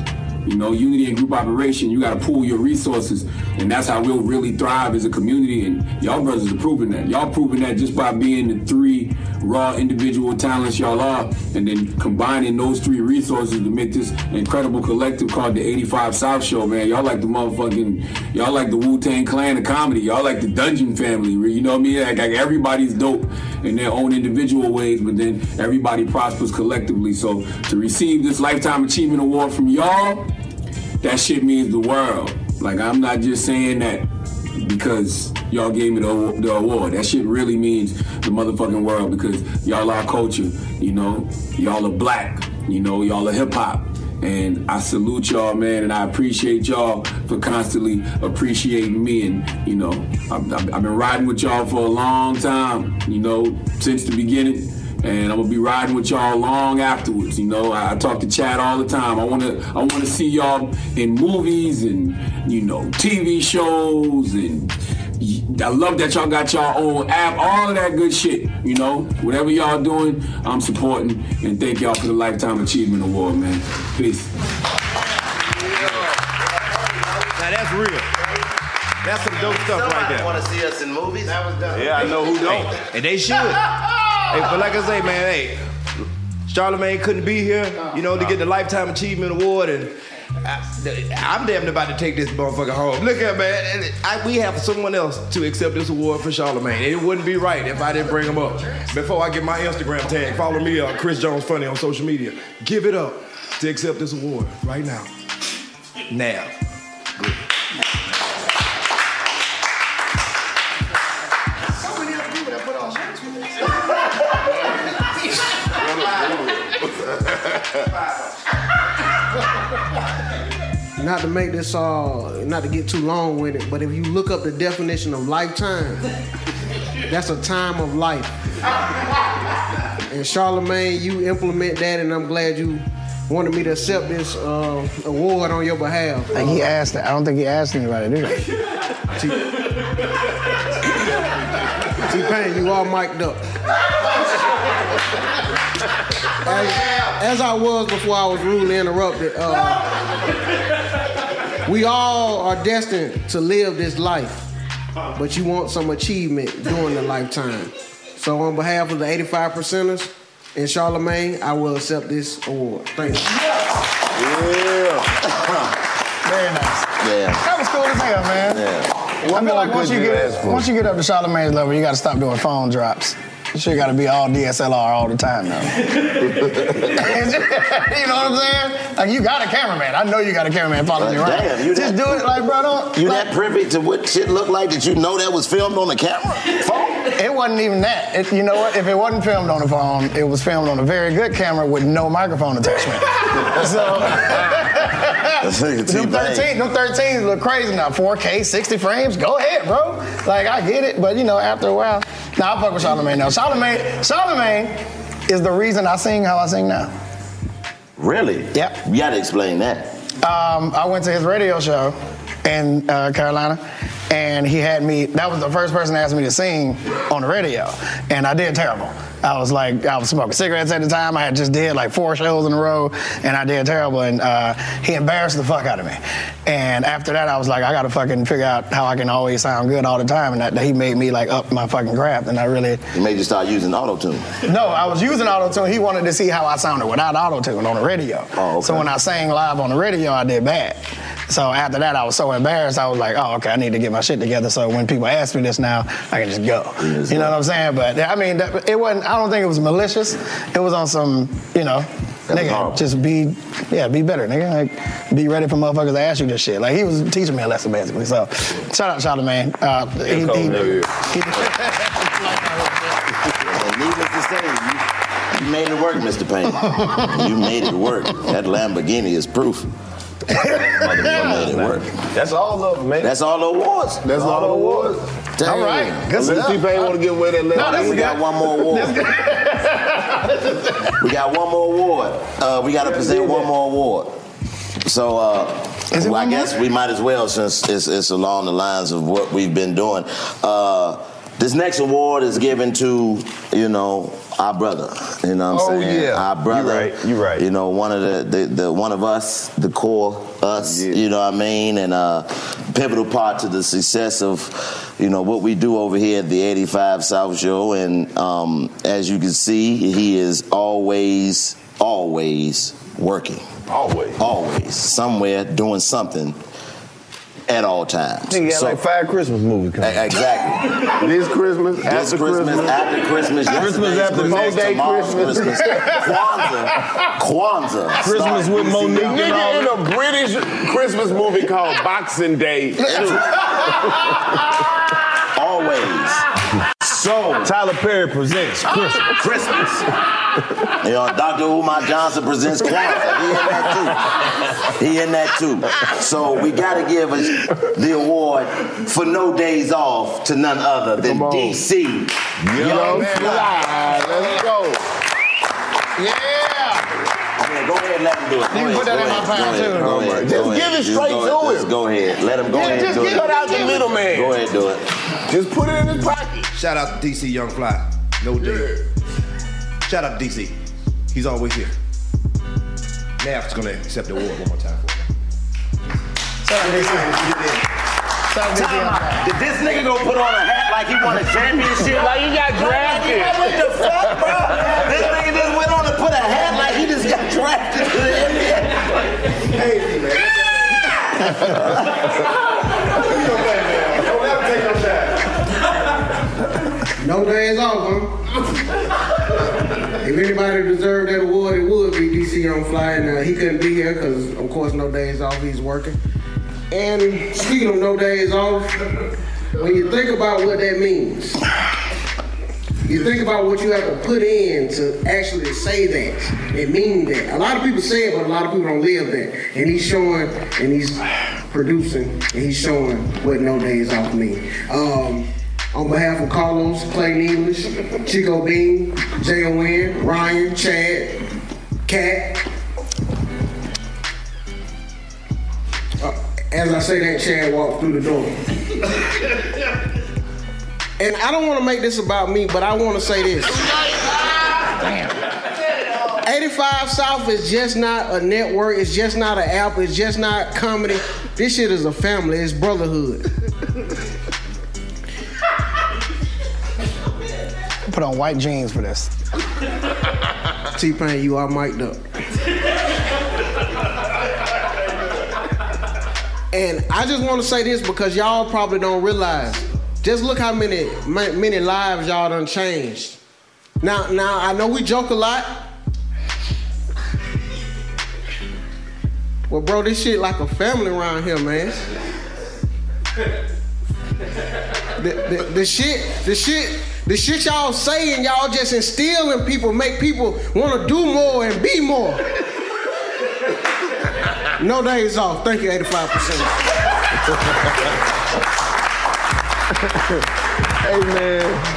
[SPEAKER 26] You know, unity and group operation, you got to pool your resources. And that's how we'll really thrive as a community. And y'all brothers are proving that. Y'all proving that just by being the three raw individual talents y'all are. And then combining those three resources to make this incredible collective called the 85 South Show, man. Y'all like the motherfucking, y'all like the Wu Tang Clan of comedy. Y'all like the Dungeon Family. You know what I mean? Like, like everybody's dope in their own individual ways, but then everybody prospers collectively. So to receive this Lifetime Achievement Award from y'all, that shit means the world. Like I'm not just saying that because y'all gave me the, the award. That shit really means the motherfucking world because y'all are culture, you know. Y'all are black, you know. Y'all are hip hop. And I salute y'all, man, and I appreciate y'all for constantly appreciating me. And, you know, I've, I've I've been riding with y'all for a long time, you know, since the beginning and I'm gonna be riding with y'all long afterwards. You know, I, I talk to Chad all the time. I wanna, I wanna see y'all in movies and you know TV shows, and y- I love that y'all got y'all own app, all of that good shit. You know, whatever y'all doing, I'm supporting, and thank y'all for the Lifetime Achievement Award, man. Peace.
[SPEAKER 9] Now that's real. That's some dope stuff right
[SPEAKER 5] Somebody
[SPEAKER 9] there.
[SPEAKER 5] want to see us in movies? That was done.
[SPEAKER 9] Yeah, I know who don't. And they should. hey, but like I say, man, hey, Charlemagne couldn't be here, you know, to get the Lifetime Achievement Award and. I, am damn about to take this motherfucker home. Look at man, and I, we have someone else to accept this award for Charlemagne. It wouldn't be right if I didn't bring him up. Before I get my Instagram tag, follow me on Chris Jones Funny on social media. Give it up to accept this award right now. Now.
[SPEAKER 12] So many other people that put on shirts with us. Not to make this all, not to get too long with it, but if you look up the definition of lifetime, that's a time of life. And Charlemagne, you implement that, and I'm glad you wanted me to accept this uh, award on your behalf.
[SPEAKER 3] Like he asked. I don't think he asked anybody to do that.
[SPEAKER 12] T Pain, you all mic'd up. As, as I was before I was rudely interrupted, uh, we all are destined to live this life, but you want some achievement during the lifetime. So, on behalf of the 85 percenters and Charlemagne, I will accept this award. Thank you.
[SPEAKER 3] Yeah. Very nice.
[SPEAKER 5] Yeah.
[SPEAKER 3] That was cool as hell, man.
[SPEAKER 5] Yeah.
[SPEAKER 3] I feel like once you get once you get up to Charlemagne's level, you gotta stop doing phone drops. You sure gotta be all DSLR all the time now. you know what I'm saying? Like you got a cameraman. I know you got a cameraman following you around.
[SPEAKER 5] Damn, you
[SPEAKER 3] Just do it like bro, don't
[SPEAKER 5] You
[SPEAKER 3] like-
[SPEAKER 5] that privy to what shit looked like that you know that was filmed on the camera?
[SPEAKER 3] It wasn't even that. It, you know what? If it wasn't filmed on a phone, it was filmed on a very good camera with no microphone attachment. so them 13, them 13s look crazy now. 4K, 60 frames. Go ahead, bro. Like I get it, but you know, after a while, now I fuck with Charlemagne now. Charlemagne, Charlemagne is the reason I sing how I sing now.
[SPEAKER 5] Really?
[SPEAKER 3] Yep.
[SPEAKER 5] You gotta explain that.
[SPEAKER 3] Um, I went to his radio show in uh, Carolina, and he had me. That was the first person that asked me to sing on the radio, and I did terrible. I was like, I was smoking cigarettes at the time. I had just did like four shows in a row, and I did terrible. And uh, he embarrassed the fuck out of me. And after that, I was like, I gotta fucking figure out how I can always sound good all the time. And that, that he made me like up my fucking craft, and I really
[SPEAKER 5] It made you start using auto tune.
[SPEAKER 3] no, I was using auto tune. He wanted to see how I sounded without auto tune on the radio.
[SPEAKER 5] Oh, okay.
[SPEAKER 3] So when I sang live on the radio, I did bad. So after that, I was so embarrassed. I was like, oh, okay, I need to get my shit together. So when people ask me this now, I can just go. You know what I'm saying? But I mean, that, it wasn't. I don't think it was malicious. It was on some, you know, nigga, just be, yeah, be better, nigga. Like,
[SPEAKER 7] be ready for motherfuckers to ask you this shit. Like he was teaching me a lesson basically. So shout out Charlamagne. Uh, he,
[SPEAKER 11] Cold New Year.
[SPEAKER 5] needless to say, you, you made it work, Mr. Payne. you made it work. That Lamborghini is proof. Motherfucker made it work.
[SPEAKER 2] That's all of them, man.
[SPEAKER 5] That's all the awards.
[SPEAKER 2] That's all the awards.
[SPEAKER 5] Damn.
[SPEAKER 2] All right, good stuff. T-Pain want to give away that
[SPEAKER 5] No, that's we got one more award. we got one more award. Uh, we got to present one more award. So, uh, well, I guess we might as well, since it's, it's along the lines of what we've been doing. Uh, this next award is given to, you know, our brother. You know what I'm
[SPEAKER 2] Oh,
[SPEAKER 5] saying?
[SPEAKER 2] yeah.
[SPEAKER 5] Our
[SPEAKER 2] You
[SPEAKER 5] brother.
[SPEAKER 2] right,
[SPEAKER 5] You right. You know, one of the, the, the one of us, the core us. You know what I mean? And uh, pivotal part to the success of, you know, what we do over here at the 85 South Show. And um, as you can see, he is always, always working. Always. Always. Somewhere doing something at all times.
[SPEAKER 2] Nigga got
[SPEAKER 5] So- e-,
[SPEAKER 2] like five Christmas movies coming.
[SPEAKER 5] Exactly.
[SPEAKER 2] this Christmas,
[SPEAKER 5] This
[SPEAKER 2] after
[SPEAKER 5] Christmas, after Christmas,
[SPEAKER 2] Christmas
[SPEAKER 5] yesterday's
[SPEAKER 2] after
[SPEAKER 5] Christmas,
[SPEAKER 2] Christmas, day
[SPEAKER 5] tomorrow's Christmas.
[SPEAKER 2] Christmas.
[SPEAKER 5] Kwanzaa, Kwanzaa.
[SPEAKER 2] Christmas with Monique. Nigga in a British Christmas movie called Boxing Day.
[SPEAKER 5] Always. So
[SPEAKER 2] Tyler Perry presents Christmas.
[SPEAKER 5] Christmas. You know, Dr. Umar Johnson presents Kwanzaa. He in that too. He in that too. So we gotta give us the award for no days off to none other than DC. Young Fly.
[SPEAKER 8] Let's go.
[SPEAKER 5] Yeah, go ahead and let him do it. Go
[SPEAKER 7] You
[SPEAKER 5] ahead,
[SPEAKER 7] put that
[SPEAKER 5] go
[SPEAKER 7] in my
[SPEAKER 5] ahead,
[SPEAKER 7] pound,
[SPEAKER 5] go ahead,
[SPEAKER 7] too.
[SPEAKER 5] go
[SPEAKER 7] Oh, my
[SPEAKER 5] ahead,
[SPEAKER 7] God.
[SPEAKER 5] go
[SPEAKER 7] Just
[SPEAKER 5] ahead.
[SPEAKER 7] give it
[SPEAKER 5] Just
[SPEAKER 7] straight
[SPEAKER 5] go
[SPEAKER 7] to
[SPEAKER 5] ahead.
[SPEAKER 7] him.
[SPEAKER 5] Just go ahead. Let him go
[SPEAKER 7] Yeah,
[SPEAKER 5] ahead
[SPEAKER 7] just
[SPEAKER 5] and do
[SPEAKER 7] give
[SPEAKER 5] it.
[SPEAKER 7] it out the middleman.
[SPEAKER 5] Go ahead, do it.
[SPEAKER 9] Just put it in his pocket. Shout out to DC Young Fly. No deal. Shout out to DC. He's always here. Nav's gonna accept the award one more time for me. Shout out to DC.
[SPEAKER 5] Did this nigga gonna put on a hat like he won a championship? Like he got
[SPEAKER 7] drafted.
[SPEAKER 5] What the fuck, bro? This nigga just went on and put a hat like he just got drafted to the NBA. Hey, man.
[SPEAKER 12] No days off, huh? if anybody deserved that award, it would be DC on Fly, and uh, he couldn't be here because, of course, no days off. He's working. And speaking of no days off, when you think about what that means, you think about what you have to put in to actually say that and mean that. A lot of people say it, but a lot of people don't live that. And he's showing, and he's producing, and he's showing what no days off mean. Um, on behalf of Carlos, Clay English, Chico Bean, Jay Owen, Ryan, Chad, Cat. Uh, As I say that, Chad walked through the door. And I don't want to make this about me, but I want to say this. Damn. 85 South is just not a network. It's just not an app. It's just not comedy. This shit is a family. It's brotherhood.
[SPEAKER 7] Put on white jeans for this.
[SPEAKER 12] T Pain, you are mic'd up. And I just want to say this because y'all probably don't realize. Just look how many ma- many lives y'all done changed. Now, now I know we joke a lot. Well, bro, this shit like a family around here, man. The, the, the shit, the shit, the shit y'all saying, y'all just instilling people, make people want to do more and be more. No days off. Thank you, 85%.
[SPEAKER 8] Hey man.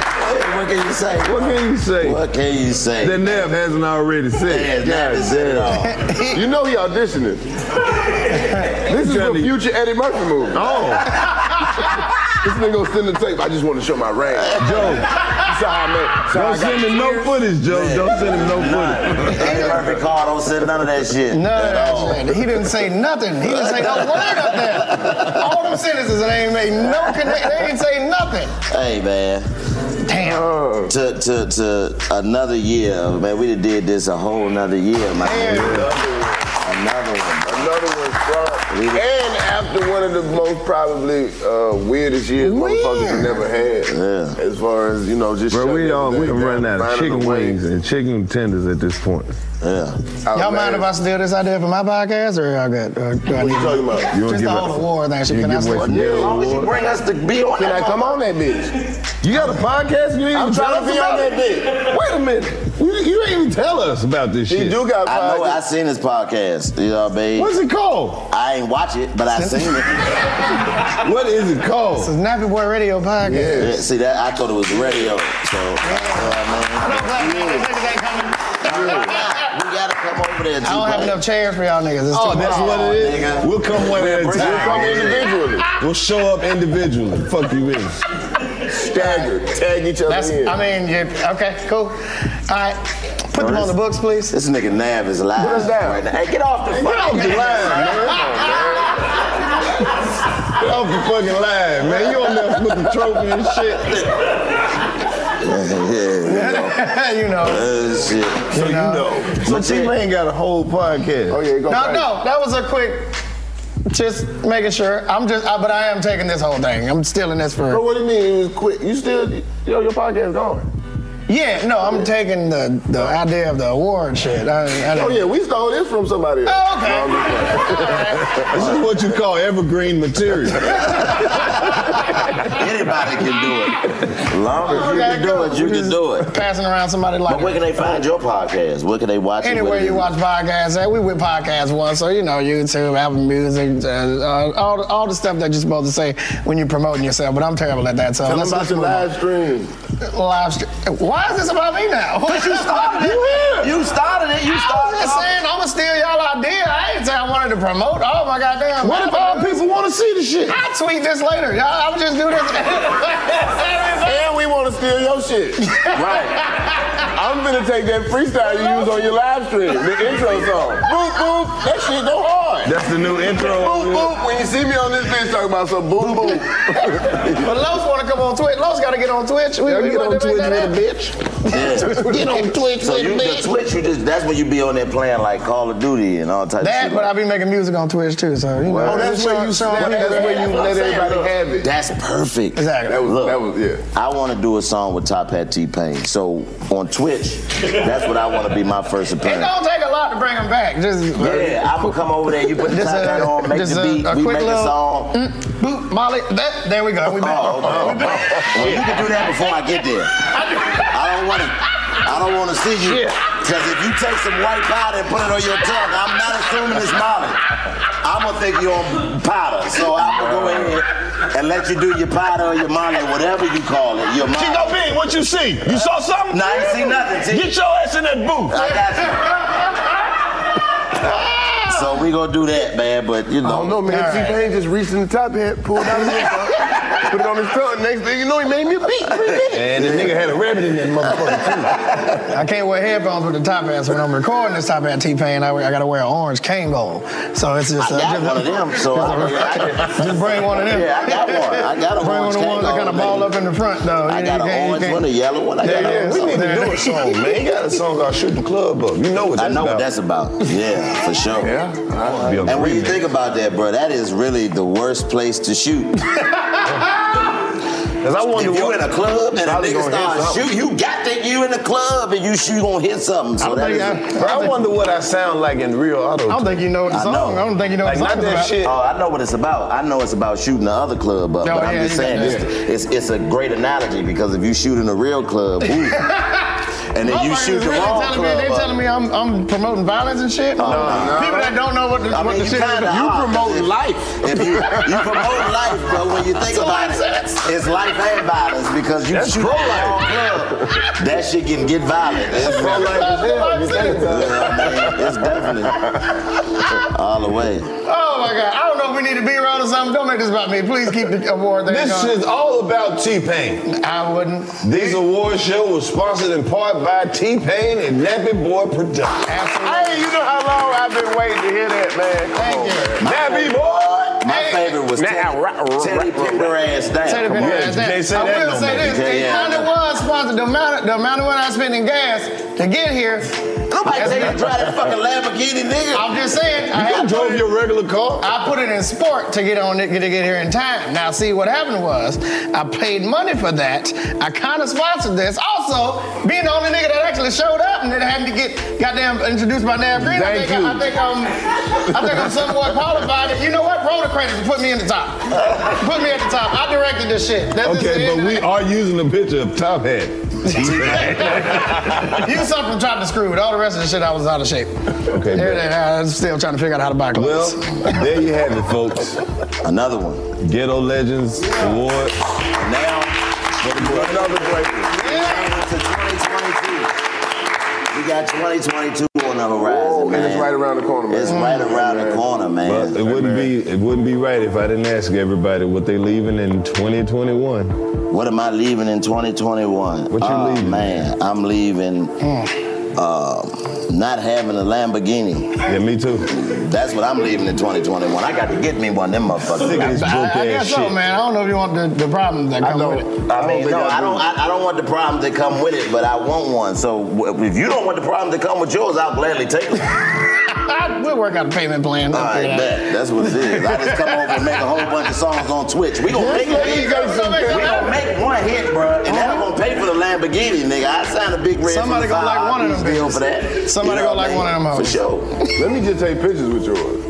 [SPEAKER 5] What can you say?
[SPEAKER 8] What can you say? What
[SPEAKER 5] can you say?
[SPEAKER 8] That Nev hasn't already said.
[SPEAKER 5] Yeah, Nev has said it all.
[SPEAKER 8] you know he auditioning. this is the future Eddie Murphy movie. Oh. this nigga gonna send the tape. I just want to show my range. Joe.
[SPEAKER 2] Don't send him no footage, Joe. Don't send him no
[SPEAKER 5] footage. Eddie Murphy Carr don't send none of that shit.
[SPEAKER 7] None
[SPEAKER 5] at
[SPEAKER 7] of that
[SPEAKER 5] all.
[SPEAKER 7] shit. He didn't say nothing. He didn't say no word up there. All them sentences, they ain't made no connection. They ain't say nothing.
[SPEAKER 5] Hey man.
[SPEAKER 7] Damn.
[SPEAKER 5] To, to, to another year, man. We done did this a whole another year, man. Another one. bro.
[SPEAKER 8] Another one, bro. And after one of the most probably uh, weirdest years motherfuckers have never had. Yeah. As far as, you know, just
[SPEAKER 2] Bro, we
[SPEAKER 8] shutting
[SPEAKER 2] all we
[SPEAKER 8] everything down,
[SPEAKER 2] running out of
[SPEAKER 8] finding a
[SPEAKER 2] chicken
[SPEAKER 8] way.
[SPEAKER 2] wings and chicken tenders at this point.
[SPEAKER 35] Yeah.
[SPEAKER 2] Oh,
[SPEAKER 3] Y'all mind if I steal this idea for my podcast, or y'all good? Or do I
[SPEAKER 35] What
[SPEAKER 3] need
[SPEAKER 35] you talking about? You wanna
[SPEAKER 3] Just
[SPEAKER 35] give
[SPEAKER 3] the
[SPEAKER 35] it-
[SPEAKER 3] whole award thing. So
[SPEAKER 35] you
[SPEAKER 3] can I
[SPEAKER 35] give away
[SPEAKER 3] steal
[SPEAKER 35] some
[SPEAKER 3] Yeah,
[SPEAKER 35] dead
[SPEAKER 3] as long as you
[SPEAKER 35] award?
[SPEAKER 3] bring us to be on
[SPEAKER 2] Can
[SPEAKER 3] that
[SPEAKER 2] I come on that bitch? You got a podcast? You ain't
[SPEAKER 35] I'm
[SPEAKER 2] even
[SPEAKER 35] trying
[SPEAKER 2] tell
[SPEAKER 35] to
[SPEAKER 2] us
[SPEAKER 35] be on
[SPEAKER 2] about
[SPEAKER 35] that
[SPEAKER 2] it. Wait a minute. You, you ain't even tell us about this
[SPEAKER 5] He
[SPEAKER 2] shit.
[SPEAKER 5] do
[SPEAKER 2] got
[SPEAKER 5] I know. I seen his podcast. You know what I mean?
[SPEAKER 2] What's it called?
[SPEAKER 5] I ain't watch it, but I seen it.
[SPEAKER 2] what is it called?
[SPEAKER 3] This is Nappy Boy Radio Podcast.
[SPEAKER 5] Yeah, see that? I thought it was radio. So, you know what I mean? We gotta come over
[SPEAKER 3] I
[SPEAKER 5] there.
[SPEAKER 3] don't have enough chairs for y'all niggas. It's
[SPEAKER 2] Oh,
[SPEAKER 3] too
[SPEAKER 2] that's
[SPEAKER 3] much.
[SPEAKER 2] what it is. We'll come one at a time.
[SPEAKER 3] bring it on.
[SPEAKER 2] We'll show up individually. Fuck you in. Staggered. Tag each other
[SPEAKER 3] That's,
[SPEAKER 2] in.
[SPEAKER 3] I mean, yeah, okay, cool. All right, put them on the books, please.
[SPEAKER 5] This nigga Nav is live.
[SPEAKER 3] Put us down.
[SPEAKER 5] Right now. Hey, get off the
[SPEAKER 3] Get
[SPEAKER 5] fucking
[SPEAKER 3] off the line, man.
[SPEAKER 2] Get off the fucking line, man. You on there with the trophy and shit.
[SPEAKER 3] Yeah, you know.
[SPEAKER 5] Uh, shit.
[SPEAKER 2] So you know. So T ain't got a whole podcast. Oh yeah,
[SPEAKER 3] No, no, that was a quick. Just making sure. I'm just, I, but I am taking this whole thing. I'm stealing this for.
[SPEAKER 2] Bro, what do you mean? It was quick. You still, yo, your podcast going.
[SPEAKER 3] Yeah, no, I'm taking the the idea of the award shit. I, I
[SPEAKER 2] Oh
[SPEAKER 3] didn't-
[SPEAKER 2] yeah, we stole this from somebody else.
[SPEAKER 3] Oh, okay.
[SPEAKER 2] this is what you call evergreen material.
[SPEAKER 5] Anybody can do it. Long as you can do it, you can do it.
[SPEAKER 3] Passing around somebody like.
[SPEAKER 5] But where can they find your podcast? Where can they watch it? Where
[SPEAKER 3] Anywhere
[SPEAKER 5] they-
[SPEAKER 3] you watch podcasts, at. we with podcasts once, so you know YouTube, Apple Music, uh, uh, all the- all the stuff that you're supposed to say when you're promoting yourself. But I'm terrible at that, so
[SPEAKER 2] Tell them
[SPEAKER 3] let's
[SPEAKER 2] about
[SPEAKER 3] let's
[SPEAKER 2] your
[SPEAKER 3] move on.
[SPEAKER 2] live stream.
[SPEAKER 3] Live stream. Why is this about me now?
[SPEAKER 5] But you started it. You started it. You
[SPEAKER 3] I
[SPEAKER 5] started
[SPEAKER 3] was just
[SPEAKER 5] it.
[SPEAKER 3] saying, I'm gonna steal y'all idea. I ain't saying I wanted to promote. Oh my goddamn. What if all people want to see the shit? I tweet this later. Y'all, I'm just do this.
[SPEAKER 2] and we want to steal your shit. Right. I'm gonna take that freestyle you used on your live stream, the intro song. Boop boop, that shit go hard.
[SPEAKER 36] That's the new intro.
[SPEAKER 2] Boop boop. When you see me on this bitch talking about some boop boop.
[SPEAKER 3] but Los want to come on Twitch. Los got to get on Twitch. We,
[SPEAKER 2] Yeah,
[SPEAKER 3] we
[SPEAKER 2] get
[SPEAKER 3] want
[SPEAKER 2] on
[SPEAKER 3] to make
[SPEAKER 2] Twitch
[SPEAKER 3] that
[SPEAKER 2] with
[SPEAKER 3] happen. get on Twitch
[SPEAKER 5] So
[SPEAKER 3] with
[SPEAKER 5] you
[SPEAKER 3] a
[SPEAKER 5] the
[SPEAKER 3] bitch.
[SPEAKER 5] Twitch, you just that's when you be on there playing like Call of Duty and all types of
[SPEAKER 3] That,
[SPEAKER 5] shit.
[SPEAKER 3] but I be making music on Twitch too, so you know.
[SPEAKER 5] Oh, that's where
[SPEAKER 3] showing-
[SPEAKER 5] you snap it.
[SPEAKER 3] showing-
[SPEAKER 5] That's where you
[SPEAKER 3] what I'm
[SPEAKER 5] let
[SPEAKER 3] saying.
[SPEAKER 5] everybody
[SPEAKER 3] Look.
[SPEAKER 5] have it. That's perfect.
[SPEAKER 3] Exactly. That was-
[SPEAKER 5] that was yeah. I want to do a song with Top Hat T Pain. So on Twitch, that's what I want to be my first
[SPEAKER 3] It
[SPEAKER 5] appearance.
[SPEAKER 3] don't take a lot to bring them back. Just uh,
[SPEAKER 5] Yeah, I'm gonna come over there. You put the
[SPEAKER 3] Just
[SPEAKER 5] top
[SPEAKER 3] a-
[SPEAKER 5] hat on, make
[SPEAKER 3] just
[SPEAKER 5] the
[SPEAKER 3] a-
[SPEAKER 5] beat,
[SPEAKER 3] a
[SPEAKER 5] we
[SPEAKER 3] quick
[SPEAKER 5] make a
[SPEAKER 3] little-
[SPEAKER 5] song.
[SPEAKER 3] Mm. Boop, Molly. That, there we go. We back.
[SPEAKER 5] Oh, well, you can do that before I get there. I don't want to. I don't want to see you. Because if you take some white powder and put it on your tongue, I'm not assuming it's Molly. I'm gonna think you're on powder, so I'm gonna go ahead and let you do your powder or your Molly, whatever you call it. Your Molly.
[SPEAKER 2] Chico Bean, what you see? You saw something?
[SPEAKER 5] Nah, I ain't see nothing. T.
[SPEAKER 2] Get your ass in that booth.
[SPEAKER 5] I got So we gonna do that, man. But you know, I don't know,
[SPEAKER 2] Oh, man. T Pain just reached in the top hat, pulled out his tongue, put it on his tongue. Next thing you know, he made me a beat.
[SPEAKER 36] And the nigga had a rabbit in that motherfucker too.
[SPEAKER 3] I can't wear headphones with the top hats when I'm recording this top hat T Pain. I, wear- I gotta wear an orange Kangol. So it's just. uh,
[SPEAKER 5] I got
[SPEAKER 3] just,
[SPEAKER 5] one of them, so I-
[SPEAKER 3] just bring one of them.
[SPEAKER 5] Yeah, I got one. I got an
[SPEAKER 3] Bring
[SPEAKER 5] orange
[SPEAKER 3] one of the ones that
[SPEAKER 5] Kangol,
[SPEAKER 3] kind of ball up in the front, though.
[SPEAKER 5] I got an orange one, a yellow one. I got
[SPEAKER 3] Yeah,
[SPEAKER 5] a-
[SPEAKER 3] yeah,
[SPEAKER 5] we need to
[SPEAKER 3] there.
[SPEAKER 5] do
[SPEAKER 35] a song, man. You got a song called Shoot the Club Up. You know what
[SPEAKER 5] I
[SPEAKER 35] that's
[SPEAKER 5] know
[SPEAKER 35] about.
[SPEAKER 5] what that's about. Yeah, for sure. Yeah. And when you think about that, bro, that is really the worst place to shoot. Cause I
[SPEAKER 35] wonder
[SPEAKER 5] if you
[SPEAKER 35] what-
[SPEAKER 5] in a club and a
[SPEAKER 35] Probably
[SPEAKER 5] nigga
[SPEAKER 35] gonna hit
[SPEAKER 5] starts
[SPEAKER 35] something.
[SPEAKER 5] shoot, you got that. You in the club and you shoot, you gonna hit something. So that is.
[SPEAKER 2] Bro, I wonder what I sound like in real auto.
[SPEAKER 3] I don't think you know the
[SPEAKER 5] I
[SPEAKER 3] song.
[SPEAKER 5] know.
[SPEAKER 3] I don't think you know
[SPEAKER 5] Like,
[SPEAKER 3] the
[SPEAKER 5] not
[SPEAKER 3] song.
[SPEAKER 5] that
[SPEAKER 3] about.
[SPEAKER 5] shit. Oh, I know what it's about. I know it's about shooting the other club up.
[SPEAKER 3] No,
[SPEAKER 5] but I'm
[SPEAKER 3] yeah,
[SPEAKER 5] just
[SPEAKER 3] you got
[SPEAKER 5] saying,
[SPEAKER 3] that.
[SPEAKER 5] it's, it's, it's a great analogy because if you shoot in a real club, ooh, and then you
[SPEAKER 3] Motherfuckers
[SPEAKER 5] shoot the
[SPEAKER 3] really
[SPEAKER 5] wrong
[SPEAKER 3] telling
[SPEAKER 5] club
[SPEAKER 3] me, They
[SPEAKER 5] up.
[SPEAKER 3] telling me I'm, I'm promoting violence and shit.
[SPEAKER 5] No, no.
[SPEAKER 3] People that don't know what the,
[SPEAKER 5] I
[SPEAKER 3] what
[SPEAKER 5] mean,
[SPEAKER 3] the
[SPEAKER 5] you
[SPEAKER 3] shit
[SPEAKER 5] kinda
[SPEAKER 3] is.
[SPEAKER 5] are, 'cause if- If you, you promote life, but when you think
[SPEAKER 3] That's
[SPEAKER 5] about
[SPEAKER 3] what
[SPEAKER 5] it,
[SPEAKER 3] I'm saying.
[SPEAKER 5] it's life and violence because you
[SPEAKER 3] That's
[SPEAKER 5] shoot
[SPEAKER 3] pro-life.
[SPEAKER 5] the wrong club. That shit can get violent. It's pro life as hell. It's definitely all the way.
[SPEAKER 3] Oh my God! I don't know if we need to be around or something. Don't make this about me. Please keep the award thing
[SPEAKER 2] This
[SPEAKER 3] going.
[SPEAKER 2] is all about T Pain.
[SPEAKER 3] I wouldn't.
[SPEAKER 2] This award show was sponsored in part by T Pain and Nappy Boy Productions. Hey, you know how long I've been waiting to hear that, man. Come on, man. Nappy Boy.
[SPEAKER 5] My favorite was Teddy, Teddy Pinder ass down.
[SPEAKER 3] Teddy
[SPEAKER 5] Come
[SPEAKER 3] Pinder
[SPEAKER 5] on.
[SPEAKER 3] ass down. I will say this:
[SPEAKER 5] Yeah,
[SPEAKER 3] it
[SPEAKER 5] yeah.
[SPEAKER 3] kind of was sponsored. The amount, of, the amount of money I spent in gas to get here.
[SPEAKER 5] Nobody
[SPEAKER 3] That's-
[SPEAKER 5] take a drive that fucking Lamborghini, nigga.
[SPEAKER 3] I'm just saying.
[SPEAKER 5] You
[SPEAKER 3] I had
[SPEAKER 5] drove
[SPEAKER 3] put it-
[SPEAKER 5] your regular car.
[SPEAKER 3] I put it in sport to get on it, to get here in time. Now, see what happened was I paid money for that. I kind of sponsored this. Also, being the only nigga that actually showed up and then had to get goddamn introduced by Nav Green. I
[SPEAKER 8] Thank
[SPEAKER 3] think,
[SPEAKER 8] you.
[SPEAKER 3] I, I think I'm, I think I'm somewhat qualified. You know what? Roll the credits and put me in the top. Put me at the top. I directed this shit. That's just
[SPEAKER 8] Okay,
[SPEAKER 3] it.
[SPEAKER 8] but we are using a picture of Top Hat.
[SPEAKER 3] you something from top to screw. With all the rest of the shit, I was out of shape.
[SPEAKER 8] Okay,
[SPEAKER 3] Everything, I'm still trying to figure out how to buy clothes.
[SPEAKER 8] there you have it, folks.
[SPEAKER 5] Another one.
[SPEAKER 8] Ghetto Legends Award.
[SPEAKER 5] Now,
[SPEAKER 8] another great
[SPEAKER 5] We got 2022 on the horizon, man.
[SPEAKER 8] it's right around the corner, man.
[SPEAKER 5] It's right around the corner, Oh, man.
[SPEAKER 8] But it wouldn't be it wouldn't be right if I didn't ask everybody what they leaving in 2021.
[SPEAKER 5] What am I leaving in 2021?
[SPEAKER 8] What you
[SPEAKER 5] oh,
[SPEAKER 8] leaving?
[SPEAKER 5] man, I'm leaving uh, not having a Lamborghini.
[SPEAKER 8] Yeah, me too.
[SPEAKER 5] That's what I'm leaving in 2021. I got to get me one of them motherfuckers.
[SPEAKER 3] I, I guess so, man. I don't know if you want the, the problems that come with it.
[SPEAKER 5] I mean, no, I don't. I, I don't want the problems that come with it, but I want one. So w- if you don't want the problems that come with yours, I'll gladly take them.
[SPEAKER 3] Ah, we'll work out a payment plan.
[SPEAKER 5] All right, bet. That's what it is. I just come over and make a whole bunch of songs on Twitch. We gonna make
[SPEAKER 3] There you go, son.
[SPEAKER 5] We gonna make one hit, bro, and that gonna pay for the Lamborghini, nigga. I signed a big red.
[SPEAKER 3] Somebody
[SPEAKER 5] from
[SPEAKER 3] gonna like one of them
[SPEAKER 5] deal
[SPEAKER 3] bitches.
[SPEAKER 5] for that.
[SPEAKER 3] Somebody
[SPEAKER 5] You know
[SPEAKER 3] gonna
[SPEAKER 5] what I
[SPEAKER 3] like one of
[SPEAKER 5] mean?
[SPEAKER 3] them
[SPEAKER 5] for sure.
[SPEAKER 8] Let me just take pictures with yours.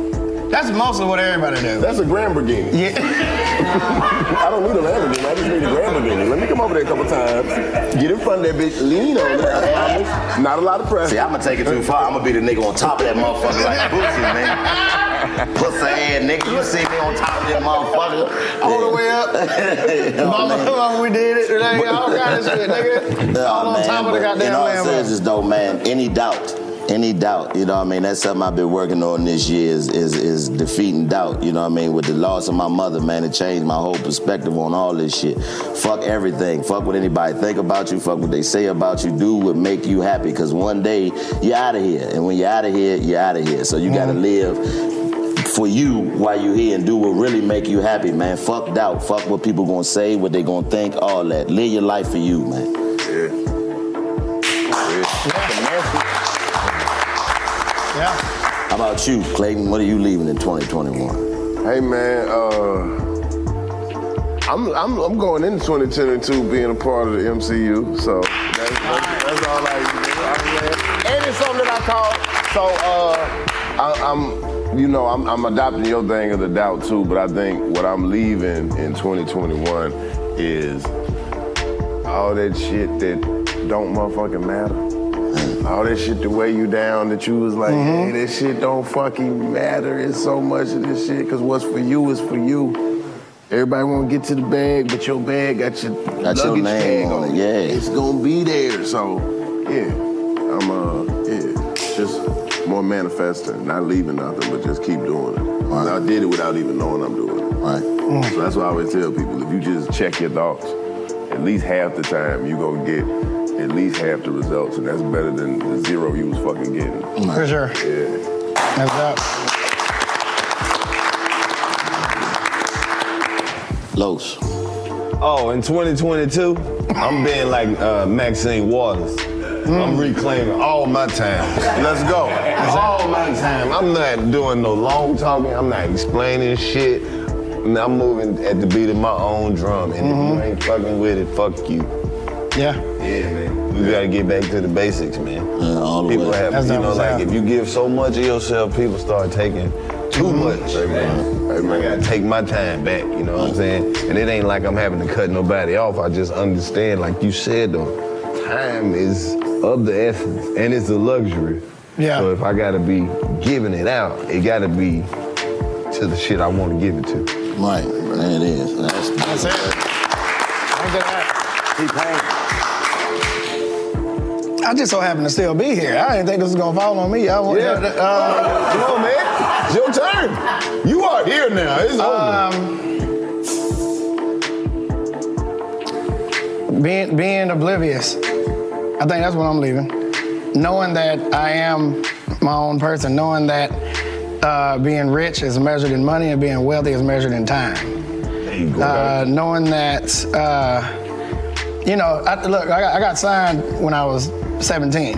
[SPEAKER 3] That's mostly what everybody does.
[SPEAKER 8] That's a Lamborghini.
[SPEAKER 3] Yeah.
[SPEAKER 8] I don't need a Lamborghini. I just need a Lamborghini. Let me come over there a couple times. Get in front of that bitch. Lean on it. I promise. Not a lot of pressure.
[SPEAKER 5] See, I'm gonna take it too far. I'm gonna be the nigga on top of that motherfucker like Boosie, man. Pussy ass nigga, you see me on top of that motherfucker. Oh, All the way up.
[SPEAKER 3] Mama, mama, we did it today. All kind of shit, nigga.
[SPEAKER 5] Oh,
[SPEAKER 3] All on top of the goddamn
[SPEAKER 5] In all
[SPEAKER 3] Lambo.
[SPEAKER 5] seriousness, though, man, any doubt, any doubt, you know what I mean? That's something I've been working on this year is, is is defeating doubt, you know what I mean? With the loss of my mother, man, it changed my whole perspective on all this shit. Fuck everything. Fuck what anybody think about you. Fuck what they say about you. Do what make you happy, because one day you're out of here. And when you're out of here, you're out of here. So you gotta live for you while you here and do what really make you happy, man. Fuck doubt. Fuck what people gonna say, what they gonna think, all that. Live your life for you, man.
[SPEAKER 3] Yeah.
[SPEAKER 5] How about you, Clayton? What are you leaving in 2021?
[SPEAKER 8] Hey man, uh, I'm, I'm I'm going into 2022 being a part of the MCU, so that's, that's, that's all I do. And it's something that I call. So uh, I, I'm, you know, I'm, I'm adopting your thing of the doubt too, but I think what I'm leaving in 2021 is all that shit that don't motherfucking matter. All that shit that weigh you down that you was like, hey, this shit don't fucking matter. It's so much of this shit, cause what's for you is for you. Everybody wanna get to the bag, but your bag got your
[SPEAKER 5] Got your
[SPEAKER 8] luggage
[SPEAKER 5] name
[SPEAKER 8] tag
[SPEAKER 5] on
[SPEAKER 8] on
[SPEAKER 5] it, yeah.
[SPEAKER 8] It's gonna be there. So yeah. I'm uh yeah, just more manifesting, not leaving nothing, but just keep doing it. I did it without even knowing I'm doing it.
[SPEAKER 5] Right.
[SPEAKER 8] So that's why I always tell people, if you just check your thoughts, at least half the time you gonna get at least half the results, and that's better than the zero you was fucking getting.
[SPEAKER 3] For sure.
[SPEAKER 8] Yeah.
[SPEAKER 3] That's up.
[SPEAKER 5] Los.
[SPEAKER 2] Oh, in 2022, I'm being like uh, Maxine Waters. I'm reclaiming all my time. Let's go. All my time. I'm not doing no long talking. I'm not explaining shit. And I'm moving at the beat of my own drum. And if you ain't fucking with it, fuck you.
[SPEAKER 3] Yeah.
[SPEAKER 2] Yeah, man. We gotta get back to the basics, man.
[SPEAKER 5] all
[SPEAKER 2] people
[SPEAKER 5] way.
[SPEAKER 2] have,
[SPEAKER 5] That's
[SPEAKER 2] you
[SPEAKER 5] not
[SPEAKER 2] know,
[SPEAKER 5] what's
[SPEAKER 2] like
[SPEAKER 5] happening.
[SPEAKER 2] if you give so much of yourself, people start taking too
[SPEAKER 5] Mm-hmm.
[SPEAKER 2] much. I gotta take my time back, you know what I'm saying? And it ain't like I'm having to cut nobody off. I just understand, like you said though, time is of the essence and it's a luxury. Yeah. So if I gotta be giving it out, it gotta be to the shit I wanna give it to.
[SPEAKER 5] Right, there it is. That's,
[SPEAKER 3] That's it. I just so happen to still be here. I didn't think this was gonna fall on me. I want,
[SPEAKER 8] Yeah.
[SPEAKER 3] uh,
[SPEAKER 8] Come on, man. It's your turn. You are here now. It's
[SPEAKER 3] um, Um, Being being oblivious. I think that's what I'm leaving. Knowing that I am my own person. Knowing that uh, being rich is measured in money and being wealthy is measured in time. Uh, knowing that, uh, you know, I, look, I got, I got signed when I was 17.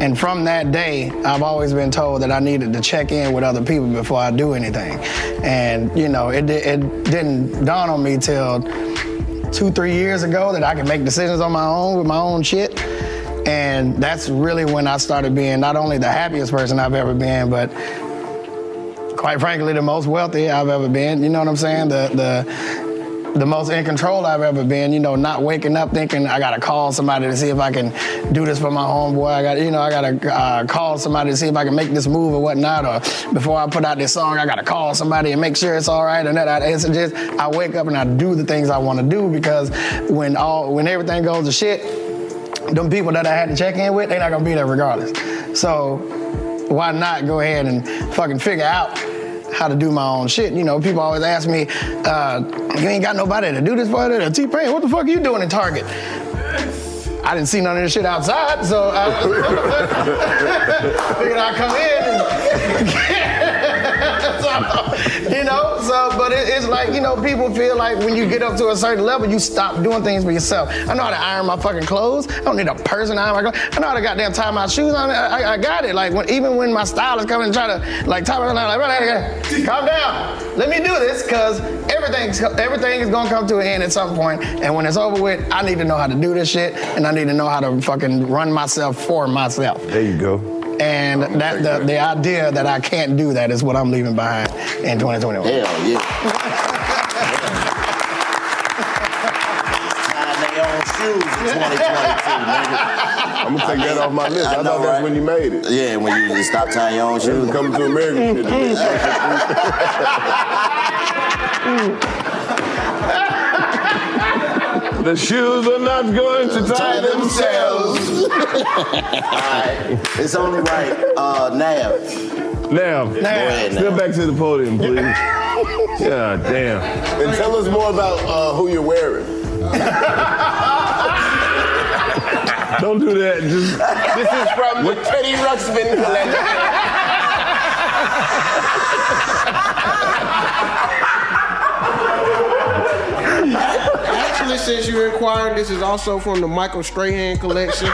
[SPEAKER 3] And from that day, I've always been told that I needed to check in with other people before I do anything. And, you know, it, di- it didn't dawn on me till two, three years ago that I could make decisions on my own with my own shit. And that's really when I started being not only the happiest person I've ever been, but quite frankly, the most wealthy I've ever been. You know what I'm saying? The the the most in control I've ever been. You know, not waking up thinking I gotta call somebody to see if I can do this for my homeboy. I got to you know I gotta uh, call somebody to see if I can make this move or whatnot. Or before I put out this song, I gotta call somebody and make sure it's all right. And that I, it's just I wake up and I do the things I want to do because when all when everything goes to shit. Them people that I had to check in with, they're not gonna be there regardless. So why not go ahead and fucking figure out how to do my own shit? You know, people always ask me, uh, you ain't got nobody to do this for you? T Pain, what the fuck are you doing in Target? I didn't see none of this shit outside, so I figured I'd come in. And you know, so but it, it's like you know, people feel like when you get up to a certain level, you stop doing things for yourself. I know how to iron my fucking clothes. I don't need a person to iron my clothes. I know how to goddamn tie my shoes. I, I, I got it. Like when, even when my stylist come and try to like tie my, I'm like, "Brother, calm down. Let me do this, cause everything's everything is gonna come to an end at some point, and when it's over with, I need to know how to do this shit, and I need to know how to fucking run myself for myself.
[SPEAKER 37] There you go.
[SPEAKER 3] And that the, the idea that I can't do that is what I'm leaving behind in 2021.
[SPEAKER 5] Hell yeah.
[SPEAKER 2] I'm gonna take that off my list. I, thought that's when you made it.
[SPEAKER 5] Yeah, when you stop tying your own
[SPEAKER 2] shoes. This is coming to America shit. the shoes are not going to tie themselves.
[SPEAKER 5] Alright, it's only right. Uh, Nav.
[SPEAKER 2] Now,
[SPEAKER 5] Go ahead,
[SPEAKER 2] step back to the podium, please. yeah, damn. And tell us more about uh, who you're wearing. Don't do that. Just
[SPEAKER 38] This is from the Teddy Ruxpin collection.
[SPEAKER 12] Actually, since you inquired, this is also from the Michael Strahan collection.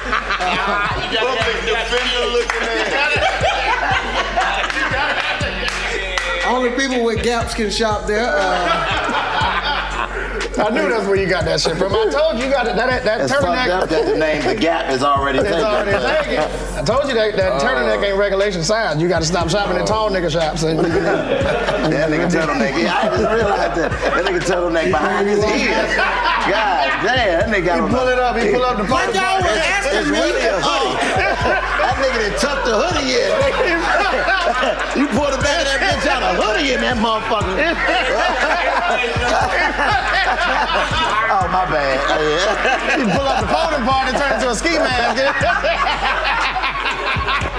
[SPEAKER 12] Only people with gaps can shop there. Uh,
[SPEAKER 3] I knew that's where you got that shit from. I told you you got it. That, that
[SPEAKER 5] It's fucked up that the
[SPEAKER 3] turtleneck.
[SPEAKER 5] name The Gap is already
[SPEAKER 3] It's
[SPEAKER 5] taken.
[SPEAKER 3] already taken. I told you that, that turtleneck ain't regulation size. You got to stop shopping at tall nigga shops. And
[SPEAKER 5] That nigga turtleneck. Yeah, I just realized that. That nigga turtleneck behind his ear. God damn, that nigga got He pull it up, he pull up the bottom. Y'all were asking it's really a hoodie. that nigga done tucked the hoodie in. you pulled the back of that bitch out, a hoodie in that motherfucker. oh, my bad. Oh, yeah.
[SPEAKER 3] You pull up the folding part and turn into a ski
[SPEAKER 12] mask.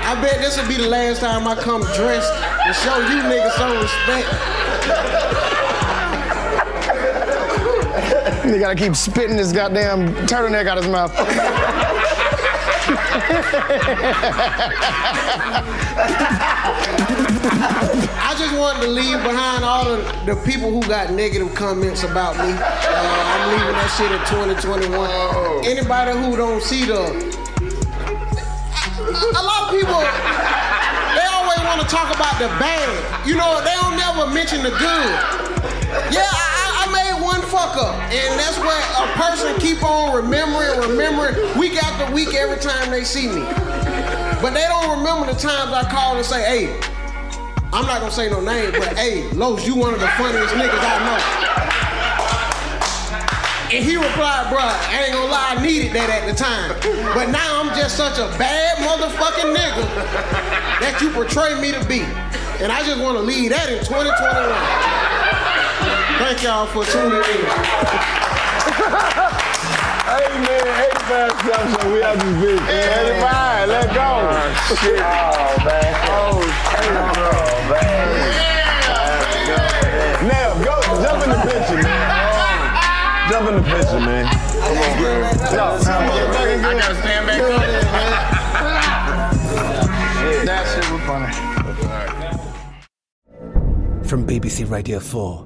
[SPEAKER 12] I bet this will be the last time I come dressed to show you niggas some respect.
[SPEAKER 3] You gotta keep spitting this goddamn turtleneck out his mouth.
[SPEAKER 12] I just wanted to leave behind all the, the people who got negative comments about me. Uh, I'm leaving that shit in 2021. Anybody who don't see the a lot of people they always want to talk about the bad. You know, they don't never mention the good. Yeah, I, I I made one fuck up, and that's what a person keep on remembering, remembering week after week every time they see me. But they don't remember the times I called and say, "Hey, I'm not gonna say no name, but hey, Los, you one of the funniest niggas I know. And he replied, bruh, I ain't gonna lie, I needed that at the time. But now I'm just such a bad motherfucking nigga that you portray me to be. And I just wanna leave that in 2021. Thank y'all for tuning in.
[SPEAKER 2] Hey man, 85 South Show, we out this bitch. Hey, everybody, let go. Oh, shit. Oh, man. Oh, shit. Oh, man. Now, go, jump in the picture, man. Jump in the picture, man. Come on, bro. No, come on. I gotta stand back up.
[SPEAKER 3] That shit was funny.
[SPEAKER 19] from BBC Radio 4,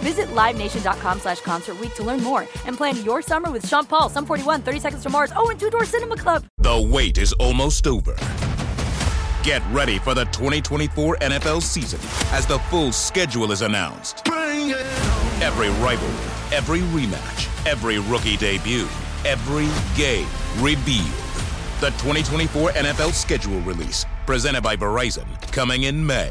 [SPEAKER 1] Visit LiveNation.com slash Concert Week to learn more and plan your summer with Sean Paul, Sum 41, 30 Seconds to Mars, oh, and Two Door Cinema Club.
[SPEAKER 15] The wait is almost over. Get ready for the 2024 NFL season as the full schedule is announced. Every rivalry, every rematch, every rookie debut, every game revealed. The 2024 NFL schedule release, presented by Verizon, coming in May.